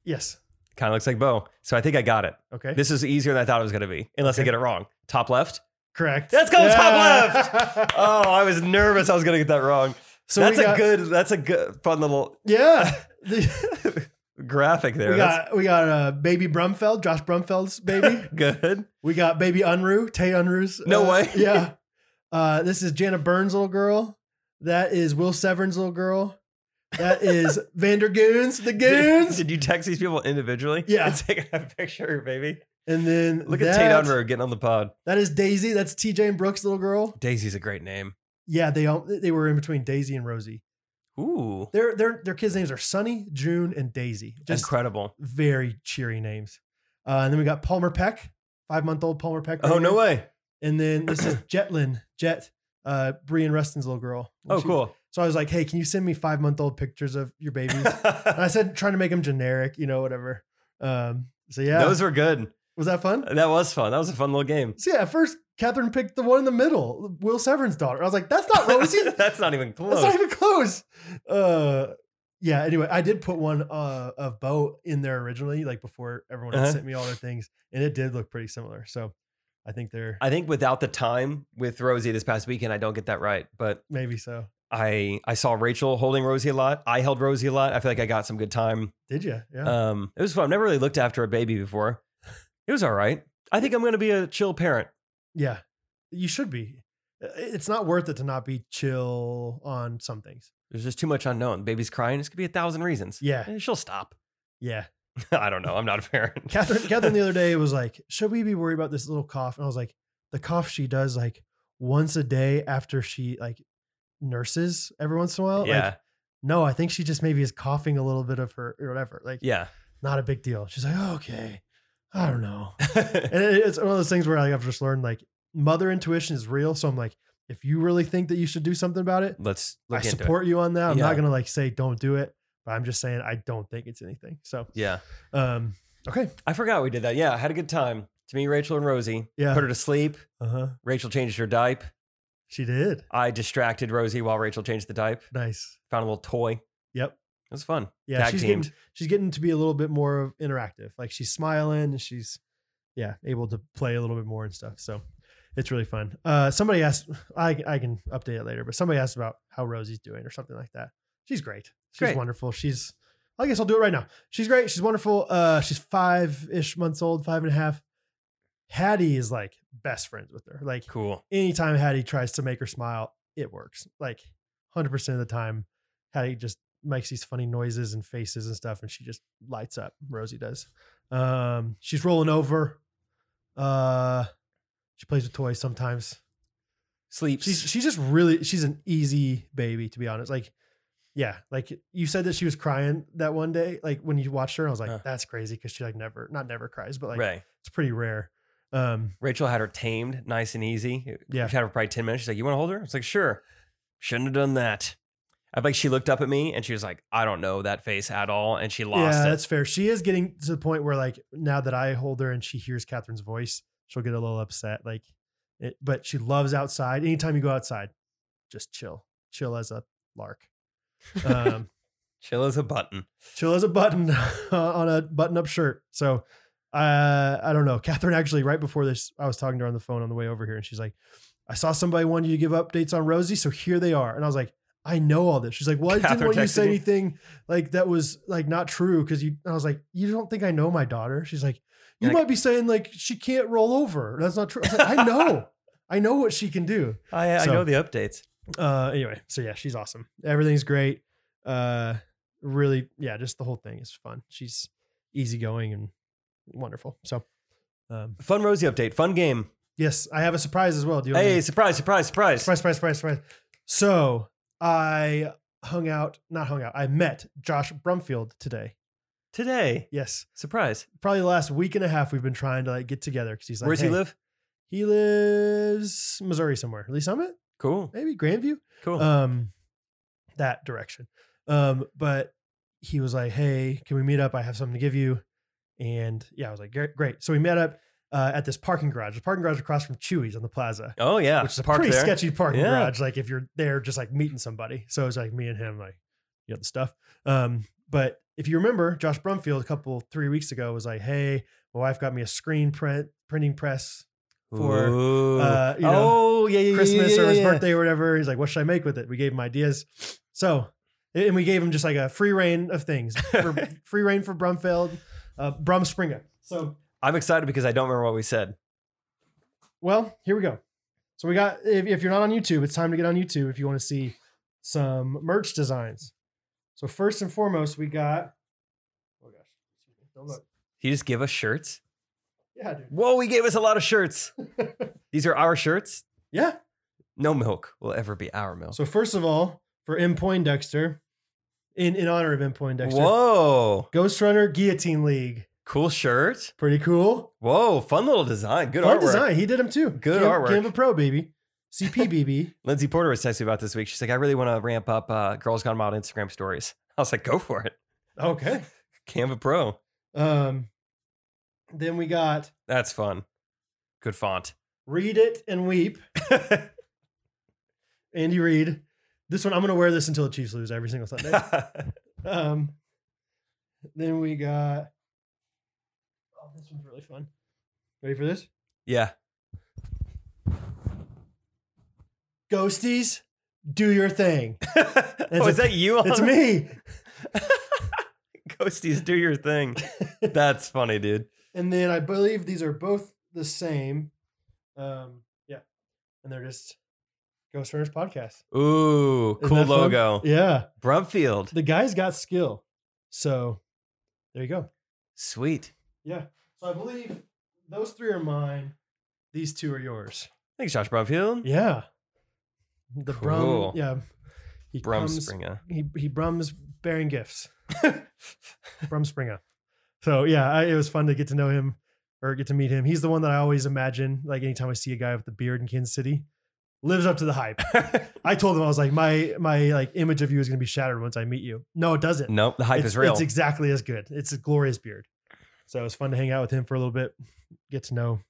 [SPEAKER 2] Yes.
[SPEAKER 1] Kind of looks like Bo. So I think I got it.
[SPEAKER 2] Okay.
[SPEAKER 1] This is easier than I thought it was going to be, unless I
[SPEAKER 2] Okay.
[SPEAKER 1] get it wrong. Top left.
[SPEAKER 2] Correct.
[SPEAKER 1] Let's go, top
[SPEAKER 2] left.
[SPEAKER 1] Oh, I was nervous I was going to get that wrong.
[SPEAKER 2] so
[SPEAKER 1] that's
[SPEAKER 2] we
[SPEAKER 1] a
[SPEAKER 2] got,
[SPEAKER 1] good, that's a good, fun little
[SPEAKER 2] Yeah.
[SPEAKER 1] graphic there.
[SPEAKER 2] We
[SPEAKER 1] That's
[SPEAKER 2] got we got uh, baby Brumfeld, Josh Brumfeld's baby.
[SPEAKER 1] good.
[SPEAKER 2] we got baby Unruh, Tay Unruh's.
[SPEAKER 1] No
[SPEAKER 2] uh,
[SPEAKER 1] way.
[SPEAKER 2] Yeah. Uh, this is Jana Burns' little girl. That is Will Severn's little girl. That is Vander Goons, the
[SPEAKER 1] Did,
[SPEAKER 2] Goons.
[SPEAKER 1] did you text these people individually?
[SPEAKER 2] Yeah.
[SPEAKER 1] And take a picture, baby.
[SPEAKER 2] And then
[SPEAKER 1] Look
[SPEAKER 2] that,
[SPEAKER 1] at Tate Unruh getting on the pod.
[SPEAKER 2] That is Daisy. That's TJ and Brooks' little girl.
[SPEAKER 1] Daisy's a great name.
[SPEAKER 2] Yeah, they all they were in between Daisy and Rosie.
[SPEAKER 1] Ooh.
[SPEAKER 2] Their their their kids' names are Sunny, June, and Daisy. Just
[SPEAKER 1] Incredible.
[SPEAKER 2] very cheery names. Uh, and then we got Palmer Peck, five month old Palmer Peck.
[SPEAKER 1] Oh,
[SPEAKER 2] right
[SPEAKER 1] no
[SPEAKER 2] here.
[SPEAKER 1] way.
[SPEAKER 2] And then this is Jetlyn, Jet, uh, Brian Rustin's little girl.
[SPEAKER 1] Oh,
[SPEAKER 2] She-
[SPEAKER 1] cool.
[SPEAKER 2] So I was like, hey, can you send me five month old pictures of your babies? and I
[SPEAKER 1] Those
[SPEAKER 2] said, trying to make them generic, you know, whatever. Um, so yeah,
[SPEAKER 1] were good.
[SPEAKER 2] was that fun?
[SPEAKER 1] That was fun. That was a fun little game.
[SPEAKER 2] So yeah, at first, Catherine picked the one in the middle, Will Severn's daughter. I was like, that's not Rosie. that's
[SPEAKER 1] That's not even close.
[SPEAKER 2] not even close. Uh, yeah, anyway, I did put one uh, of Bo in there originally, like before everyone had
[SPEAKER 1] Uh-huh.
[SPEAKER 2] sent me all their things, and it did look pretty similar. So I think they're
[SPEAKER 1] I think without the time with Rosie this past weekend, I don't get that right. But
[SPEAKER 2] maybe so.
[SPEAKER 1] I I saw Rachel holding Rosie a lot. I held Rosie a lot. I feel like I got some good time.
[SPEAKER 2] Did you? Yeah.
[SPEAKER 1] Um, it was fun. I've never really looked after a baby before. It was all right. I think I'm going to be a chill parent.
[SPEAKER 2] Yeah, you should be. I- It's not worth it to not be chill on some things.
[SPEAKER 1] There's just too much unknown. Baby's crying. This could be a thousand reasons.
[SPEAKER 2] Yeah,
[SPEAKER 1] Eh, She'll stop.
[SPEAKER 2] yeah.
[SPEAKER 1] I don't know. I'm not a parent.
[SPEAKER 2] Catherine, Catherine the other day was like, "Should we be worried about this little cough?" And I was like, "The cough she does like once a day after she like nurses every once in a while."
[SPEAKER 1] yeah.
[SPEAKER 2] Like, no, I think she just maybe is coughing a little bit of her or whatever. Like,
[SPEAKER 1] yeah.
[SPEAKER 2] not a big deal. She's like, oh, "Okay, I don't know." and it- it's one of those things where like, I've just learned like mother intuition is real. So I'm like, if you really think that you should do something about it,
[SPEAKER 1] Let's look
[SPEAKER 2] I
[SPEAKER 1] into
[SPEAKER 2] support you on that. I'm
[SPEAKER 1] Yeah.
[SPEAKER 2] not gonna like say don't do it. But I'm just saying I don't think it's anything. So
[SPEAKER 1] Yeah.
[SPEAKER 2] um okay.
[SPEAKER 1] I forgot we did that. Yeah. I had a good time. To me, Rachel and Rosie
[SPEAKER 2] Yeah.
[SPEAKER 1] put her to sleep.
[SPEAKER 2] Uh-huh.
[SPEAKER 1] Rachel changed her diaper.
[SPEAKER 2] She did.
[SPEAKER 1] I distracted Rosie while Rachel changed the diaper.
[SPEAKER 2] Nice.
[SPEAKER 1] Found a little toy. It
[SPEAKER 2] Yep.
[SPEAKER 1] was fun.
[SPEAKER 2] Yeah.
[SPEAKER 1] Tag
[SPEAKER 2] she's
[SPEAKER 1] teamed.
[SPEAKER 2] getting she's getting to be a little bit more of interactive. Like she's smiling and she's yeah, able to play a little bit more and stuff. So it's really fun. Uh somebody asked I I can update it later, but somebody asked about how Rosie's doing or something like that. She's great. She's
[SPEAKER 1] Great.
[SPEAKER 2] wonderful. She's I guess I'll do it right now. She's great. She's wonderful. Uh she's five ish months old, five and a half. Hattie is like best friends with her. Like
[SPEAKER 1] Cool.
[SPEAKER 2] anytime Hattie tries to make her smile, it works. Like 100% of the time, Hattie just makes these funny noises and faces and stuff, and she just lights up. Rosie does. Um, she's rolling over. Uh, she plays with toys sometimes.
[SPEAKER 1] Sleeps.
[SPEAKER 2] She's she's just really she's an easy baby to be honest. Like, yeah, like you said that she was crying that one day. Like when you watched her, I was like,
[SPEAKER 1] Huh.
[SPEAKER 2] that's crazy because she like never not never cries, but like
[SPEAKER 1] right.
[SPEAKER 2] it's pretty rare. Um,
[SPEAKER 1] Rachel had her tamed, nice and easy.
[SPEAKER 2] Yeah.
[SPEAKER 1] She had her for probably 10 minutes. She's like, You want to hold her? I was like, Sure. Shouldn't have done that. I like she looked up at me and she was like, I don't know that face at all. And she lost
[SPEAKER 2] yeah,
[SPEAKER 1] it.
[SPEAKER 2] that's fair. She is getting to the point where, like, now that I hold her and she hears Catherine's voice, she'll get a little upset. Like, it, but she loves outside. Anytime you go outside, just chill, chill as a lark, um,
[SPEAKER 1] Chill as a button.
[SPEAKER 2] chill as a button on a button-up shirt. So, uh, I don't know. Catherine actually, right before this, I was talking to her on the phone on the way over here, and she's like, "I saw somebody wanted you to give updates on Rosie, so here they are." And I was like. I know all this. She's like, "Well, I didn't
[SPEAKER 1] Catherine
[SPEAKER 2] want you to
[SPEAKER 1] texted
[SPEAKER 2] say
[SPEAKER 1] you?
[SPEAKER 2] anything like that was like not true because you I was like, you don't think I know my daughter? She's like, you
[SPEAKER 1] You're like-
[SPEAKER 2] might be saying like she can't roll over. That's not true. I, was like, I know. I know what she can do.
[SPEAKER 1] I, I
[SPEAKER 2] So-
[SPEAKER 1] know the updates.
[SPEAKER 2] Uh anyway, so yeah, she's awesome. Everything's great. Uh really, yeah, just the whole thing is fun. She's easygoing and wonderful. So um
[SPEAKER 1] Fun Rosie update. Fun game.
[SPEAKER 2] yes, I have a surprise as well. Do you want me-
[SPEAKER 1] Hey, surprise, surprise, surprise.
[SPEAKER 2] surprise, surprise, surprise, surprise. So I hung out, not hung out, I met Josh Brumfield today.
[SPEAKER 1] Today.
[SPEAKER 2] Yes.
[SPEAKER 1] Surprise.
[SPEAKER 2] probably the last week and a half we've been trying to like get together because he's like,
[SPEAKER 1] Where does
[SPEAKER 2] "Hey,"
[SPEAKER 1] he live?
[SPEAKER 2] He lives Missouri somewhere, Lee Summit,
[SPEAKER 1] Cool.
[SPEAKER 2] maybe Grandview,
[SPEAKER 1] Cool.
[SPEAKER 2] um, that direction. Um, but he was like, "Hey, can we meet up? I have something to give you." And yeah, I was like, "Great, great." So we met up uh, at this parking garage. The parking garage across from Chewy's on the plaza,
[SPEAKER 1] oh, yeah.
[SPEAKER 2] which is a
[SPEAKER 1] Park
[SPEAKER 2] pretty
[SPEAKER 1] there.
[SPEAKER 2] sketchy parking
[SPEAKER 1] Yeah.
[SPEAKER 2] garage. Like if you're there, just like meeting somebody. So it's like me and him, like you know the stuff. Um, but if you remember, Josh Brumfield a couple three weeks ago was like, "Hey, my wife got me a screen print printing press for,
[SPEAKER 1] Ooh.
[SPEAKER 2] uh, you know,
[SPEAKER 1] oh, yeah, yeah, yeah,
[SPEAKER 2] Christmas
[SPEAKER 1] yeah,
[SPEAKER 2] or his
[SPEAKER 1] yeah.
[SPEAKER 2] birthday or whatever. He's like, what should I make with it? We gave him ideas. So, and we gave him just like a free reign of things, for, free reign for Brumfeld, uh, Brum Springer. So,
[SPEAKER 1] I'm excited because I don't remember what we said.
[SPEAKER 2] well, here we go. So we got, if, if you're not on YouTube, it's time to get on YouTube if you want to see some merch designs. So first and foremost, we got, oh gosh, excuse me, don't look.
[SPEAKER 1] He just give us shirts.
[SPEAKER 2] Yeah, dude.
[SPEAKER 1] Whoa, he gave us a lot of shirts. These are our shirts.
[SPEAKER 2] Yeah.
[SPEAKER 1] No milk will ever be our milk.
[SPEAKER 2] So first of all, for M. Poindexter, in, in honor of M. Poindexter,
[SPEAKER 1] Whoa,
[SPEAKER 2] Ghost Runner Guillotine League.
[SPEAKER 1] cool shirt.
[SPEAKER 2] Pretty cool.
[SPEAKER 1] Whoa, fun little design. Good
[SPEAKER 2] Fun
[SPEAKER 1] artwork.
[SPEAKER 2] design. He did them too.
[SPEAKER 1] Good
[SPEAKER 2] Give-
[SPEAKER 1] artwork.
[SPEAKER 2] Give him a pro, baby. CPBB.
[SPEAKER 1] Lindsay Porter was texting me about this week. She's like, I really want to ramp up uh, Girls Gone Wild Instagram stories. I was like, go for it.
[SPEAKER 2] okay.
[SPEAKER 1] Canva Pro.
[SPEAKER 2] Um, then we got
[SPEAKER 1] That's fun. Good font.
[SPEAKER 2] Read It and Weep. Andy Reid. This one, I'm going to wear this until the Chiefs lose every single Sunday. um, then we got. Oh, this one's really fun. Ready for this?
[SPEAKER 1] yeah.
[SPEAKER 2] Ghosties, do your thing.
[SPEAKER 1] oh, is
[SPEAKER 2] a-
[SPEAKER 1] that you on
[SPEAKER 2] It's me.
[SPEAKER 1] Ghosties, do your thing. That's funny, dude.
[SPEAKER 2] And then I believe these are both the same. Um, yeah. And they're just Ghost Runners podcast.
[SPEAKER 1] Ooh,
[SPEAKER 2] Isn't
[SPEAKER 1] cool
[SPEAKER 2] that fun?
[SPEAKER 1] logo.
[SPEAKER 2] Yeah.
[SPEAKER 1] Brumfield.
[SPEAKER 2] The guy's got skill. So there you go.
[SPEAKER 1] Sweet.
[SPEAKER 2] Yeah. So I believe those three are mine. These two are yours.
[SPEAKER 1] Thanks, Josh Brumfield.
[SPEAKER 2] Yeah. The
[SPEAKER 1] Cool.
[SPEAKER 2] Brum. Yeah. He
[SPEAKER 1] Brum
[SPEAKER 2] comes-
[SPEAKER 1] Springer.
[SPEAKER 2] He, he brums bearing gifts. Brum Springer. So yeah, I, it was fun to get to know him or get to meet him. He's the one that I always imagine. Like anytime I see a guy with the beard in Kansas City, lives up to the hype. I told him I was like, my my like image of you is gonna be shattered once I meet you. No, it doesn't.
[SPEAKER 1] nope, the Mm, hype
[SPEAKER 2] it's,
[SPEAKER 1] is real.
[SPEAKER 2] It's exactly as good. It's a glorious beard. So it was fun to hang out with him for a little bit, get to know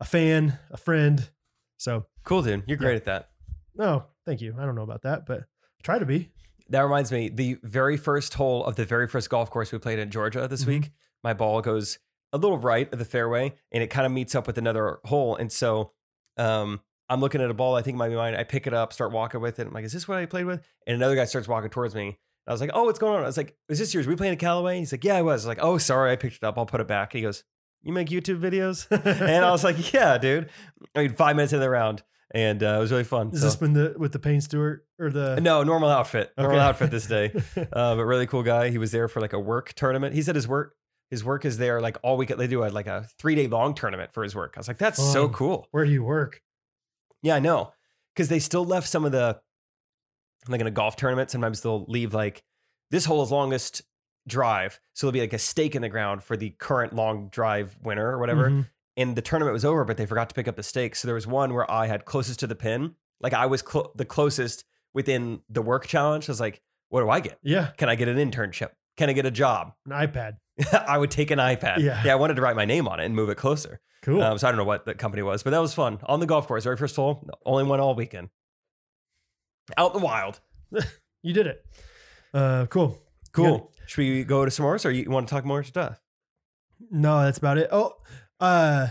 [SPEAKER 2] a fan, a friend. So
[SPEAKER 1] cool, dude. You're great at that.
[SPEAKER 2] no, thank you. I don't know about that, but try to be.
[SPEAKER 1] That reminds me, the very first hole of the very first golf course we played in Georgia this
[SPEAKER 2] Mhm.
[SPEAKER 1] week, my ball goes a little right of the fairway and it kind of meets up with another hole. And so um, I'm looking at a ball I think might be mine. I pick it up, start walking with it. I'm like, is this what I played with? And another guy starts walking towards me. I was like, oh, what's going on? I was like, is this yours? Were we playing at Callaway? And he's like, yeah, I was. I was like, oh, sorry, I picked it up. I'll put it back. And he goes, you make YouTube videos? and I was like, yeah, dude. I mean, five minutes into the round. And uh, it was really fun.
[SPEAKER 2] Has
[SPEAKER 1] So-
[SPEAKER 2] this been the with the Payne Stewart or the
[SPEAKER 1] no, normal outfit. Normal
[SPEAKER 2] Okay.
[SPEAKER 1] outfit this day. Uh, but really cool guy. He was there for like a work tournament. He said his work his work is there like all week. They do a, like a three day long tournament for his work. I was like, that's so
[SPEAKER 2] Fun.
[SPEAKER 1] cool.
[SPEAKER 2] Where do you work?
[SPEAKER 1] Yeah, I know. Because they still left some of the like in a golf tournament. Sometimes they'll leave like this hole is longest drive, so there'll be like a stake in the ground for the current long drive winner or whatever
[SPEAKER 2] Mhm.
[SPEAKER 1] and the tournament was over, but they forgot to pick up the stakes. So there was one where I had closest to the pin. Like I was clo the closest within the work challenge. I was like, what do I get?
[SPEAKER 2] Yeah,
[SPEAKER 1] Can I get an internship? Can I get a job?
[SPEAKER 2] an iPad.
[SPEAKER 1] I would take an iPad.
[SPEAKER 2] Yeah.
[SPEAKER 1] I wanted to write my name on it and move it closer.
[SPEAKER 2] Cool.
[SPEAKER 1] Um, so I don't know what the company was, but that was fun on the golf course. Very first hole, only one all weekend. Out in the wild.
[SPEAKER 2] you did it. Uh, cool.
[SPEAKER 1] Cool. Should we go to some more, or you want to talk more stuff?
[SPEAKER 2] No, that's about it. Oh, uh,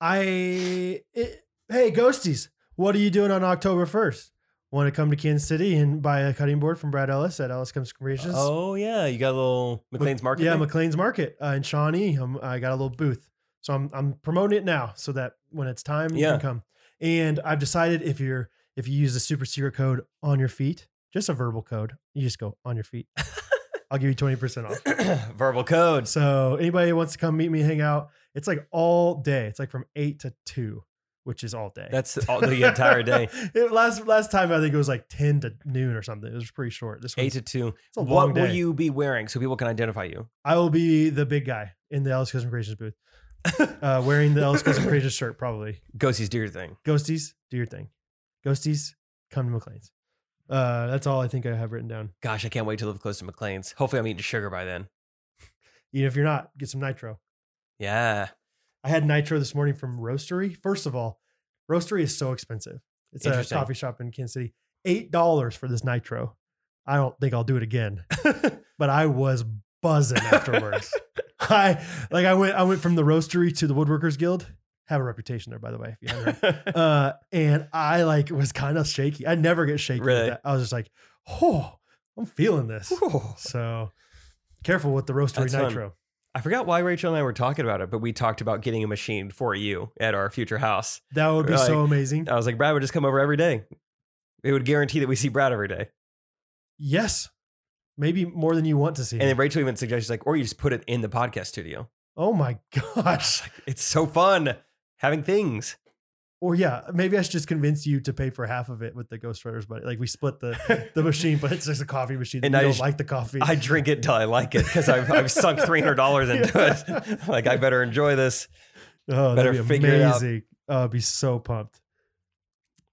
[SPEAKER 2] I it, hey ghosties, what are you doing on October first? Want to come to Kansas City and buy a cutting board from Brad Ellis at Ellis Comes Creations?
[SPEAKER 1] Oh yeah, you got a little McLean's Market.
[SPEAKER 2] Yeah,
[SPEAKER 1] thing?
[SPEAKER 2] McLean's Market uh, in Shawnee. Um, I got a little booth, so I'm I'm promoting it now so that when it's time, you
[SPEAKER 1] Yeah.
[SPEAKER 2] can come. And I've decided if you're if you use the super secret code on your feet, just a verbal code, you just go on your feet. I'll give you twenty percent off.
[SPEAKER 1] verbal codes.
[SPEAKER 2] So anybody who wants to come meet me, hang out. It's like all day. It's like from eight to two, which is all day.
[SPEAKER 1] That's all, the entire day.
[SPEAKER 2] It- last last time I think it was like ten to noon or something. It was pretty short. This
[SPEAKER 1] Eight
[SPEAKER 2] one's
[SPEAKER 1] to two.
[SPEAKER 2] it's a long
[SPEAKER 1] what
[SPEAKER 2] day.
[SPEAKER 1] will you be wearing so people can identify you?
[SPEAKER 2] I will be the big guy in the Ellis Custom Creations booth, uh, wearing the Ellis Custom Creations shirt probably.
[SPEAKER 1] Ghosties, do your thing.
[SPEAKER 2] Ghosties, do your thing. Ghosties, come to McLean's. Uh, that's all I think I have written down.
[SPEAKER 1] Gosh, I can't wait to live close to McLean's. Hopefully, I'm eating sugar by then.
[SPEAKER 2] Even if you're not, get some nitro.
[SPEAKER 1] Yeah,
[SPEAKER 2] I had nitro this morning from Roastery. First of all, Roastery is so expensive. It's a
[SPEAKER 1] Interesting.
[SPEAKER 2] coffee shop in Kansas City. Eight dollars for this nitro. I don't think I'll do it again. but I was buzzing afterwards. I like I went I went from the Roastery to the Woodworkers Guild. Have a reputation there, by the way. If you haven't heard. uh, and I like was kind of shaky. I never get shaky. with
[SPEAKER 1] Really?
[SPEAKER 2] that. I was just like, oh, I'm feeling this.
[SPEAKER 1] Whew.
[SPEAKER 2] So careful with the Roastery
[SPEAKER 1] That's fun.
[SPEAKER 2] nitro.
[SPEAKER 1] I forgot why Rachel and I were talking about it, but we talked about getting a machine for you at our future house.
[SPEAKER 2] That would be so
[SPEAKER 1] Like,
[SPEAKER 2] amazing.
[SPEAKER 1] I was like, Brad would just come over every day. It would guarantee that we see Brad every day.
[SPEAKER 2] Yes. Maybe more than you want to see.
[SPEAKER 1] And then Rachel even suggested, she's like, or you just put it in the podcast studio.
[SPEAKER 2] oh my gosh.
[SPEAKER 1] It's so fun having things.
[SPEAKER 2] Or yeah, maybe I should just convince you to pay for half of it with the Ghostwriters, but like we split the the machine, but it's just a coffee machine. And
[SPEAKER 1] And
[SPEAKER 2] you
[SPEAKER 1] I
[SPEAKER 2] don't
[SPEAKER 1] just-
[SPEAKER 2] like the coffee.
[SPEAKER 1] I drink it till I like it because I've, I've sunk $300 into it. like, I better enjoy this.
[SPEAKER 2] oh, that'd
[SPEAKER 1] better
[SPEAKER 2] be
[SPEAKER 1] figure it out.
[SPEAKER 2] amazing. Oh, I'd be so pumped.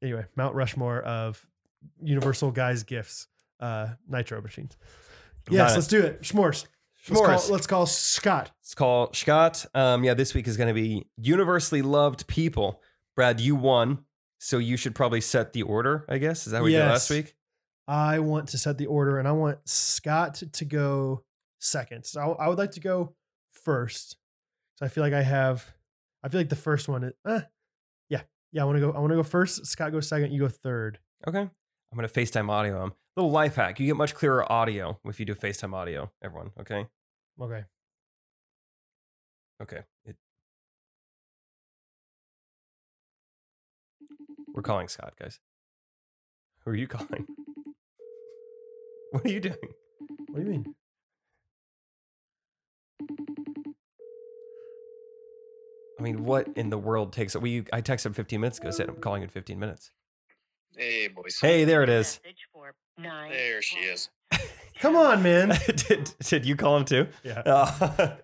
[SPEAKER 2] Anyway, Mount Rushmore of Universal Guys Gifts uh, Nitro machines.
[SPEAKER 1] Got
[SPEAKER 2] Yes,
[SPEAKER 1] it.
[SPEAKER 2] let's do it. S'mores. Let's
[SPEAKER 1] S'mores.
[SPEAKER 2] call, let's call Scott.
[SPEAKER 1] It's called Scott. Um, yeah, this week is going to be universally loved people. Brad, you won, so you should probably set the order. I guess is that what we did
[SPEAKER 2] Yes.
[SPEAKER 1] last week?
[SPEAKER 2] I want to set the order and I want Scott to go second. So I, I would like to go first. So I feel like I have, I feel like the first one is, eh, yeah, yeah, I want to go, I want to go first. Scott goes second, you go third.
[SPEAKER 1] Okay, I'm going to FaceTime audio. Um, little life hack: you get much clearer audio if you do FaceTime audio. Everyone, okay,
[SPEAKER 2] Okay.
[SPEAKER 1] okay. It, we're calling Scott, guys. Who are you calling? What are you doing?
[SPEAKER 2] What do you mean?
[SPEAKER 1] I mean, what in the world takes it? We I texted him 15 minutes ago. Said I'm calling in 15 minutes.
[SPEAKER 3] Hey, boys.
[SPEAKER 1] Hey, there it is.
[SPEAKER 4] Message for nine
[SPEAKER 3] There she is.
[SPEAKER 2] Come on, man.
[SPEAKER 1] did, did you call him too?
[SPEAKER 2] Yeah.
[SPEAKER 1] Uh,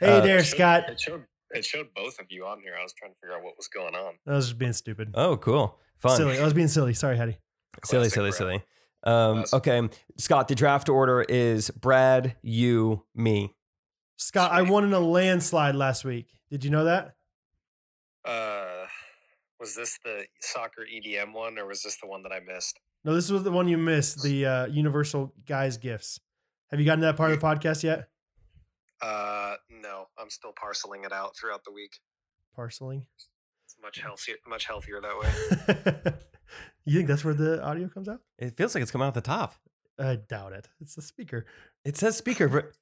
[SPEAKER 2] Hey
[SPEAKER 1] Uh,
[SPEAKER 2] there,
[SPEAKER 3] It showed-
[SPEAKER 2] Scott.
[SPEAKER 3] It showed, it showed both of you on here. I was trying to figure out what was going on.
[SPEAKER 2] I was just being stupid.
[SPEAKER 1] oh, cool. Fun.
[SPEAKER 2] Silly. I was being silly. Sorry, Hattie.
[SPEAKER 1] silly,
[SPEAKER 3] Classic
[SPEAKER 1] silly,
[SPEAKER 3] rap.
[SPEAKER 1] silly. Um,
[SPEAKER 3] Classic.
[SPEAKER 1] okay, Scott. The draft order is Brad, you, me.
[SPEAKER 2] Scott, I
[SPEAKER 3] Sweet.
[SPEAKER 2] won in a landslide last week. Did you know that?
[SPEAKER 3] Uh, was this the soccer EDM one, or was this the one that I missed?
[SPEAKER 2] No, this was the one you missed. The uh, Universal guys gifts. Have you gotten to that part of the podcast yet?
[SPEAKER 3] Uh, no, I'm still parceling it out throughout the week.
[SPEAKER 2] Parceling.
[SPEAKER 3] It's much healthier, much healthier that way.
[SPEAKER 2] you think that's where the audio comes out?
[SPEAKER 1] It feels like it's coming out the top.
[SPEAKER 2] I doubt it. It's the speaker.
[SPEAKER 1] It says speaker, but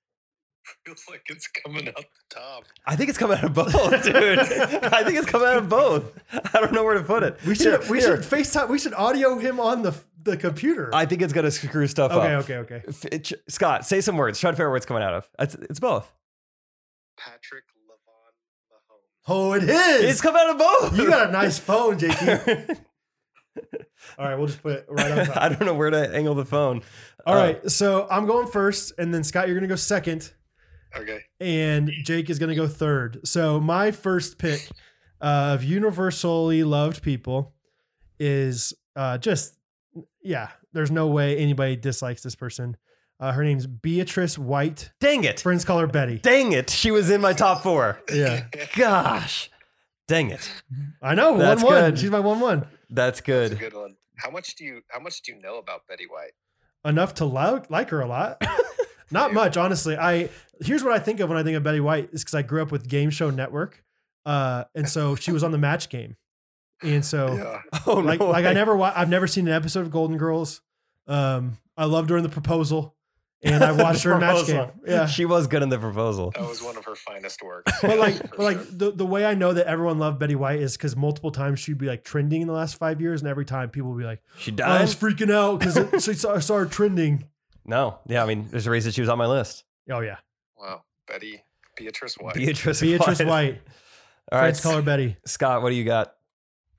[SPEAKER 3] Feels like it's coming out the top.
[SPEAKER 1] I think it's coming out of both, dude. I think it's coming out of both. I don't know where to put it.
[SPEAKER 2] We should
[SPEAKER 1] Here,
[SPEAKER 2] we
[SPEAKER 1] here.
[SPEAKER 2] should FaceTime. We should audio him on the the computer.
[SPEAKER 1] I think it's gonna screw stuff
[SPEAKER 2] okay,
[SPEAKER 1] up.
[SPEAKER 2] okay, okay.
[SPEAKER 1] F- it- Scott, say some words. Try to figure out where it's coming out of. It's, it's both.
[SPEAKER 3] Patrick Levon Mahomes.
[SPEAKER 2] Oh, it is.
[SPEAKER 1] It's coming out of both.
[SPEAKER 2] you got a nice phone, JT. All right, we'll just put it right on top.
[SPEAKER 1] I don't know where to angle the phone.
[SPEAKER 2] All
[SPEAKER 1] Uh,
[SPEAKER 2] right, so I'm going first, and then Scott, you're going to go second,
[SPEAKER 3] Okay.
[SPEAKER 2] and Jake is going to go third. So my first pick of universally loved people is uh, just yeah. There's no way anybody dislikes this person. Uh, her name's Beatrice White.
[SPEAKER 1] Dang it.
[SPEAKER 2] Friends call her Betty.
[SPEAKER 1] Dang it. She was in my top four.
[SPEAKER 2] Yeah,
[SPEAKER 1] Gosh. Dang it.
[SPEAKER 2] I know.
[SPEAKER 1] That's
[SPEAKER 2] one one.
[SPEAKER 1] good.
[SPEAKER 2] She's my one one.
[SPEAKER 1] That's
[SPEAKER 3] That's a
[SPEAKER 1] good.
[SPEAKER 3] good one. How much do you How much do you know about Betty White?
[SPEAKER 2] Enough to like like her a lot. Not much, honestly. I here's what I think of when I think of Betty White is because I grew up with Game Show Network, uh, and so she was on the Match Game, and so.
[SPEAKER 3] Yeah.
[SPEAKER 1] Oh,
[SPEAKER 2] like
[SPEAKER 1] no
[SPEAKER 2] like I
[SPEAKER 1] way.
[SPEAKER 2] never wa- I've never seen an episode of Golden Girls. Um, I loved her in the proposal, and I watched her in match game.
[SPEAKER 1] Proposal.
[SPEAKER 2] Yeah,
[SPEAKER 1] She was good in the proposal.
[SPEAKER 3] That was one of her finest works.
[SPEAKER 2] but like
[SPEAKER 3] for
[SPEAKER 2] but like
[SPEAKER 3] sure.
[SPEAKER 2] the, the way I know that everyone loved Betty White is because multiple times she'd be like trending in the last five years, and every time people would be like, "Oh,
[SPEAKER 1] She
[SPEAKER 2] I
[SPEAKER 1] died?
[SPEAKER 2] was freaking out because she saw, I saw her trending.
[SPEAKER 1] no. Yeah. I mean, there's a reason she was on my list.
[SPEAKER 2] Oh yeah,
[SPEAKER 3] wow, Betty Beatrice White.
[SPEAKER 1] Beatrice,
[SPEAKER 2] Beatrice White,
[SPEAKER 1] All right.
[SPEAKER 2] friends call her Betty.
[SPEAKER 1] Scott, what do you got?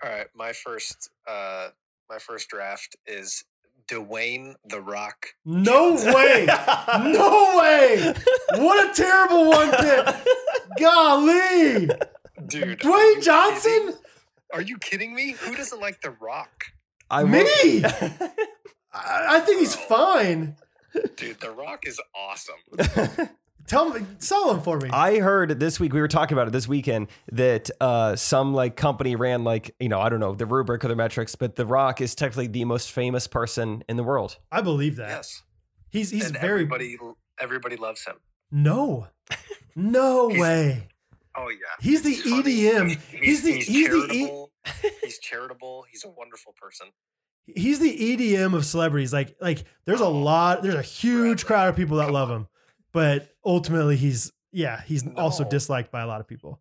[SPEAKER 3] All right, my first uh my first draft is Dwayne the Rock.
[SPEAKER 2] No way, no way. What a terrible one pick. Golly,
[SPEAKER 3] Dude, are you
[SPEAKER 2] Dwayne
[SPEAKER 3] kidding-
[SPEAKER 2] Johnson,
[SPEAKER 3] Are you kidding me? Who doesn't like The Rock?
[SPEAKER 1] I will-
[SPEAKER 2] me. I, I think he's fine.
[SPEAKER 3] Dude, The Rock is awesome.
[SPEAKER 2] Tell me, sell him for me.
[SPEAKER 1] I heard this week we were talking about it this weekend that uh, some like company ran like you know I don't know the rubric or the metrics, but The Rock is technically the most famous person in the world.
[SPEAKER 2] I believe that.
[SPEAKER 3] Yes.
[SPEAKER 2] He's he's
[SPEAKER 3] and
[SPEAKER 2] very
[SPEAKER 3] everybody everybody loves him.
[SPEAKER 2] no, no
[SPEAKER 3] He's-
[SPEAKER 2] way.
[SPEAKER 3] Oh yeah.
[SPEAKER 2] He's the E
[SPEAKER 3] funny.
[SPEAKER 2] EDM. He's the he's the e,
[SPEAKER 3] charitable. he's charitable. He's a wonderful person.
[SPEAKER 2] he's the EDM of celebrities. Like like there's a
[SPEAKER 3] Oh.
[SPEAKER 2] lot. There's a huge
[SPEAKER 3] Forever.
[SPEAKER 2] crowd of people that
[SPEAKER 3] Come
[SPEAKER 2] love
[SPEAKER 3] on.
[SPEAKER 2] him, but ultimately he's yeah he's also
[SPEAKER 3] No.
[SPEAKER 2] disliked by a lot of people.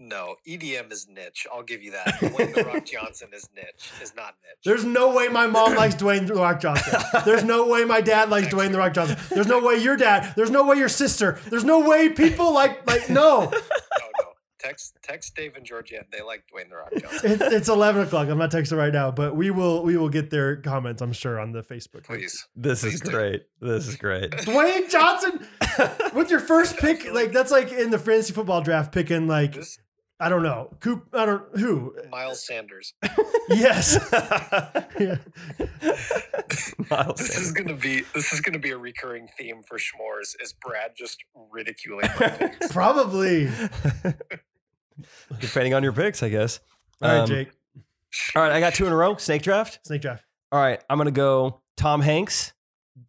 [SPEAKER 3] No, EDM is niche. I'll give you that. Dwayne The Rock Johnson is niche. Is not niche.
[SPEAKER 2] There's no way my mom likes Dwayne the Rock Johnson. There's no way my dad likes Dwayne the Rock Johnson. There's no way your dad. There's no way your sister. There's no way people like like no.
[SPEAKER 3] no, Oh, no. Text text Dave and Georgette. They like Dwayne The Rock Johnson.
[SPEAKER 2] It, it's eleven o'clock. I'm not texting right now, but we will we will get their comments. I'm sure on the Facebook.
[SPEAKER 3] Please.
[SPEAKER 1] This is
[SPEAKER 3] Please do.
[SPEAKER 1] great. This is great.
[SPEAKER 2] Dwayne Johnson with your first pick, like that's like in the fantasy football draft, picking like
[SPEAKER 3] This
[SPEAKER 2] I don't know, Coop. I don't who.
[SPEAKER 3] Miles Sanders.
[SPEAKER 2] Yes, yeah.
[SPEAKER 1] Miles
[SPEAKER 3] This is
[SPEAKER 1] Sanders.
[SPEAKER 3] gonna be this is gonna be a recurring theme for Schmores. Is Brad just ridiculing my picks?
[SPEAKER 2] probably.
[SPEAKER 1] Depending on your picks, I guess.
[SPEAKER 2] All right,
[SPEAKER 1] Um,
[SPEAKER 2] Jake.
[SPEAKER 1] All right, I got two in a row. Snake draft.
[SPEAKER 2] Snake draft.
[SPEAKER 1] All right, I'm gonna go Tom Hanks.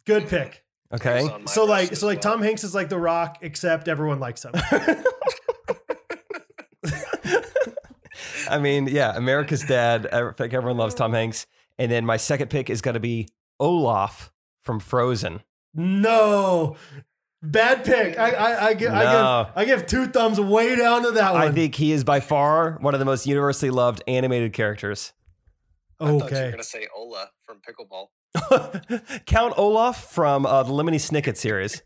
[SPEAKER 2] Good pick.
[SPEAKER 3] He
[SPEAKER 1] Okay.
[SPEAKER 3] was on my
[SPEAKER 2] So
[SPEAKER 3] list
[SPEAKER 2] like
[SPEAKER 3] as
[SPEAKER 2] so like
[SPEAKER 3] well.
[SPEAKER 2] Tom Hanks is like The Rock, except everyone likes him.
[SPEAKER 1] I mean, yeah, America's Dad. e, I think everyone loves Tom Hanks. And then my second pick is gonna be Olaf from Frozen.
[SPEAKER 2] No, bad pick. I I, I give I
[SPEAKER 1] No.
[SPEAKER 2] give I give two thumbs way down to that one.
[SPEAKER 1] I think he is by far one of the most universally loved animated characters.
[SPEAKER 3] I thought you were
[SPEAKER 2] okay.
[SPEAKER 3] gonna say Ola from Pickleball.
[SPEAKER 1] Count Olaf from uh, the Lemony Snicket series.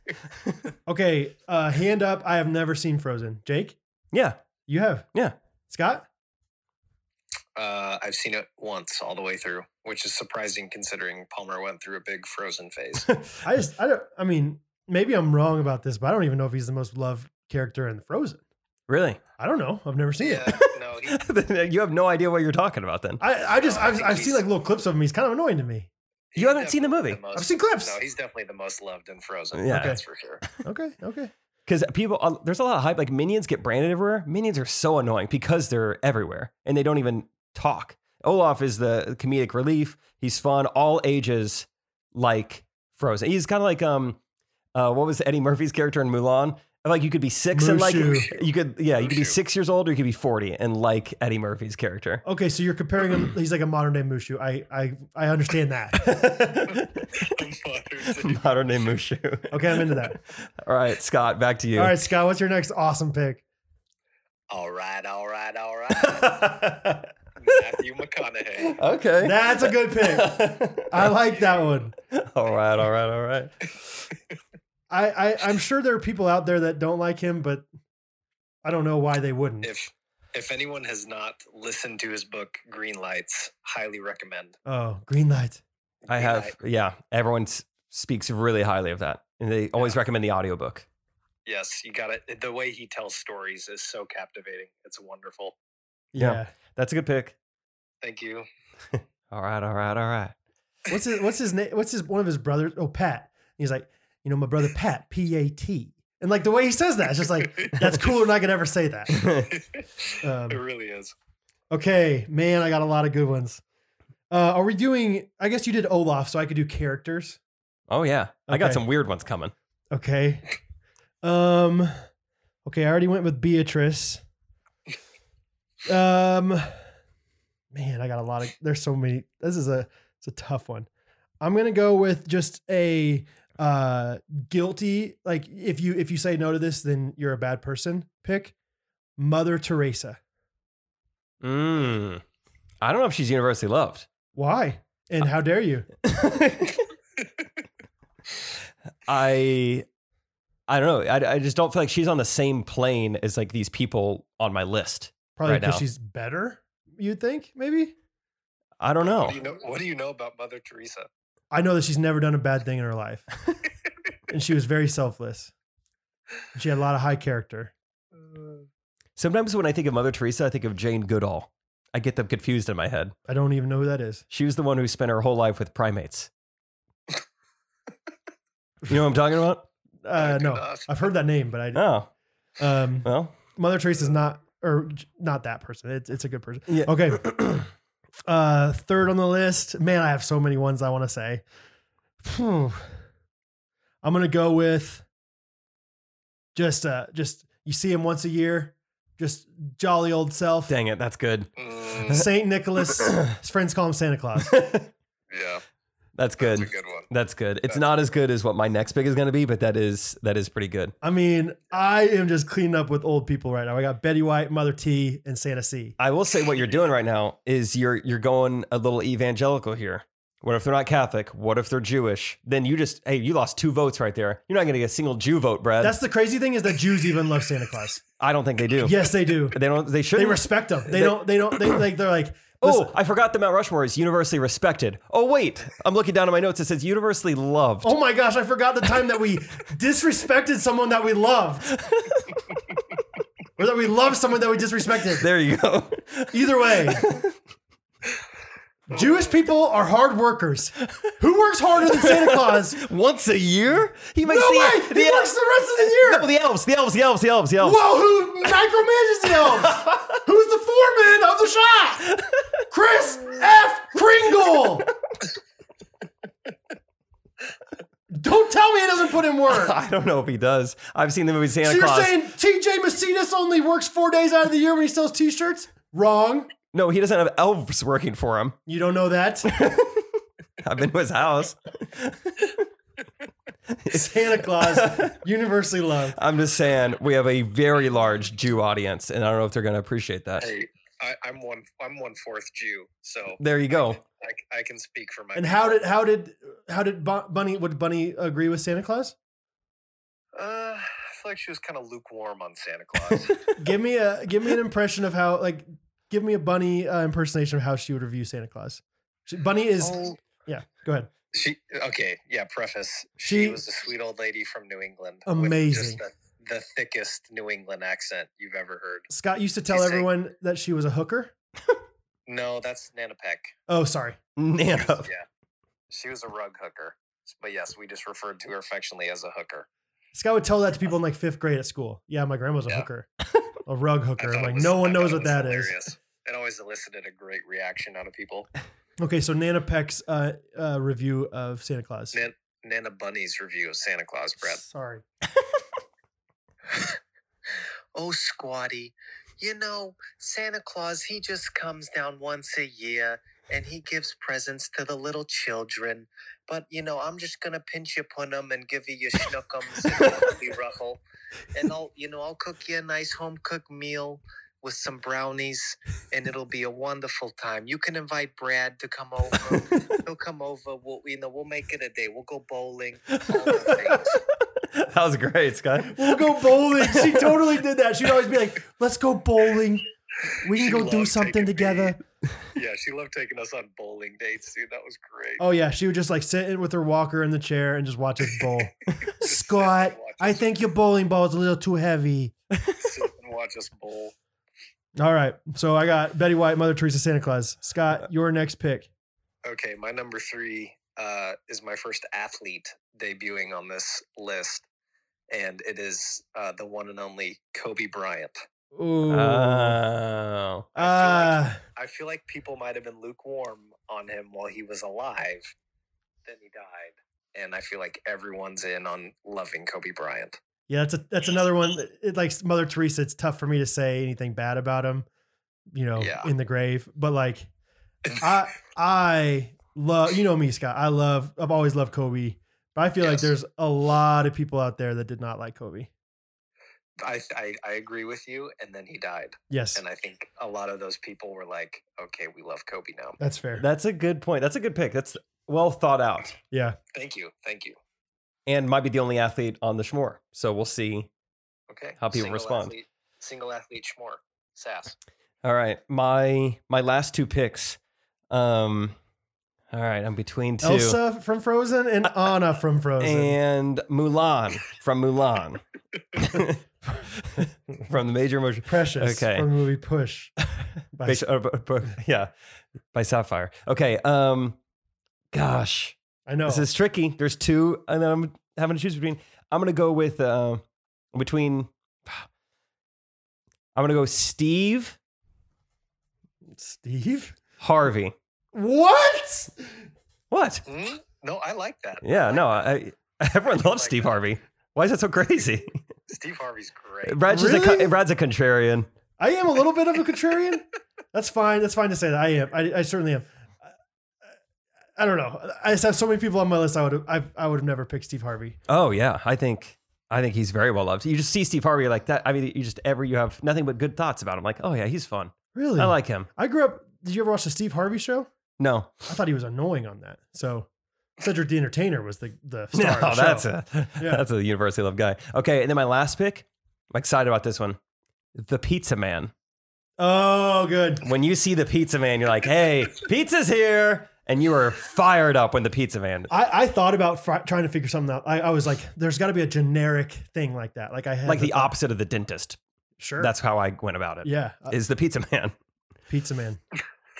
[SPEAKER 2] Okay, uh, hand up. I have never seen Frozen. Jake,
[SPEAKER 1] Yeah.
[SPEAKER 2] you have.
[SPEAKER 1] Yeah.
[SPEAKER 2] Scott,
[SPEAKER 3] Uh, I've seen it once all the way through, which is surprising considering Palmer went through a big frozen phase.
[SPEAKER 2] I just I don't. I mean, maybe I'm wrong about this, but I don't even know if he's the most loved character in Frozen.
[SPEAKER 1] Really?
[SPEAKER 2] I don't know. I've never seen it.
[SPEAKER 3] Yeah, no, he,
[SPEAKER 1] you have no idea what you're talking about then.
[SPEAKER 2] I, I just
[SPEAKER 3] I
[SPEAKER 2] I've,
[SPEAKER 3] think
[SPEAKER 2] I've seen
[SPEAKER 3] he's-
[SPEAKER 2] like little clips of him. He's kind of annoying to me.
[SPEAKER 1] You haven't seen the
[SPEAKER 3] definitely
[SPEAKER 1] movie.
[SPEAKER 3] most-
[SPEAKER 2] I've seen clips.
[SPEAKER 3] No, he's definitely the most loved in
[SPEAKER 1] Yeah.
[SPEAKER 3] Frozen. Yeah,
[SPEAKER 1] Okay.
[SPEAKER 3] that's for sure.
[SPEAKER 2] Okay, okay.
[SPEAKER 1] Because people, uh, there's a lot of hype. Like minions get branded everywhere. Minions are so annoying because they're everywhere and they don't even talk. Olaf is the comedic relief. He's fun, all ages, like Frozen. He's kind of like um, uh, what was Eddie Murphy's character in Mulan? Like you could be six and like
[SPEAKER 2] Mushu.
[SPEAKER 1] you could yeah you could be
[SPEAKER 3] Mushu.
[SPEAKER 1] six years old or you could be forty and like Eddie Murphy's character.
[SPEAKER 2] Okay, so you're comparing him. He's like a modern day Mushu. I I I understand that.
[SPEAKER 1] Modern day Mushu.
[SPEAKER 2] Okay, I'm into that.
[SPEAKER 1] All right, Scott, back to you.
[SPEAKER 2] All right, Scott, what's your next awesome pick?
[SPEAKER 3] all right, all right, all right. Matthew McConaughey.
[SPEAKER 1] okay.
[SPEAKER 2] That's a good pick. I like that one.
[SPEAKER 1] all right, all right, all right.
[SPEAKER 2] I, I I'm sure there are people out there that don't like him, but I don't know why they wouldn't.
[SPEAKER 3] If if anyone has not listened to his book Green Lights, highly recommend.
[SPEAKER 2] Oh, green light.
[SPEAKER 1] I
[SPEAKER 3] Green
[SPEAKER 1] have,
[SPEAKER 3] Light.
[SPEAKER 1] yeah, everyone s- speaks really highly of that. And they always recommend the audiobook.
[SPEAKER 3] Yes, you got it. The way he tells stories is so captivating. It's wonderful.
[SPEAKER 1] Yeah. That's a good pick.
[SPEAKER 3] Thank you.
[SPEAKER 1] All right, all right, all right.
[SPEAKER 2] What's his What's his name? What's his one of his brothers? Oh, Pat. He's like, you know, my brother Pat, P A T, and like the way he says that, it's just like that's cooler than I could ever say that.
[SPEAKER 3] it
[SPEAKER 2] Um,
[SPEAKER 3] really is.
[SPEAKER 2] okay, man, I got a lot of good ones. Uh, are we doing? I guess you did Olaf, so I could do characters.
[SPEAKER 1] oh, yeah. I got
[SPEAKER 2] Okay.
[SPEAKER 1] some weird ones coming.
[SPEAKER 2] Okay. Um. Okay, I already went with Beatrice. Um. Man, I got a lot of. There's so many. This is a. It's a tough one. I'm gonna go with just a uh guilty. Like if you if you say no to this, then you're a bad person. Pick Mother Teresa.
[SPEAKER 1] Mm. I don't know if she's universally loved.
[SPEAKER 2] Why?
[SPEAKER 1] Uh,
[SPEAKER 2] And how dare you?
[SPEAKER 1] I. I don't know. I, I just don't feel like she's on the same plane as like these people on my list.
[SPEAKER 2] Probably
[SPEAKER 1] right
[SPEAKER 2] because
[SPEAKER 1] now.
[SPEAKER 2] she's better. You'd think maybe.
[SPEAKER 1] I don't know.
[SPEAKER 3] What do you know? What do you know about Mother Teresa?
[SPEAKER 2] I know that she's never done a bad thing in her life. and she was very selfless. She had a lot of high character.
[SPEAKER 1] Sometimes when I think of Mother Teresa, I think of Jane Goodall. I get them confused in my head.
[SPEAKER 2] I don't even know who that is.
[SPEAKER 1] She was the one who spent her whole life with primates. you know what I'm talking about?
[SPEAKER 2] Uh,
[SPEAKER 3] good
[SPEAKER 2] no,
[SPEAKER 3] enough.
[SPEAKER 2] I've heard that name, but I
[SPEAKER 1] Oh,
[SPEAKER 2] um,
[SPEAKER 1] well,
[SPEAKER 2] Mother Teresa's not or j- not that person. It's it's a good person.
[SPEAKER 1] yeah.
[SPEAKER 2] Okay. Uh, third on the list. Man, I have so many ones I want to say. Phew. I'm gonna go with just uh just you see him once a year, just jolly old self.
[SPEAKER 1] Dang it, that's good.
[SPEAKER 3] Mm,
[SPEAKER 2] Saint Nicholas. His friends call him Santa Claus.
[SPEAKER 3] yeah,
[SPEAKER 1] That's
[SPEAKER 3] that's a
[SPEAKER 1] good.
[SPEAKER 3] good one.
[SPEAKER 1] That's good. It's not as good as what my next pick is going to be, but that is that is pretty good.
[SPEAKER 2] I mean, I am just cleaning up with old people right now. I got Betty White, Mother T, and Santa C.
[SPEAKER 1] I will say what you're doing right now is you're you're going a little evangelical here. What if they're not Catholic? What if they're Jewish? Then you just hey, you lost two votes right there. You're not going to get a single Jew vote, Brad.
[SPEAKER 2] That's the crazy thing is that Jews even love Santa Claus.
[SPEAKER 1] I don't think they do.
[SPEAKER 2] Yes, they do.
[SPEAKER 1] They don't. They
[SPEAKER 2] They
[SPEAKER 1] shouldn't.
[SPEAKER 2] respect him. They
[SPEAKER 1] They-
[SPEAKER 2] don't. They don't. They like. They're like. listen,
[SPEAKER 1] oh, I forgot the Mount Rushmore is universally respected. Oh wait, I'm looking down at my notes. It says universally loved.
[SPEAKER 2] oh my gosh! I forgot the time that we disrespected someone that we loved, or that we loved someone that we disrespected.
[SPEAKER 1] There you go.
[SPEAKER 2] Either way, Jewish people are hard workers. Who works harder than Santa Claus?
[SPEAKER 1] Once a year, he makes
[SPEAKER 2] No
[SPEAKER 1] the,
[SPEAKER 2] way!
[SPEAKER 1] uh, the,
[SPEAKER 2] He works the rest of the year.
[SPEAKER 1] No, the elves, the elves, the elves, the elves, the elves.
[SPEAKER 2] Whoa, who micromanages the elves? Who's the foreman of the shop? Chris F. Kringle. Don't tell me he doesn't put in work.
[SPEAKER 1] I don't know if he does. I've seen the movie Santa
[SPEAKER 2] So you're
[SPEAKER 1] Claus.
[SPEAKER 2] saying TJ Macedas only works four days out of the year when he sells t-shirts? Wrong.
[SPEAKER 1] no, he doesn't have elves working for him.
[SPEAKER 2] You don't know that.
[SPEAKER 1] I've been to his house.
[SPEAKER 2] Santa Claus, universally loved.
[SPEAKER 1] I'm just saying we have a very large Jew audience, and I don't know if they're going to appreciate that.
[SPEAKER 3] Hey, I, I'm one. I'm one fourth Jew, so
[SPEAKER 1] There you go.
[SPEAKER 3] I, I can speak for my.
[SPEAKER 2] And how did how did how did Bu- Bunny would Bunny agree with Santa Claus?
[SPEAKER 3] Uh, I feel like she was kind of lukewarm on Santa Claus.
[SPEAKER 2] Give me a give me an impression of how like give me a bunny uh, impersonation of how she would review Santa Claus. She, bunny is
[SPEAKER 3] Oh,
[SPEAKER 2] yeah. Go ahead.
[SPEAKER 3] she okay? Yeah. Preface. She,
[SPEAKER 2] She-
[SPEAKER 3] was a sweet old lady from New England. with just
[SPEAKER 2] Amazing.
[SPEAKER 3] the, the thickest New England accent you've ever heard.
[SPEAKER 2] Scott used to tell
[SPEAKER 3] He's saying-
[SPEAKER 2] everyone that she was a hooker.
[SPEAKER 3] No, that's Nana Peck.
[SPEAKER 2] Oh, sorry.
[SPEAKER 1] Nana.
[SPEAKER 3] Yeah. She was a rug hooker. But yes, we just referred to her affectionately as a hooker.
[SPEAKER 2] Scott would tell that to people in like fifth grade at school. Yeah, my grandma's a
[SPEAKER 3] Yeah.
[SPEAKER 2] hooker, a rug
[SPEAKER 3] I
[SPEAKER 2] hooker.
[SPEAKER 3] thought
[SPEAKER 2] I'm
[SPEAKER 3] it
[SPEAKER 2] like,
[SPEAKER 3] was-
[SPEAKER 2] no one
[SPEAKER 3] I
[SPEAKER 2] knows
[SPEAKER 3] thought
[SPEAKER 2] what
[SPEAKER 3] it was
[SPEAKER 2] that is.
[SPEAKER 3] hilarious. It always elicited a great reaction out of people.
[SPEAKER 2] Okay, so Nana Peck's uh, uh, review of Santa Claus.
[SPEAKER 3] Nan- Nana Bunny's review of Santa Claus, Brad.
[SPEAKER 2] Sorry.
[SPEAKER 3] oh, Squatty, you know, Santa Claus, he just comes down once a year and he gives presents to the little children. But, you know, I'm just going to pinch you upon 'em and give you your schnookums and your fluffy ruffle. And I'll, you know, I'll cook you a nice home cooked meal with some brownies and it'll be a wonderful time. You can invite Brad to come over. He'll come over. We'll, you know, we'll make it a day. We'll go bowling. All the things.
[SPEAKER 1] that was great, Scott.
[SPEAKER 2] We'll go bowling. She totally did that. She'd always be like, let's go bowling. We can
[SPEAKER 3] She
[SPEAKER 2] go do
[SPEAKER 3] loved
[SPEAKER 2] something
[SPEAKER 3] taking me.
[SPEAKER 2] together.
[SPEAKER 3] Yeah, she loved taking us on bowling dates, dude. That was great.
[SPEAKER 2] Oh, yeah. She would just like sit in with her walker in the chair and just watch us bowl. Scott, I think your bowling ball is a little too heavy.
[SPEAKER 3] Sit and watch us bowl.
[SPEAKER 2] All right. So I got Betty White, Mother Teresa, Santa Claus. Scott, your next pick.
[SPEAKER 3] Okay, my number three uh, is my first athlete debuting on this list, and it is uh, the one and only Kobe Bryant.
[SPEAKER 2] Ooh. Uh,
[SPEAKER 1] Oh.
[SPEAKER 3] Uh, I
[SPEAKER 2] Ah.
[SPEAKER 3] I feel like people might have been lukewarm on him while he was alive. Then he died, and I feel like everyone's in on loving Kobe Bryant.
[SPEAKER 2] Yeah, that's a, that's another one. that- It, like Mother Teresa, it's tough for me to say anything bad about him, you know,
[SPEAKER 3] Yeah.
[SPEAKER 2] in the grave. But like, I I love you know me, Scott. I love I've always loved Kobe, but I feel like
[SPEAKER 3] Yes.
[SPEAKER 2] there's a lot of people out there that did not like Kobe.
[SPEAKER 3] I, I I agree with you, and then he died,
[SPEAKER 2] Yes,
[SPEAKER 3] and I think a lot of those people were like, "Okay, we love Kobe now."
[SPEAKER 2] that's fair.
[SPEAKER 1] That's a good point. That's a good pick. That's well thought out
[SPEAKER 2] yeah,
[SPEAKER 3] Thank you, thank you.
[SPEAKER 1] and might be the only athlete on the Schmore. So we'll see.
[SPEAKER 3] Okay.
[SPEAKER 1] How people respond.
[SPEAKER 3] Athlete, single athlete Schmore. Sass.
[SPEAKER 1] All right. My my last two picks. Um all right, I'm between two.
[SPEAKER 2] Elsa from Frozen and Anna from Frozen.
[SPEAKER 1] and Mulan from Mulan. from the major motion.
[SPEAKER 2] Precious
[SPEAKER 1] Okay.
[SPEAKER 2] from the movie Push. By-
[SPEAKER 1] Bas- uh, b- b- yeah, by Sapphire. Okay. Um, gosh,
[SPEAKER 2] I know.
[SPEAKER 1] this is tricky. There's two, and I'm having to choose between. I'm gonna go with uh, between. I'm gonna go Steve
[SPEAKER 2] Steve.
[SPEAKER 1] Harvey.
[SPEAKER 2] What?
[SPEAKER 1] What?
[SPEAKER 3] Hmm? No, I like that.
[SPEAKER 1] Yeah. No. I, everyone
[SPEAKER 3] I
[SPEAKER 1] loves
[SPEAKER 3] like
[SPEAKER 1] Steve
[SPEAKER 3] that.
[SPEAKER 1] Harvey. Why is that so crazy?
[SPEAKER 3] Steve Harvey's great.
[SPEAKER 1] Brad's just a,
[SPEAKER 2] Really?
[SPEAKER 1] con- Brad's a contrarian.
[SPEAKER 2] I am a little bit of a contrarian. That's fine. That's fine to say that I am. I, I certainly am. I- I, I don't know. I just have so many people on my list. I would have. I would have never picked Steve Harvey.
[SPEAKER 1] Oh yeah, I think I think he's very well loved. You just see Steve Harvey like that. I mean, you just ever you have nothing but good thoughts about him. Like, oh yeah, he's fun.
[SPEAKER 2] Really,
[SPEAKER 1] I like him.
[SPEAKER 2] I grew up. Did you ever watch the Steve Harvey show?
[SPEAKER 1] No,
[SPEAKER 2] I thought he was annoying on that. So Cedric the Entertainer was the the star.
[SPEAKER 1] no,
[SPEAKER 2] of the show.
[SPEAKER 1] that's a
[SPEAKER 2] Yeah.
[SPEAKER 1] that's a universally loved guy. Okay, and then my last pick. I'm excited about this one. The Pizza Man.
[SPEAKER 2] oh good.
[SPEAKER 1] When you see the Pizza Man, you're like, hey, pizza's here, and you are fired up when the Pizza Man.
[SPEAKER 2] I, I thought about fr- trying to figure something out. I, I was like, there's got to be a generic thing like that. Like I had
[SPEAKER 1] Like the
[SPEAKER 2] thought-
[SPEAKER 1] opposite of the dentist.
[SPEAKER 2] Sure.
[SPEAKER 1] That's how I went about it. Is
[SPEAKER 2] yeah. uh,
[SPEAKER 1] the Pizza Man.
[SPEAKER 2] Pizza Man.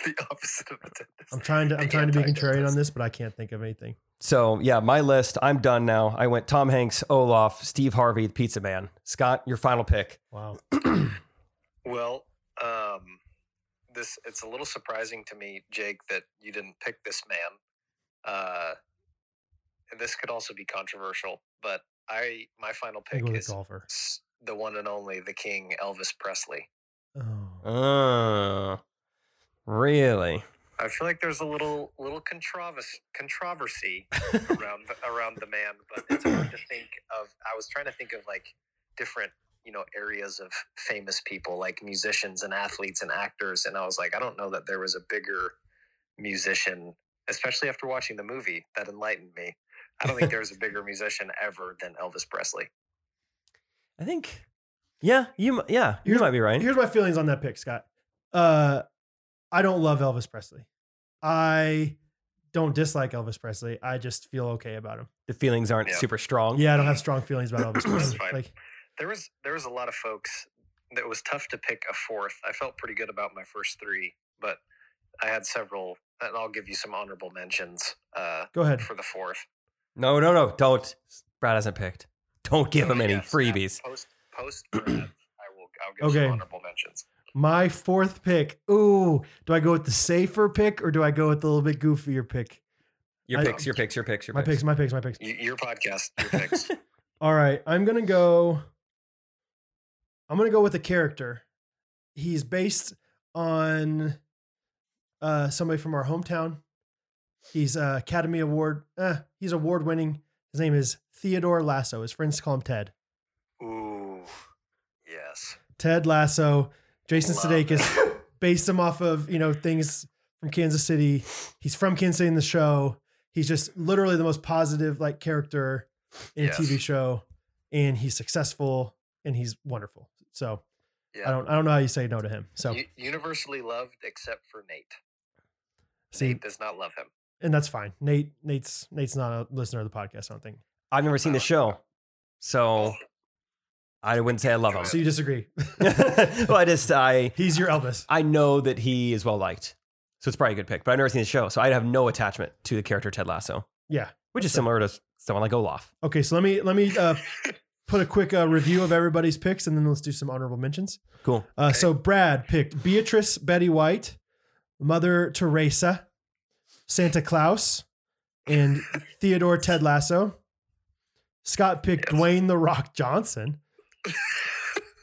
[SPEAKER 3] the opposite of the dentist.
[SPEAKER 2] I'm trying to. I'm trying to be contrarian on
[SPEAKER 3] Anti-dentist.
[SPEAKER 2] this, but I can't think of anything.
[SPEAKER 1] So yeah, my list. I'm done now. I went Tom Hanks, Olaf, Steve Harvey, Pizza Man. Scott, your final pick.
[SPEAKER 2] Wow.
[SPEAKER 3] Well, um, this it's a little surprising to me, Jake, that you didn't pick this man. Uh, and this could also be controversial, but I my final
[SPEAKER 2] I
[SPEAKER 3] pick
[SPEAKER 2] go with
[SPEAKER 3] is
[SPEAKER 2] the golfer.
[SPEAKER 3] s- the one and only the King Elvis Presley.
[SPEAKER 2] Oh.
[SPEAKER 1] Oh, really?
[SPEAKER 3] I feel like there's a little little controversy controversy around the- around the man, but it's hard to think of. I was trying to think of like different you know areas of famous people like musicians and athletes and actors, and I was like, I don't know that there was a bigger musician, especially after watching the movie that enlightened me. I don't think there was a bigger musician ever than Elvis Presley.
[SPEAKER 1] I think. Yeah, you. m- Yeah, you
[SPEAKER 2] Here's-
[SPEAKER 1] might be right.
[SPEAKER 2] Here's my feelings on that pick, Scott. Uh, I don't love Elvis Presley. I don't dislike Elvis Presley. I just feel okay about him.
[SPEAKER 1] The feelings aren't
[SPEAKER 3] Yeah.
[SPEAKER 1] super strong.
[SPEAKER 2] Yeah, I don't have strong feelings about Elvis
[SPEAKER 3] That's
[SPEAKER 2] Presley.
[SPEAKER 3] fine.
[SPEAKER 2] Like
[SPEAKER 3] There was there was a lot of folks that was tough to pick a fourth. I felt pretty good about my first three, but I had several, and I'll give you some honorable mentions uh,
[SPEAKER 2] Go ahead.
[SPEAKER 3] for the fourth.
[SPEAKER 1] No, no, no. Don't. Brad hasn't picked. Don't give him any
[SPEAKER 3] Yes,
[SPEAKER 1] freebies.
[SPEAKER 3] uh, Post post. Brad, I will. I'll give
[SPEAKER 2] Okay.
[SPEAKER 3] some honorable mentions.
[SPEAKER 2] My fourth pick. Ooh, do I go with the safer pick or do I go with the little bit goofier pick?
[SPEAKER 1] Your
[SPEAKER 2] I-
[SPEAKER 1] picks, your picks, your picks, your
[SPEAKER 2] My picks,
[SPEAKER 1] picks.
[SPEAKER 2] my picks, my picks.
[SPEAKER 3] Y- your podcast, your picks.
[SPEAKER 2] All right, I'm gonna go. I'm gonna go with a character. He's based on uh, somebody from our hometown. He's uh, Academy Award. Uh, he's award winning. His name is Theodore Lasso. His friends call him Ted.
[SPEAKER 3] Ooh, yes.
[SPEAKER 2] Ted Lasso. Jason
[SPEAKER 3] Love
[SPEAKER 2] Sudeikis based him off of you know things from Kansas City. He's from Kansas City in the show. He's just literally the most positive like character in
[SPEAKER 3] Yes.
[SPEAKER 2] a TV show, and he's successful and he's wonderful. So
[SPEAKER 3] Yeah.
[SPEAKER 2] I don't I don't know how you say no to him. So
[SPEAKER 3] U- universally loved except for Nate.
[SPEAKER 2] see,
[SPEAKER 3] Nate does not love him.
[SPEAKER 2] and that's fine. Nate Nate's Nate's not a listener of the podcast. I don't think.
[SPEAKER 1] I've never seen the show, so I wouldn't say I love him.
[SPEAKER 2] So you disagree?
[SPEAKER 1] well, I just I
[SPEAKER 2] he's your Elvis.
[SPEAKER 1] I know that he is well liked, so it's probably a good pick. But I've never seen the show, so I have no attachment to the character Ted Lasso,
[SPEAKER 2] Yeah.
[SPEAKER 1] which is similar to someone like Olaf.
[SPEAKER 2] Okay. So let me let me uh, put a quick uh, review of everybody's picks, and then let's do some honorable mentions.
[SPEAKER 1] Cool.
[SPEAKER 2] Uh, So Brad picked Beatrice Betty White, Mother Teresa, Santa Claus, and Theodore Ted Lasso. Scott picked
[SPEAKER 3] Yes.
[SPEAKER 2] Dwayne the Rock Johnson,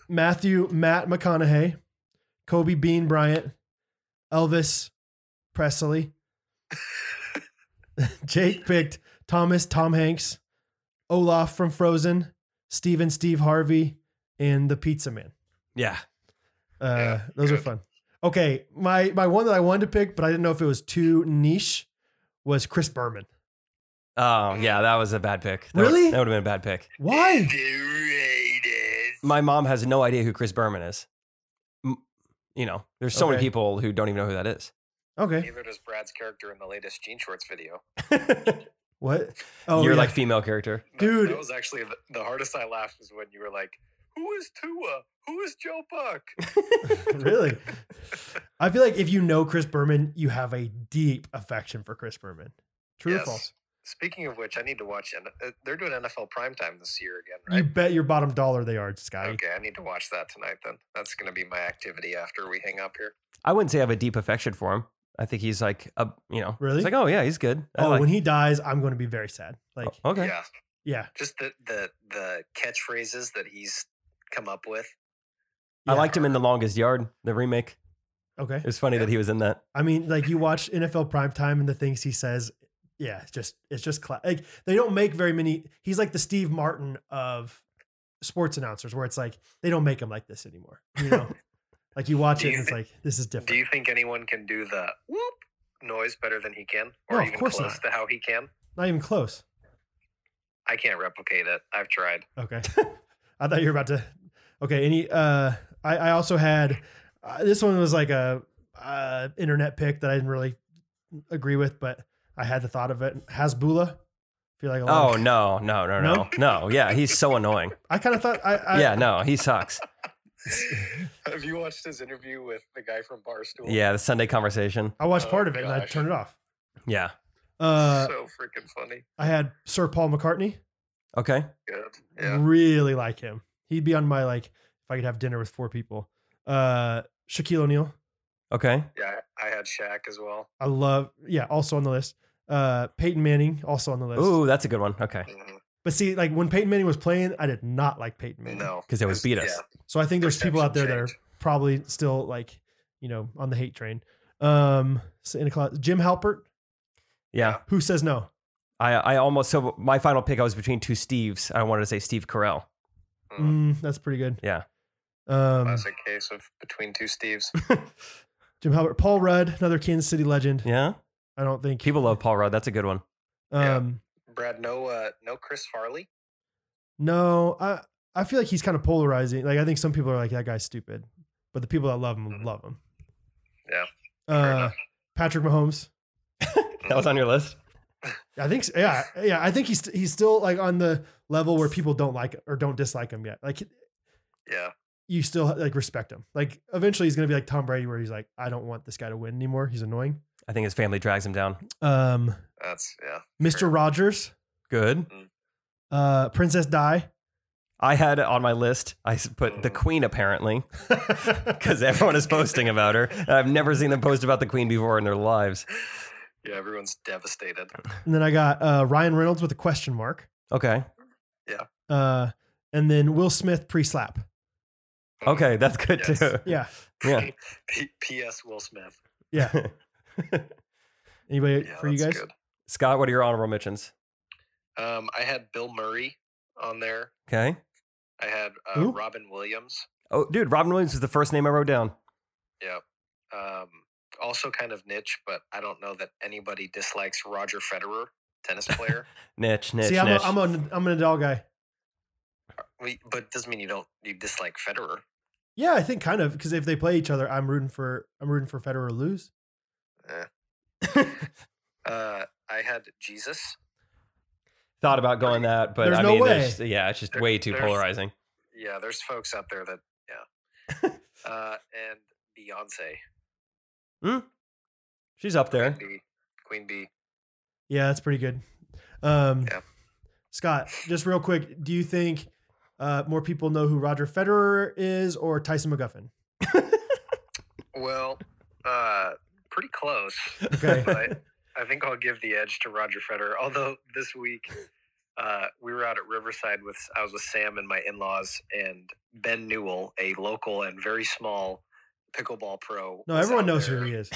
[SPEAKER 2] Matthew Matt McConaughey, Kobe Bean Bryant, Elvis Presley. Jake picked Thomas Tom Hanks, Olaf from Frozen, Steven Steve Harvey, and the Pizza Man.
[SPEAKER 1] Yeah.
[SPEAKER 2] Uh,
[SPEAKER 3] Yeah,
[SPEAKER 2] those are
[SPEAKER 3] good.
[SPEAKER 2] fun. Okay, my my one that I wanted to pick, but I didn't know if it was too niche, was Chris Berman.
[SPEAKER 1] Oh yeah, that was a bad pick. That would-
[SPEAKER 2] Really?
[SPEAKER 1] that would have been a bad pick.
[SPEAKER 2] Why?
[SPEAKER 3] Underrated.
[SPEAKER 1] My mom has no idea who Chris Berman is. M- You know, there's so many
[SPEAKER 2] Okay.
[SPEAKER 1] people who don't even know who that is.
[SPEAKER 2] Okay,
[SPEAKER 3] Neither does Brad's character in the latest Gene Shorts video.
[SPEAKER 2] what? Oh,
[SPEAKER 1] You're
[SPEAKER 2] yeah.
[SPEAKER 1] like female character.
[SPEAKER 3] That-
[SPEAKER 2] Dude.
[SPEAKER 3] that was actually the, the hardest I laughed was when you were like, "Who is Tua? Who is Joe Buck?"
[SPEAKER 2] really? I feel like if you know Chris Berman, you have a deep affection for Chris Berman. True or
[SPEAKER 3] Yes.
[SPEAKER 2] false?
[SPEAKER 3] Speaking of which, I need to watch. N- uh, They're doing NFL primetime this year again,
[SPEAKER 2] You
[SPEAKER 3] right?
[SPEAKER 2] bet your bottom dollar they are, Scotty.
[SPEAKER 3] Okay, I need to watch that tonight. Then that's going to be my activity after we hang up here.
[SPEAKER 1] I wouldn't say I have a deep affection for him. I think he's like a you know.
[SPEAKER 2] Really?
[SPEAKER 1] It's like oh yeah, he's good. I
[SPEAKER 2] Oh,
[SPEAKER 1] like-
[SPEAKER 2] when he dies, I'm going to be very sad. Like,
[SPEAKER 1] Oh, okay.
[SPEAKER 3] Yeah,
[SPEAKER 2] yeah,
[SPEAKER 3] just the the the catchphrases that he's come up with.
[SPEAKER 1] I
[SPEAKER 2] yeah.
[SPEAKER 1] liked him in The Longest Yard, the remake.
[SPEAKER 2] Okay,
[SPEAKER 1] It was funny that he was in that.
[SPEAKER 2] I mean, like you watch NFL primetime and the things he says. Yeah, it's just it's just cla- like they don't make very many. He's like the Steve Martin of sports announcers, where it's like they don't make him like this anymore. You know, like you watch
[SPEAKER 3] Do
[SPEAKER 2] it
[SPEAKER 3] you
[SPEAKER 2] and it's like this is
[SPEAKER 3] Do
[SPEAKER 2] different.
[SPEAKER 3] you think anyone can do the whoop noise better than he can,
[SPEAKER 2] No,
[SPEAKER 3] or
[SPEAKER 2] of
[SPEAKER 3] even
[SPEAKER 2] course
[SPEAKER 3] close
[SPEAKER 2] not.
[SPEAKER 3] to how he can?
[SPEAKER 2] Not even close.
[SPEAKER 3] I can't replicate it. I've tried.
[SPEAKER 2] Okay, I thought you were about to. Okay, any. Uh, I I also had uh, this one was like a uh, internet pick that I didn't really agree with, but I had the thought of it. Hasbula. I feel like a lot of-
[SPEAKER 1] Oh no, no, no, no, no. Yeah, he's so annoying.
[SPEAKER 2] I kind of thought I, I
[SPEAKER 1] yeah, no, he sucks.
[SPEAKER 3] Have you watched his interview with the guy from Barstool?
[SPEAKER 1] Yeah, the Sunday conversation.
[SPEAKER 2] I watched
[SPEAKER 3] Oh,
[SPEAKER 2] part of it and I
[SPEAKER 3] gosh.
[SPEAKER 2] turned it off.
[SPEAKER 1] Yeah.
[SPEAKER 2] Uh,
[SPEAKER 3] so freaking funny.
[SPEAKER 2] I had Sir Paul McCartney.
[SPEAKER 1] Okay.
[SPEAKER 3] Good.
[SPEAKER 2] Mm-hmm.
[SPEAKER 3] Yeah.
[SPEAKER 2] Really like him. He'd be on my like if I could have dinner with four people. Uh, Shaquille O'Neal.
[SPEAKER 1] Okay.
[SPEAKER 3] Yeah. I I had Shaq as well.
[SPEAKER 2] I love. Yeah, also on the list. Uh, Peyton Manning also on the list.
[SPEAKER 1] Ooh, that's a good one. Okay.
[SPEAKER 3] Mhm.
[SPEAKER 2] But see, like when Peyton Manning was playing, I did not like Peyton Manning.
[SPEAKER 3] No.
[SPEAKER 1] 'Cause they always beat us.
[SPEAKER 2] So I think there's people out there
[SPEAKER 3] Perception
[SPEAKER 2] that are
[SPEAKER 3] change.
[SPEAKER 2] probably still like you know on the hate train. Um, Santa Claus, Jim Halpert.
[SPEAKER 1] Yeah.
[SPEAKER 2] Who says no?
[SPEAKER 1] I I almost so my final pick I was between two Steves. I wanted to say Steve Carell.
[SPEAKER 3] Mm,
[SPEAKER 2] Mm, that's pretty good.
[SPEAKER 1] Yeah.
[SPEAKER 2] Um,
[SPEAKER 3] Classic case of between two Steves.
[SPEAKER 2] Jim Halpert, Paul Rudd, another Kansas City legend.
[SPEAKER 1] Yeah.
[SPEAKER 2] I don't think
[SPEAKER 1] People love Paul Rudd. That's a good one.
[SPEAKER 3] Yeah.
[SPEAKER 2] Um,
[SPEAKER 3] Brad, no, uh, no Chris Farley.
[SPEAKER 2] No, I I feel like he's kind of polarizing. Like I think some people are like that guy's stupid, but the people that love him love him.
[SPEAKER 3] Mm-hmm. Yeah, fair
[SPEAKER 2] Uh,
[SPEAKER 3] enough.
[SPEAKER 2] Patrick Mahomes.
[SPEAKER 1] That was on your list.
[SPEAKER 2] I think s- yeah, yeah. I think he's he's still like on the level where people don't like or don't dislike him yet. Like
[SPEAKER 3] Yeah.
[SPEAKER 2] you still like respect him. Like eventually he's gonna be like Tom Brady, where he's like, I don't want this guy to win anymore. He's annoying.
[SPEAKER 1] I think his family drags him down.
[SPEAKER 2] Um,
[SPEAKER 3] That's yeah.
[SPEAKER 2] Mr.
[SPEAKER 3] Sure.
[SPEAKER 2] Rogers,
[SPEAKER 1] Good.
[SPEAKER 2] uh, Princess Di.
[SPEAKER 1] I had on my list, I s- put the queen apparently, because everyone is posting about her. And I've never seen them post about the queen before in their lives.
[SPEAKER 3] Yeah, everyone's devastated.
[SPEAKER 2] And then I got uh, Ryan Reynolds with a question mark.
[SPEAKER 1] Okay.
[SPEAKER 2] Uh, and then Will Smith pre slap.
[SPEAKER 1] Okay. That's good
[SPEAKER 3] Yes.
[SPEAKER 1] too.
[SPEAKER 2] Yeah.
[SPEAKER 1] Yeah.
[SPEAKER 3] Mm-hmm. P- P.S. Will Smith.
[SPEAKER 2] Yeah. Anybody
[SPEAKER 3] Yeah,
[SPEAKER 2] for you
[SPEAKER 3] that's
[SPEAKER 2] guys?
[SPEAKER 3] good.
[SPEAKER 1] Scott, what are your honorable mentions?
[SPEAKER 3] Um, I had Bill Murray on there.
[SPEAKER 1] Okay.
[SPEAKER 3] I had
[SPEAKER 2] Who?
[SPEAKER 3] uh, Robin Williams.
[SPEAKER 1] Oh, dude, Robin Williams is the first name I wrote down.
[SPEAKER 3] Yeah. Um, also kind of niche, but I don't know that anybody dislikes Roger Federer, tennis player.
[SPEAKER 1] Niche, niche,
[SPEAKER 2] See, I'm a,
[SPEAKER 1] niche.
[SPEAKER 2] I'm a I'm an adult guy.
[SPEAKER 3] we, but doesn't mean you don't you dislike Federer.
[SPEAKER 2] Yeah, I think kind of because if they play each other, I'm rooting for I'm rooting for Federer to lose.
[SPEAKER 3] Uh, I had Jesus.
[SPEAKER 1] Thought about going that, but
[SPEAKER 2] There's
[SPEAKER 1] I
[SPEAKER 2] no
[SPEAKER 1] mean,
[SPEAKER 2] way.
[SPEAKER 1] there's- yeah, it's just
[SPEAKER 3] There-
[SPEAKER 1] way too
[SPEAKER 3] there's-
[SPEAKER 1] polarizing.
[SPEAKER 3] Yeah, there's folks out there that yeah. uh, and Beyonce,
[SPEAKER 1] She's up there.
[SPEAKER 3] Queen Bee, Queen Bee.
[SPEAKER 2] Yeah, that's pretty good. Um,
[SPEAKER 3] Yeah.
[SPEAKER 2] Scott, just real quick, do you think uh, more people know who Roger Federer is or Tyson McGuffin?
[SPEAKER 3] Well, uh, pretty close.
[SPEAKER 2] Okay.
[SPEAKER 3] but I think I'll give the edge to Roger Federer. Although this week uh, we were out at Riverside with I was with Sam and my in-laws and Ben Newell, a local and very small pickleball pro.
[SPEAKER 2] No,
[SPEAKER 3] was
[SPEAKER 2] everyone
[SPEAKER 3] out
[SPEAKER 2] knows
[SPEAKER 3] there.
[SPEAKER 2] who he is.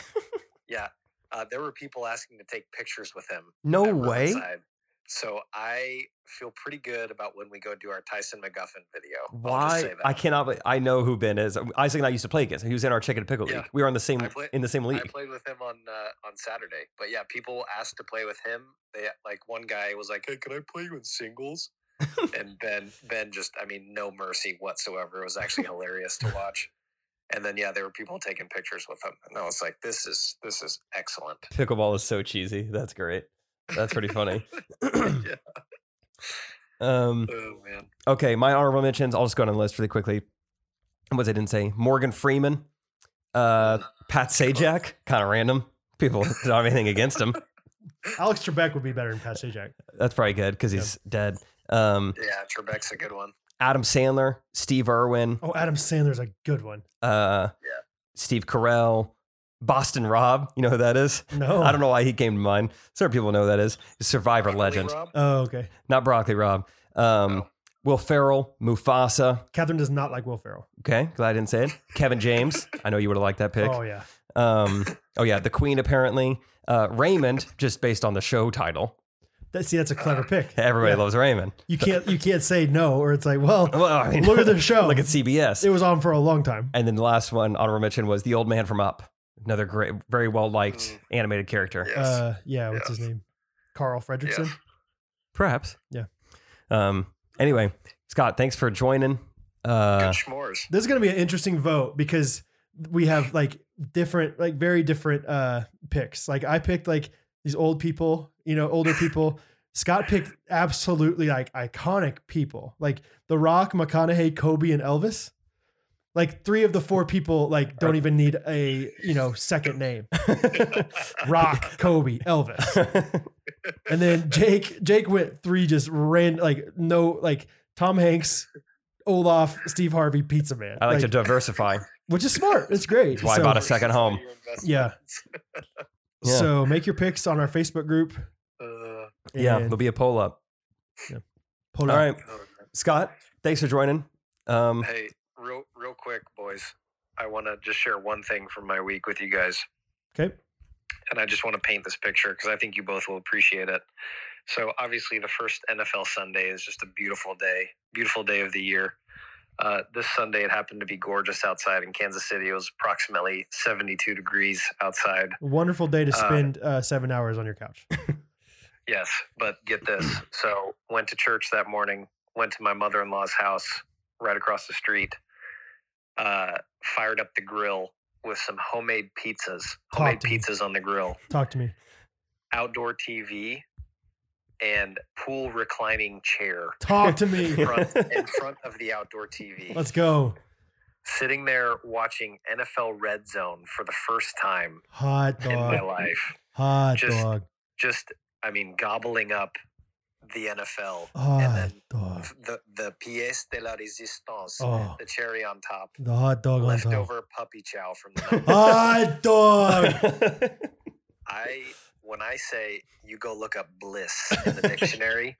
[SPEAKER 3] Yeah, uh, there were people asking to take pictures with him.
[SPEAKER 1] No
[SPEAKER 3] at
[SPEAKER 1] way.
[SPEAKER 3] Riverside. So I feel pretty good about when we go do our Tyson McGuffin video. I'll just
[SPEAKER 1] Why?
[SPEAKER 3] say that.
[SPEAKER 1] I cannot. be- I know who Ben is. Isaac and I used to play against him. He was in our chicken pickle
[SPEAKER 3] Yeah.
[SPEAKER 1] league. We were on the same
[SPEAKER 3] I play-
[SPEAKER 1] in the same
[SPEAKER 3] I
[SPEAKER 1] league.
[SPEAKER 3] played with him on uh, on Saturday, but yeah, people asked to play with him. They like one guy was like, "Hey, can I play you in singles?" and Ben Ben just, I mean, no mercy whatsoever. It was actually hilarious to watch. And then yeah, there were people taking pictures with him, and I was like, "This is this is excellent."
[SPEAKER 1] Pickleball is so cheesy. That's great. That's pretty funny.
[SPEAKER 3] yeah.
[SPEAKER 1] Um,
[SPEAKER 3] Oh man.
[SPEAKER 1] okay, my honorable mentions. I'll just go on the list really quickly. What I didn't say: Morgan Freeman, uh, Pat Sajak. Kind of random. People don't have anything against him.
[SPEAKER 2] Alex Trebek would be better than Pat Sajak.
[SPEAKER 1] That's probably good because
[SPEAKER 2] Yeah.
[SPEAKER 1] he's dead. Um,
[SPEAKER 3] Yeah, Trebek's a good one.
[SPEAKER 1] Adam Sandler, Steve Irwin,
[SPEAKER 2] Oh, Adam Sandler's a good one.
[SPEAKER 1] uh, Steve Carell, Boston Rob. You know who that is?
[SPEAKER 2] No,
[SPEAKER 1] I don't know why he came to mind. Certain people know who that is. Survivor
[SPEAKER 3] Broccoli
[SPEAKER 1] legend,
[SPEAKER 3] Rob?
[SPEAKER 2] Oh, okay.
[SPEAKER 1] not Broccoli Rob. Um,
[SPEAKER 3] No.
[SPEAKER 1] Will Ferrell, Mufasa.
[SPEAKER 2] Catherine does not like Will Ferrell.
[SPEAKER 1] Okay, glad I didn't say it. Kevin James. I know you would have liked that pick.
[SPEAKER 2] Oh yeah,
[SPEAKER 1] Um, oh yeah, the Queen apparently. Uh, Raymond, just based on the show title.
[SPEAKER 2] that, see, that's a
[SPEAKER 1] Ah.
[SPEAKER 2] clever pick.
[SPEAKER 1] Everybody
[SPEAKER 2] Yeah.
[SPEAKER 1] loves Raymond.
[SPEAKER 2] You can't you can't say no, or it's like, well,
[SPEAKER 1] Well, I mean,
[SPEAKER 2] look at the show.
[SPEAKER 1] look at CBS.
[SPEAKER 2] it was on for a long time.
[SPEAKER 1] And then the last one honorable mention was the old man from Up, another great, very well liked
[SPEAKER 3] Mm.
[SPEAKER 1] animated character.
[SPEAKER 3] Yes.
[SPEAKER 2] Uh, yeah, what's his name? Carl Fredrickson.
[SPEAKER 1] Perhaps.
[SPEAKER 2] Yeah.
[SPEAKER 1] Um. Anyway, Scott, thanks for joining. Uh,
[SPEAKER 3] good schmores.
[SPEAKER 2] This is going to be an interesting vote because we have like different, like very different uh picks. Like I picked like these old people, you know, older people. Scott picked absolutely like iconic people, like The Rock, McConaughey, Kobe, and Elvis. Like three of the four people, like don't even need a you know second name. Rock, Kobe, Elvis. And then Jake Jake went three just ran like no like Tom Hanks, Olaf, Steve Harvey, Pizza Man.
[SPEAKER 1] I like, to diversify.
[SPEAKER 2] which is smart. It's great.
[SPEAKER 1] That's why I
[SPEAKER 2] so,
[SPEAKER 1] bought a second home.
[SPEAKER 2] Yeah.
[SPEAKER 1] Yeah.
[SPEAKER 2] So make your picks on our Facebook group.
[SPEAKER 3] Uh,
[SPEAKER 1] yeah,
[SPEAKER 2] and
[SPEAKER 1] there'll be a poll up.
[SPEAKER 2] pull
[SPEAKER 1] All
[SPEAKER 2] up.
[SPEAKER 1] right, Scott, thanks for joining. Um,
[SPEAKER 3] Hey, real real quick, boys. I want to just share one thing from my week with you guys,
[SPEAKER 2] Okay.
[SPEAKER 3] and I just want to paint this picture because I think you both will appreciate it. So, obviously, the first NFL Sunday is just a beautiful day, beautiful day of the year. Uh, this Sunday, it happened to be gorgeous outside in Kansas City. It was approximately 72 degrees outside.
[SPEAKER 2] Wonderful day to
[SPEAKER 3] Uh,
[SPEAKER 2] spend uh, seven hours on your couch.
[SPEAKER 3] Yes, but get this. So went to church that morning, went to my mother in law's house right across the street, uh, fired up the grill with some homemade pizzas, homemade
[SPEAKER 2] Talk to me.
[SPEAKER 3] pizzas on the grill,
[SPEAKER 2] Talk to me.
[SPEAKER 3] outdoor TV, and pool reclining chair
[SPEAKER 2] Talk to me.
[SPEAKER 3] front, in front of the outdoor TV.
[SPEAKER 2] Let's go.
[SPEAKER 3] Sitting there watching NFL Red Zone for the first time
[SPEAKER 2] Hot
[SPEAKER 3] in my
[SPEAKER 2] dog.
[SPEAKER 3] life.
[SPEAKER 2] Hot
[SPEAKER 3] Just-
[SPEAKER 2] dog.
[SPEAKER 3] Just, I mean, gobbling up the NFL.
[SPEAKER 2] Oh. Hot
[SPEAKER 3] then
[SPEAKER 2] dog.
[SPEAKER 3] The, the pièce de la résistance,
[SPEAKER 2] Oh,
[SPEAKER 3] the cherry on top,
[SPEAKER 2] the hot dog on top.
[SPEAKER 3] leftover puppy chow from the night.
[SPEAKER 2] Hot dog.
[SPEAKER 3] I when I say you go look up bliss in the dictionary,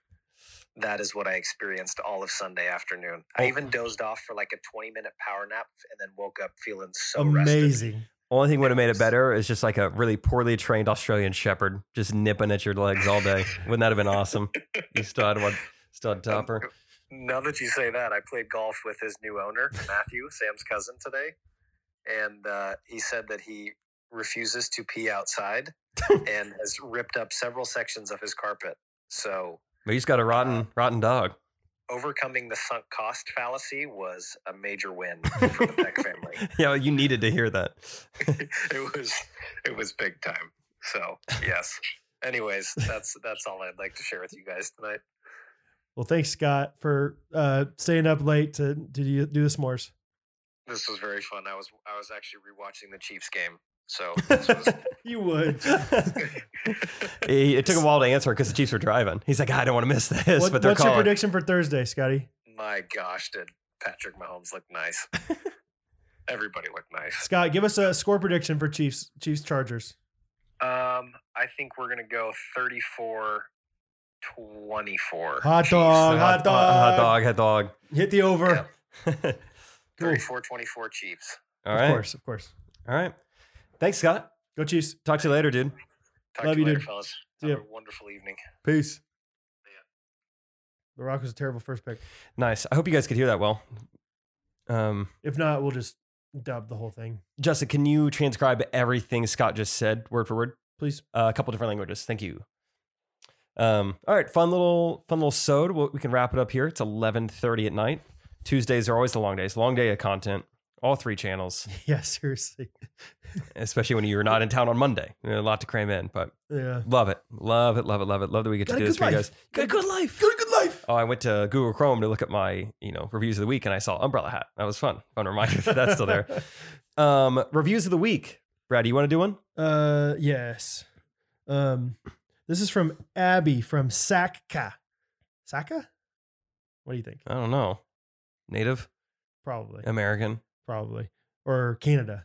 [SPEAKER 3] that is what I experienced all of Sunday afternoon. I
[SPEAKER 1] Oh.
[SPEAKER 3] even dozed off for like a 20 minute power nap and then woke up feeling so rested.
[SPEAKER 2] Amazing.
[SPEAKER 1] Only thing would have made it better is just like a really poorly trained Australian shepherd just nipping at your legs all day. Wouldn't that have been awesome? You still had one, still had
[SPEAKER 3] Um,
[SPEAKER 1] Topper.
[SPEAKER 3] Now that you say that, I played golf with his new owner, Matthew, Sam's cousin today, and uh, he said that he refuses to pee outside and has ripped up several sections of his carpet. So
[SPEAKER 1] But he's got a rotten, rotten dog.
[SPEAKER 3] overcoming the sunk cost fallacy was a major win for the Beck family.
[SPEAKER 1] Yeah, you needed to hear that.
[SPEAKER 3] it was it was big time. So yes. Anyways, that's that's all I'd like to share with you guys tonight.
[SPEAKER 2] Well, thanks, Scott, for uh, staying up late to, to do do the s'mores.
[SPEAKER 3] This was very fun. I was I was actually rewatching the Chiefs game. So this was,
[SPEAKER 2] You would.
[SPEAKER 1] He- it took a while to answer because the Chiefs were driving. He's like, I don't want to miss this,
[SPEAKER 2] What-
[SPEAKER 1] but they're
[SPEAKER 2] what's your
[SPEAKER 1] calling.
[SPEAKER 2] prediction for Thursday, Scotty?
[SPEAKER 3] my gosh, did Patrick Mahomes look nice? Everybody looked nice.
[SPEAKER 2] Scott, give us a score prediction for Chiefs Chiefs Chargers.
[SPEAKER 3] Um, I think we're gonna go 34 24.
[SPEAKER 2] Hot dog, hot
[SPEAKER 1] hot
[SPEAKER 2] dog.
[SPEAKER 1] dog, hot dog.
[SPEAKER 2] Hit the over.
[SPEAKER 3] Yeah.
[SPEAKER 2] Cool.
[SPEAKER 3] 34 24 Chiefs.
[SPEAKER 1] all
[SPEAKER 2] of
[SPEAKER 1] right,
[SPEAKER 2] course, of course.
[SPEAKER 1] all right. Thanks, Scott.
[SPEAKER 2] Go Chiefs.
[SPEAKER 1] Talk to you later, dude.
[SPEAKER 3] Talk
[SPEAKER 2] Love
[SPEAKER 3] to you
[SPEAKER 2] you,
[SPEAKER 3] later,
[SPEAKER 2] dude.
[SPEAKER 3] fellas.
[SPEAKER 2] See
[SPEAKER 3] Have
[SPEAKER 2] ya.
[SPEAKER 3] a wonderful evening.
[SPEAKER 2] Peace.
[SPEAKER 3] Yeah.
[SPEAKER 2] The Rock was a terrible first pick.
[SPEAKER 1] Nice. I hope you guys could hear that well. Um,
[SPEAKER 2] If not, we'll just dub the whole thing.
[SPEAKER 1] Justin, can you transcribe everything Scott just said word for word?
[SPEAKER 2] Please.
[SPEAKER 1] Uh, a couple different languages. Thank you. Um, all right, fun little fun little sode. Well, we can wrap it up here. It's eleven thirty at night. Tuesdays are always the long days. Long day of content. All three channels,
[SPEAKER 2] Yeah, seriously.
[SPEAKER 1] especially when you're not in town on Monday. You know, a lot to cram in, but
[SPEAKER 2] Yeah.
[SPEAKER 1] love it, love it, love it, love it. Love that we get to
[SPEAKER 2] Got a
[SPEAKER 1] do this
[SPEAKER 2] good
[SPEAKER 1] for you
[SPEAKER 2] life.
[SPEAKER 1] guys. Got a good life.
[SPEAKER 2] Good, good life.
[SPEAKER 1] Oh, I went to Google Chrome to look at my, you know, reviews of the week and I saw Umbrella Hat. That was fun. Fun reminder that Oh, that's still there. Um, reviews of the week. Brad, do you want to do one?
[SPEAKER 2] Uh, yes. Um, this is from Abby from Sakka. Saka? What do you think?
[SPEAKER 1] I don't know. Native
[SPEAKER 2] Probably.
[SPEAKER 1] American.
[SPEAKER 2] Probably. Or Canada.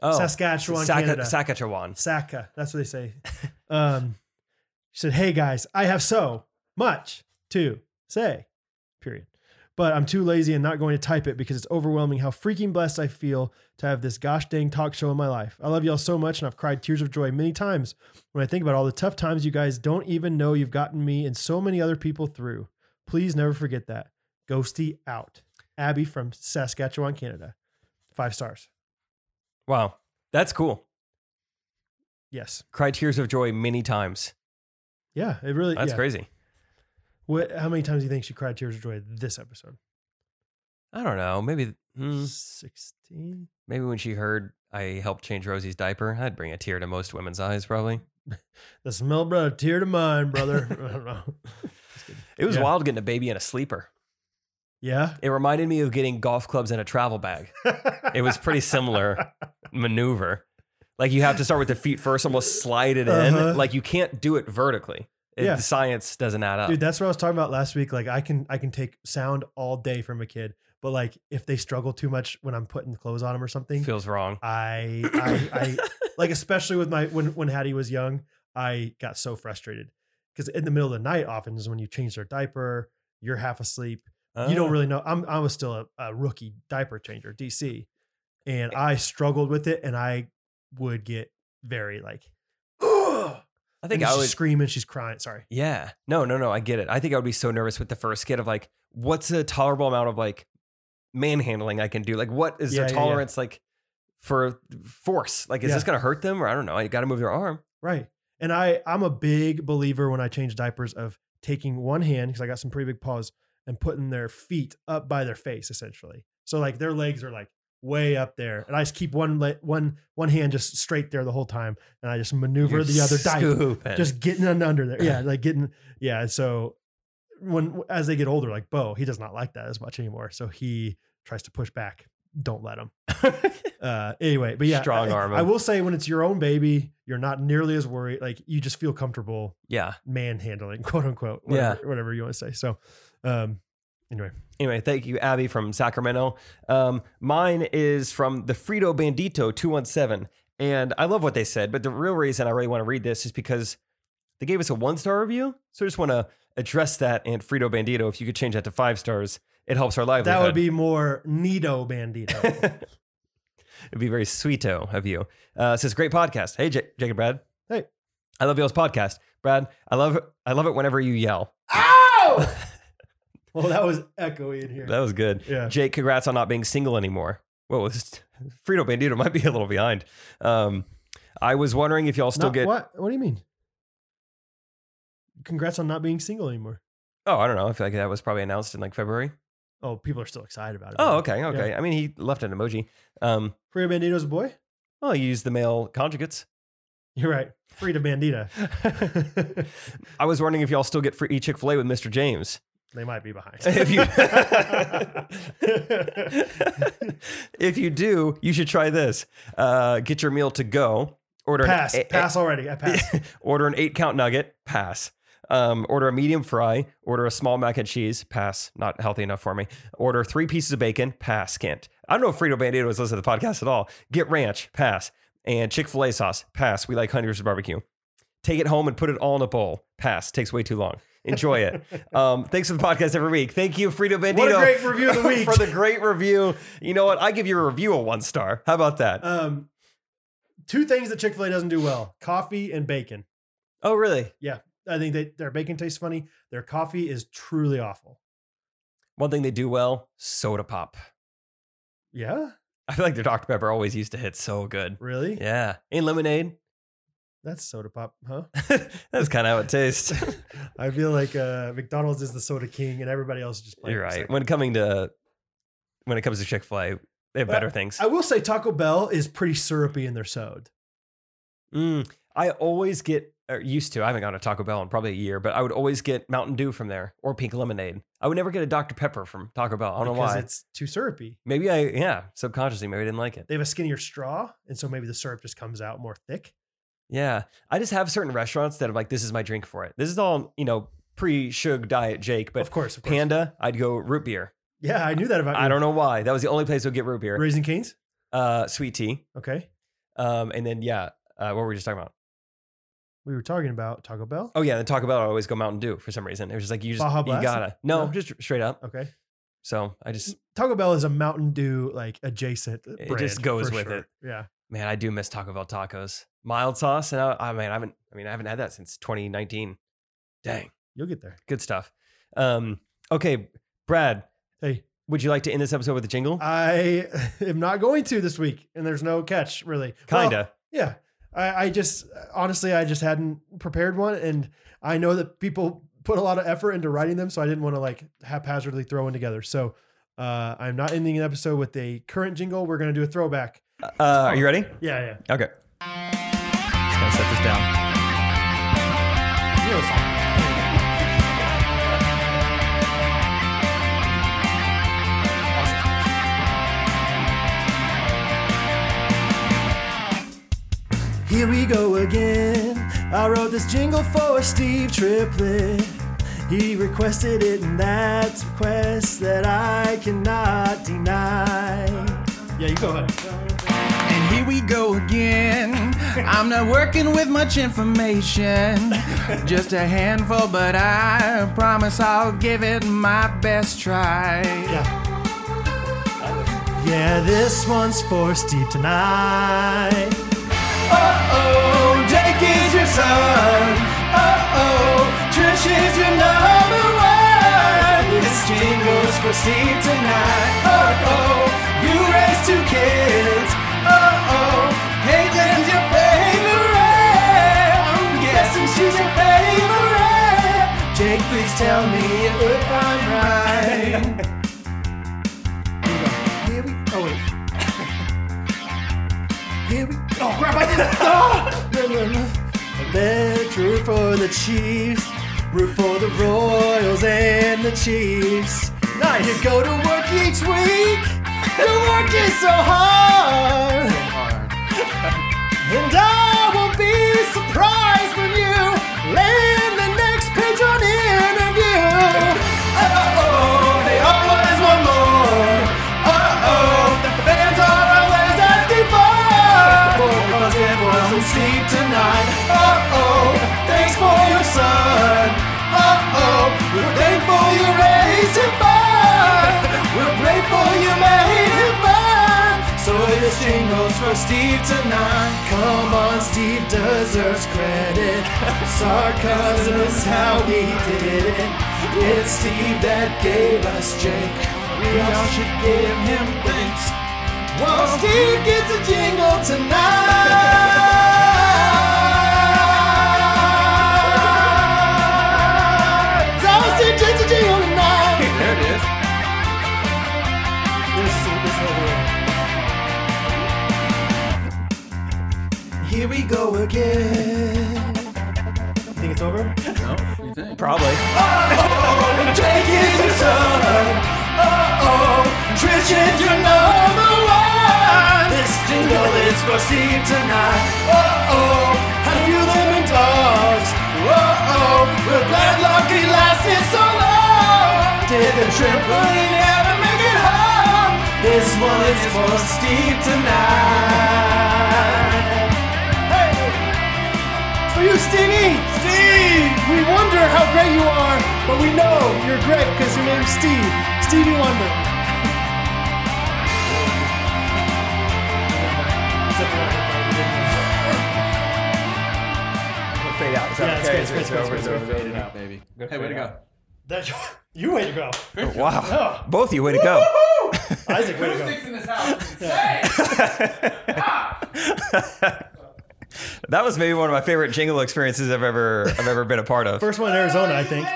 [SPEAKER 1] Oh,
[SPEAKER 2] Saskatchewan,
[SPEAKER 1] Saca-
[SPEAKER 2] Canada.
[SPEAKER 1] Saskatchewan.
[SPEAKER 2] Saka. That's what they say. Um, she said, Hey guys, I have so much to say, period. But I'm too lazy and not going to type it because it's overwhelming how freaking blessed I feel to have this gosh dang talk show in my life. I love y'all so much and I've cried tears of joy many times when I think about all the tough times you guys don't even know you've gotten me and so many other people through. Please never forget that. Ghosty out. Abby from Saskatchewan, Canada. Five stars.
[SPEAKER 1] Wow, that's cool.
[SPEAKER 2] Yes.
[SPEAKER 1] Cry tears of joy many times.
[SPEAKER 2] Yeah, it really
[SPEAKER 1] That's
[SPEAKER 2] yeah.
[SPEAKER 1] crazy.
[SPEAKER 2] What? How many times do you think she cried tears of joy this episode?
[SPEAKER 1] I don't know. Maybe hmm,
[SPEAKER 2] Sixteen.
[SPEAKER 1] maybe when she heard I helped change Rosie's diaper, I'd bring a tear to most women's eyes. Probably.
[SPEAKER 2] The smell brought a tear to mine, brother. I don't know. Just kidding.
[SPEAKER 1] It was
[SPEAKER 2] Yeah.
[SPEAKER 1] wild getting a baby in a sleeper.
[SPEAKER 2] Yeah,
[SPEAKER 1] It reminded me of getting golf clubs in a travel bag. It was pretty similar maneuver. Like you have to start with the feet first, almost slide it
[SPEAKER 2] Uh-huh.
[SPEAKER 1] in. Like you can't do it vertically. It,
[SPEAKER 2] Yeah.
[SPEAKER 1] The science doesn't add up.
[SPEAKER 2] dude. That's what I was talking about last week. Like, I can I can take sound all day from a kid, but like if they struggle too much when I'm putting clothes on them or something,
[SPEAKER 1] Feels wrong.
[SPEAKER 2] I, I, I like especially with my when when Hattie was young, I got so frustrated because in the middle of the night, often is when you change their diaper, you're half asleep. you don't
[SPEAKER 1] Ah.
[SPEAKER 2] really know. I'm I was still a, a rookie diaper changer, DC, and I struggled with it, and I would get very like, "Ugh!"
[SPEAKER 1] I
[SPEAKER 2] and
[SPEAKER 1] think
[SPEAKER 2] she's
[SPEAKER 1] I would.
[SPEAKER 2] screaming, she's crying. Sorry,
[SPEAKER 1] Yeah. No, no, no. I get it. I think I would be so nervous with the first kid of like, what's a tolerable amount of like manhandling I can do? Like, what is
[SPEAKER 2] Yeah,
[SPEAKER 1] their
[SPEAKER 2] yeah, yeah.
[SPEAKER 1] tolerance like for force? Like, is
[SPEAKER 2] Yeah.
[SPEAKER 1] this going to hurt them or I don't know? You got to move their arm.
[SPEAKER 2] right? And I I'm a big believer when I change diapers of taking one hand because I got some pretty big paws and putting their feet up by their face essentially. So like their legs are like way up there, and I just keep one le- one one hand just straight there the whole time, and I just maneuver
[SPEAKER 1] You're
[SPEAKER 2] the other diaper,
[SPEAKER 1] scooping.
[SPEAKER 2] just getting un- under there. Yeah, like getting yeah. So when as they get older, like Bo, he does not like that as much anymore, so he tries to push back. Don't let him. uh, anyway, but yeah,
[SPEAKER 1] Strong
[SPEAKER 2] I-
[SPEAKER 1] arm
[SPEAKER 2] I
[SPEAKER 1] him.
[SPEAKER 2] will say when it's your own baby, you're not nearly as worried. Like you just feel comfortable
[SPEAKER 1] yeah.
[SPEAKER 2] manhandling, quote unquote, whatever, whatever you want to say. So, um, anyway,
[SPEAKER 1] Anyway, thank you, Abby from Sacramento. Um, mine is from the Frito Bandito 217. And I love what they said, but the real reason I really want to read this is because they gave us a one star review. So I just want to address that. And Frito Bandito, if you could change that to five stars, it helps our livelihood.
[SPEAKER 2] that would be more Nido Bandito.
[SPEAKER 1] It'd be very sweeto of you. Uh, it says great podcast. Hey, J- Jake and Brad.
[SPEAKER 2] Hey.
[SPEAKER 1] I love y'all's podcast, Brad. I love I love it whenever you yell.
[SPEAKER 2] well, that was echoey in here.
[SPEAKER 1] That was good.
[SPEAKER 2] yeah.
[SPEAKER 1] Jake, congrats on not being single anymore. Whoa, this, Frito Bandito might be a little behind. Um, I was wondering if y'all still
[SPEAKER 2] Not-
[SPEAKER 1] get.
[SPEAKER 2] what? What do you mean? Congrats on not being single anymore.
[SPEAKER 1] Oh, I don't know. I feel like that was probably announced in like February.
[SPEAKER 2] Oh, people are still excited about it.
[SPEAKER 1] Oh, okay, okay. I mean, he left an emoji. Um,
[SPEAKER 2] Frida Bandito's a boy.
[SPEAKER 1] well, you use the male conjugates.
[SPEAKER 2] You're right. Frida Bandita.
[SPEAKER 1] I was wondering if y'all still get free Chick Fil A with Mr. James.
[SPEAKER 2] they might be behind.
[SPEAKER 1] If you- if you do, you should try this. Uh, get your meal to go. Order an
[SPEAKER 2] pass,
[SPEAKER 1] a- a-
[SPEAKER 2] pass already. I pass.
[SPEAKER 1] order an eight count nugget, pass. Um, order a medium fry, order a small mac and cheese, pass. Not healthy enough for me. Order three pieces of bacon, pass. Can't. I don't know if Frito Bandito was listening to the podcast at all. Get ranch, pass. And Chick fil A sauce, pass. We like Honey Roasted Barbecue. Take it home and put it all in a bowl, pass. Takes way too long. Enjoy it. um, thanks for the podcast every week. Thank you, Frito Bandito.
[SPEAKER 2] What a great review of the week.
[SPEAKER 1] for the great review. You know what? I give your review a one star. How about that?
[SPEAKER 2] Um, two things that Chick Fil A doesn't do well: coffee and bacon.
[SPEAKER 1] oh, really?
[SPEAKER 2] I think they, their bacon tastes funny. Their coffee is truly awful.
[SPEAKER 1] One thing they do well soda pop.
[SPEAKER 2] Yeah,
[SPEAKER 1] I feel like their Dr. Pepper always used to hit so good.
[SPEAKER 2] really?
[SPEAKER 1] Yeah. And lemonade.
[SPEAKER 2] That's soda pop, huh?
[SPEAKER 1] That's kind of how it tastes.
[SPEAKER 2] I feel like uh, McDonald's is the soda king, and everybody else is just playing.
[SPEAKER 1] You're
[SPEAKER 2] for
[SPEAKER 1] right.
[SPEAKER 2] second.
[SPEAKER 1] When coming to when it comes to Chick-fil-A, they have
[SPEAKER 2] But
[SPEAKER 1] better things.
[SPEAKER 2] I will say Taco Bell is pretty syrupy in their soda.
[SPEAKER 1] Mm, I always get or used to. I haven't gone to Taco Bell in probably a year, but I would always get Mountain Dew from there or pink lemonade. I would never get a Dr. Pepper from Taco Bell. I don't know
[SPEAKER 2] because
[SPEAKER 1] why.
[SPEAKER 2] It's too syrupy.
[SPEAKER 1] Maybe I yeah, subconsciously maybe I didn't like it.
[SPEAKER 2] They have a skinnier straw, and so maybe the syrup just comes out more thick.
[SPEAKER 1] Yeah. I just have certain restaurants that I'm like this is my drink for it. This is all, you know, pre-shug diet Jake, but
[SPEAKER 2] of course, of course.
[SPEAKER 1] Panda, I'd go root beer.
[SPEAKER 2] Yeah, I knew that about.
[SPEAKER 1] I
[SPEAKER 2] you.
[SPEAKER 1] don't know why. That was the only place we'd get root beer.
[SPEAKER 2] Raising Canes.
[SPEAKER 1] Uh, sweet tea.
[SPEAKER 2] Okay,
[SPEAKER 1] Um, and then yeah, uh, what were we just talking about?
[SPEAKER 2] we were talking about Taco Bell.
[SPEAKER 1] Oh yeah, then Taco Bell. I always go Mountain Dew for some reason. It was just like you just
[SPEAKER 2] Baja
[SPEAKER 1] you
[SPEAKER 2] Blast?
[SPEAKER 1] gotta no,
[SPEAKER 2] No.
[SPEAKER 1] just straight up.
[SPEAKER 2] Okay.
[SPEAKER 1] So I just
[SPEAKER 2] Taco Bell is a Mountain Dew like adjacent.
[SPEAKER 1] It
[SPEAKER 2] brand,
[SPEAKER 1] just goes
[SPEAKER 2] for
[SPEAKER 1] with
[SPEAKER 2] sure.
[SPEAKER 1] it.
[SPEAKER 2] Yeah,
[SPEAKER 1] man, I do miss Taco Bell tacos, mild sauce, and I, I mean I haven't I mean I haven't had that since 2019. Dang,
[SPEAKER 2] you'll get there.
[SPEAKER 1] good stuff. Um, okay, Brad,
[SPEAKER 2] Hey, Uh,
[SPEAKER 1] would you like to end this episode with a jingle?
[SPEAKER 2] I am not going to this week, and there's no catch really. Well,
[SPEAKER 1] Kinda.
[SPEAKER 2] yeah, I, I just honestly I just hadn't prepared one, and I know that people put a lot of effort into writing them, so I didn't want to like haphazardly throw one together. So uh, I'm not ending an episode with a current jingle. We're gonna do a throwback.
[SPEAKER 1] uh, are you ready?
[SPEAKER 2] Yeah, yeah.
[SPEAKER 1] Okay. Just gotta set this down.
[SPEAKER 2] You know the song. Here we go again. I wrote this jingle for Steve Triplett. He requested it, and that's a request that I cannot deny. Yeah, you go ahead.
[SPEAKER 5] And here we go again. I'm not working with much information, just a handful, but I promise I'll give it my best try.
[SPEAKER 2] Yeah. Yeah, this one's for Steve tonight.
[SPEAKER 5] Oh, Jake is your son. Oh, oh, Trish is your number one. This jingle's for Steve tonight. Oh, oh, you raised two kids. Oh, oh, Caitlin's your favorite. I'm guessing she's your favorite. Jake, please tell me if I'm right. Here we- oh, wait.
[SPEAKER 2] Oh, crap, I did it.
[SPEAKER 5] Ah! Let's root for the Chiefs. Root for the Royals and the Chiefs.
[SPEAKER 2] Nice.
[SPEAKER 5] You go to work each week. You're working so hard. and I won't be surprised when you land the next pitch on interview. Uh-oh, they always want more. Uh-oh, the fans are always asking for. Cause it wasn't Steve tonight. Uh-oh, thanks for your son. Uh-oh, we're thankful you raised him fine. We're grateful you made him fine. So it's jingles for Steve tonight. Come on, Steve deserves credit. Sarcasm is how he did it. It's Steve that gave us Jake. We all should give him thanks. Well, Steve gets a jingle tonight. So Steve gets a jingle tonight. There it is. This is this is over. Here we go again.
[SPEAKER 2] You think it's over?
[SPEAKER 1] Probably.
[SPEAKER 5] Jake is your son. Uh-oh. Trish is your number one. This jingle is for Steve tonight. Uh-oh. Have you living dogs? Uh-oh. We're glad lucky lasted so long. Did the trampoline ever make it home? This one is for Steve tonight. Hey!
[SPEAKER 2] For you, Stevie! Steve! We wonder how great you are, but we know you're great because your name's Steve. Stevie Wonder.
[SPEAKER 1] Fade out. Is
[SPEAKER 2] Yeah,
[SPEAKER 1] that
[SPEAKER 2] it's
[SPEAKER 1] okay?
[SPEAKER 2] good, it's
[SPEAKER 1] Is it
[SPEAKER 2] good, it's
[SPEAKER 1] over?
[SPEAKER 2] good,
[SPEAKER 1] Is
[SPEAKER 2] it's
[SPEAKER 1] it
[SPEAKER 2] good.
[SPEAKER 1] over? Fade it out.
[SPEAKER 5] baby.
[SPEAKER 1] Good
[SPEAKER 5] hey, way to
[SPEAKER 1] fade
[SPEAKER 5] go.
[SPEAKER 2] That, you way to go. Oh.
[SPEAKER 1] Wow. Both of you, way to go.
[SPEAKER 2] Isaac, way to go.
[SPEAKER 6] in this house.
[SPEAKER 1] That was maybe one of my favorite jingle experiences I've ever I've ever been a part of.
[SPEAKER 2] First one in Arizona, I think.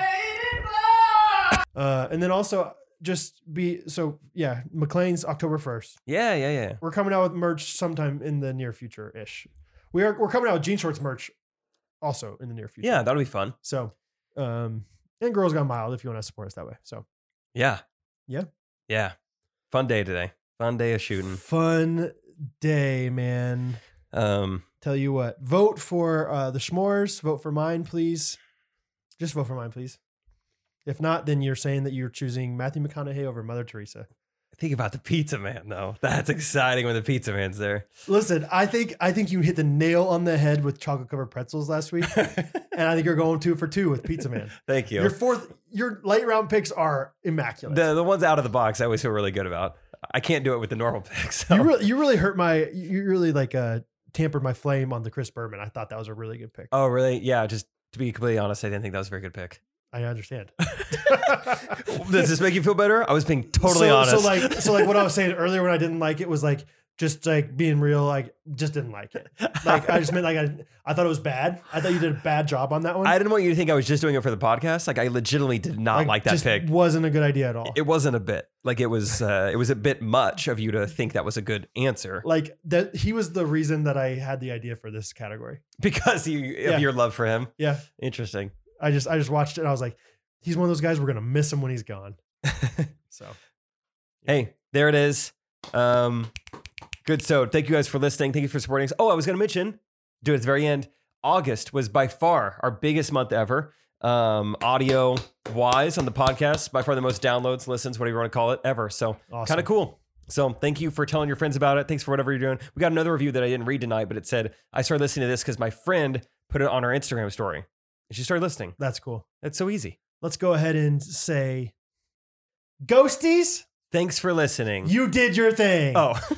[SPEAKER 2] Uh, and then also just be so yeah, McLean's October first.
[SPEAKER 1] Yeah, yeah, yeah.
[SPEAKER 2] We're coming out with merch sometime in the near future ish. We are we're coming out with jean shorts merch also in the near future.
[SPEAKER 1] Yeah, that'll be fun.
[SPEAKER 2] So um and girls gone mild if you want to support us that way. So
[SPEAKER 1] Yeah.
[SPEAKER 2] Yeah.
[SPEAKER 1] Yeah. Fun day today. Fun day of shooting.
[SPEAKER 2] fun day, man.
[SPEAKER 1] Um,
[SPEAKER 2] Tell you what, vote for uh, the Schmores. Vote for mine, please. Just vote for mine, please. If not, then you're saying that you're choosing Matthew McConaughey over Mother Teresa.
[SPEAKER 1] think about the pizza man though. That's exciting when the pizza man's there.
[SPEAKER 2] Listen, I think I think you hit the nail on the head with chocolate covered pretzels last week, and I think you're going two for two with Pizza Man.
[SPEAKER 1] Thank you.
[SPEAKER 2] Your fourth, your late round picks are immaculate.
[SPEAKER 1] the the ones out of the box I always feel really good about. I can't do it with the normal picks. so-
[SPEAKER 2] you really, you really hurt my, you really like uh, tampered my flame on the Chris Berman. I thought that was a really good pick.
[SPEAKER 1] oh really? Yeah, just to be completely honest, I didn't think that was a very good pick.
[SPEAKER 2] I understand.
[SPEAKER 1] Does this make you feel better? I was being totally
[SPEAKER 2] so,
[SPEAKER 1] honest.
[SPEAKER 2] So like, so like what I was saying earlier when I didn't like it was like just like being real, like just didn't like it. Like I just meant like I, I thought it was bad. I thought you did a bad job on that one.
[SPEAKER 1] I didn't want you to think I was just doing it for the podcast. Like I legitimately did not like, that
[SPEAKER 2] just
[SPEAKER 1] pick.
[SPEAKER 2] Wasn't a good idea at all.
[SPEAKER 1] It wasn't a bit. Like it was uh, it was a bit much of you to think that was a good answer
[SPEAKER 2] like that, he was the reason that I had the idea for this category.
[SPEAKER 1] because you
[SPEAKER 2] Yeah.
[SPEAKER 1] of your love for him.
[SPEAKER 2] Yeah,
[SPEAKER 1] Interesting.
[SPEAKER 2] I just I just watched it and I was like, he's one of those guys we're gonna miss him when he's gone. So
[SPEAKER 1] Hey, there it is. Um, good. So thank you guys for listening. Thank you for supporting us. Oh, I was going to mention, do it at the very end. August was by far our biggest month ever, um, audio wise on the podcast. By far the most downloads, listens, whatever you want to call it, ever. So
[SPEAKER 2] awesome.
[SPEAKER 1] kind of cool. So thank you for telling your friends about it. Thanks for whatever you're doing. We got another review that I didn't read tonight, but it said I started listening to this because my friend put it on her Instagram story, and she started listening.
[SPEAKER 2] That's cool.
[SPEAKER 1] That's so easy.
[SPEAKER 2] Let's go ahead and say, ghosties,
[SPEAKER 1] Thanks for listening.
[SPEAKER 2] you did your thing.
[SPEAKER 1] oh.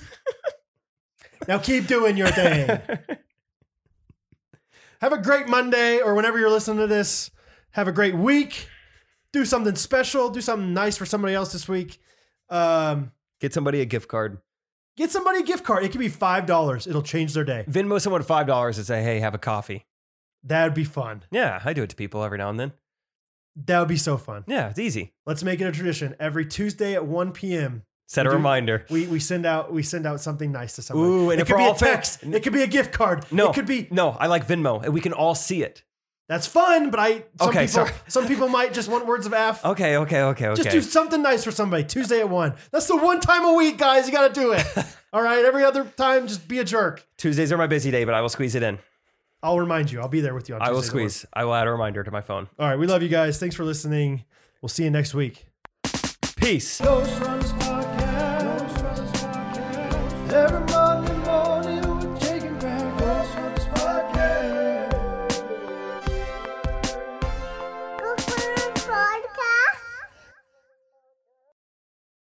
[SPEAKER 2] Now keep doing your thing. have a great Monday or whenever you're listening to this. Have a great week. Do something special. Do something nice for somebody else this week. Um,
[SPEAKER 1] Get somebody a gift card.
[SPEAKER 2] get somebody a gift card. It could be five dollars. It'll change their day.
[SPEAKER 1] Venmo someone five dollars and say, "Hey, have a coffee."
[SPEAKER 2] That'd be fun.
[SPEAKER 1] Yeah, I do it to people every now and then.
[SPEAKER 2] That would be so fun.
[SPEAKER 1] Yeah, it's easy.
[SPEAKER 2] Let's make it a tradition. Every Tuesday at 1 p.m.,
[SPEAKER 1] Set a
[SPEAKER 2] We do-
[SPEAKER 1] reminder.
[SPEAKER 2] We, we send out we send out something nice to someone.
[SPEAKER 1] Ooh, and
[SPEAKER 2] it
[SPEAKER 1] if
[SPEAKER 2] could
[SPEAKER 1] we're
[SPEAKER 2] be a
[SPEAKER 1] all fair-
[SPEAKER 2] text. It could be a gift card.
[SPEAKER 1] No,
[SPEAKER 2] it could be
[SPEAKER 1] no. I like Venmo, and we can all see it.
[SPEAKER 2] that's fun. But I some
[SPEAKER 1] Okay,
[SPEAKER 2] people
[SPEAKER 1] sorry.
[SPEAKER 2] some people might just want words of F.
[SPEAKER 1] Okay, okay, okay, okay.
[SPEAKER 2] Just do something nice for somebody. Tuesday at one. That's the one time a week, guys. You got to do it. All right. Every other time, just be a jerk.
[SPEAKER 1] Tuesdays are my busy day, but I will squeeze it in.
[SPEAKER 2] I'll remind you. I'll be there with you. On
[SPEAKER 1] I will
[SPEAKER 2] Tuesdays at one.
[SPEAKER 1] squeeze. I will add a reminder to my phone.
[SPEAKER 2] All right. We love you guys. Thanks for listening. We'll see you next week.
[SPEAKER 1] Peace.
[SPEAKER 5] Ghost runs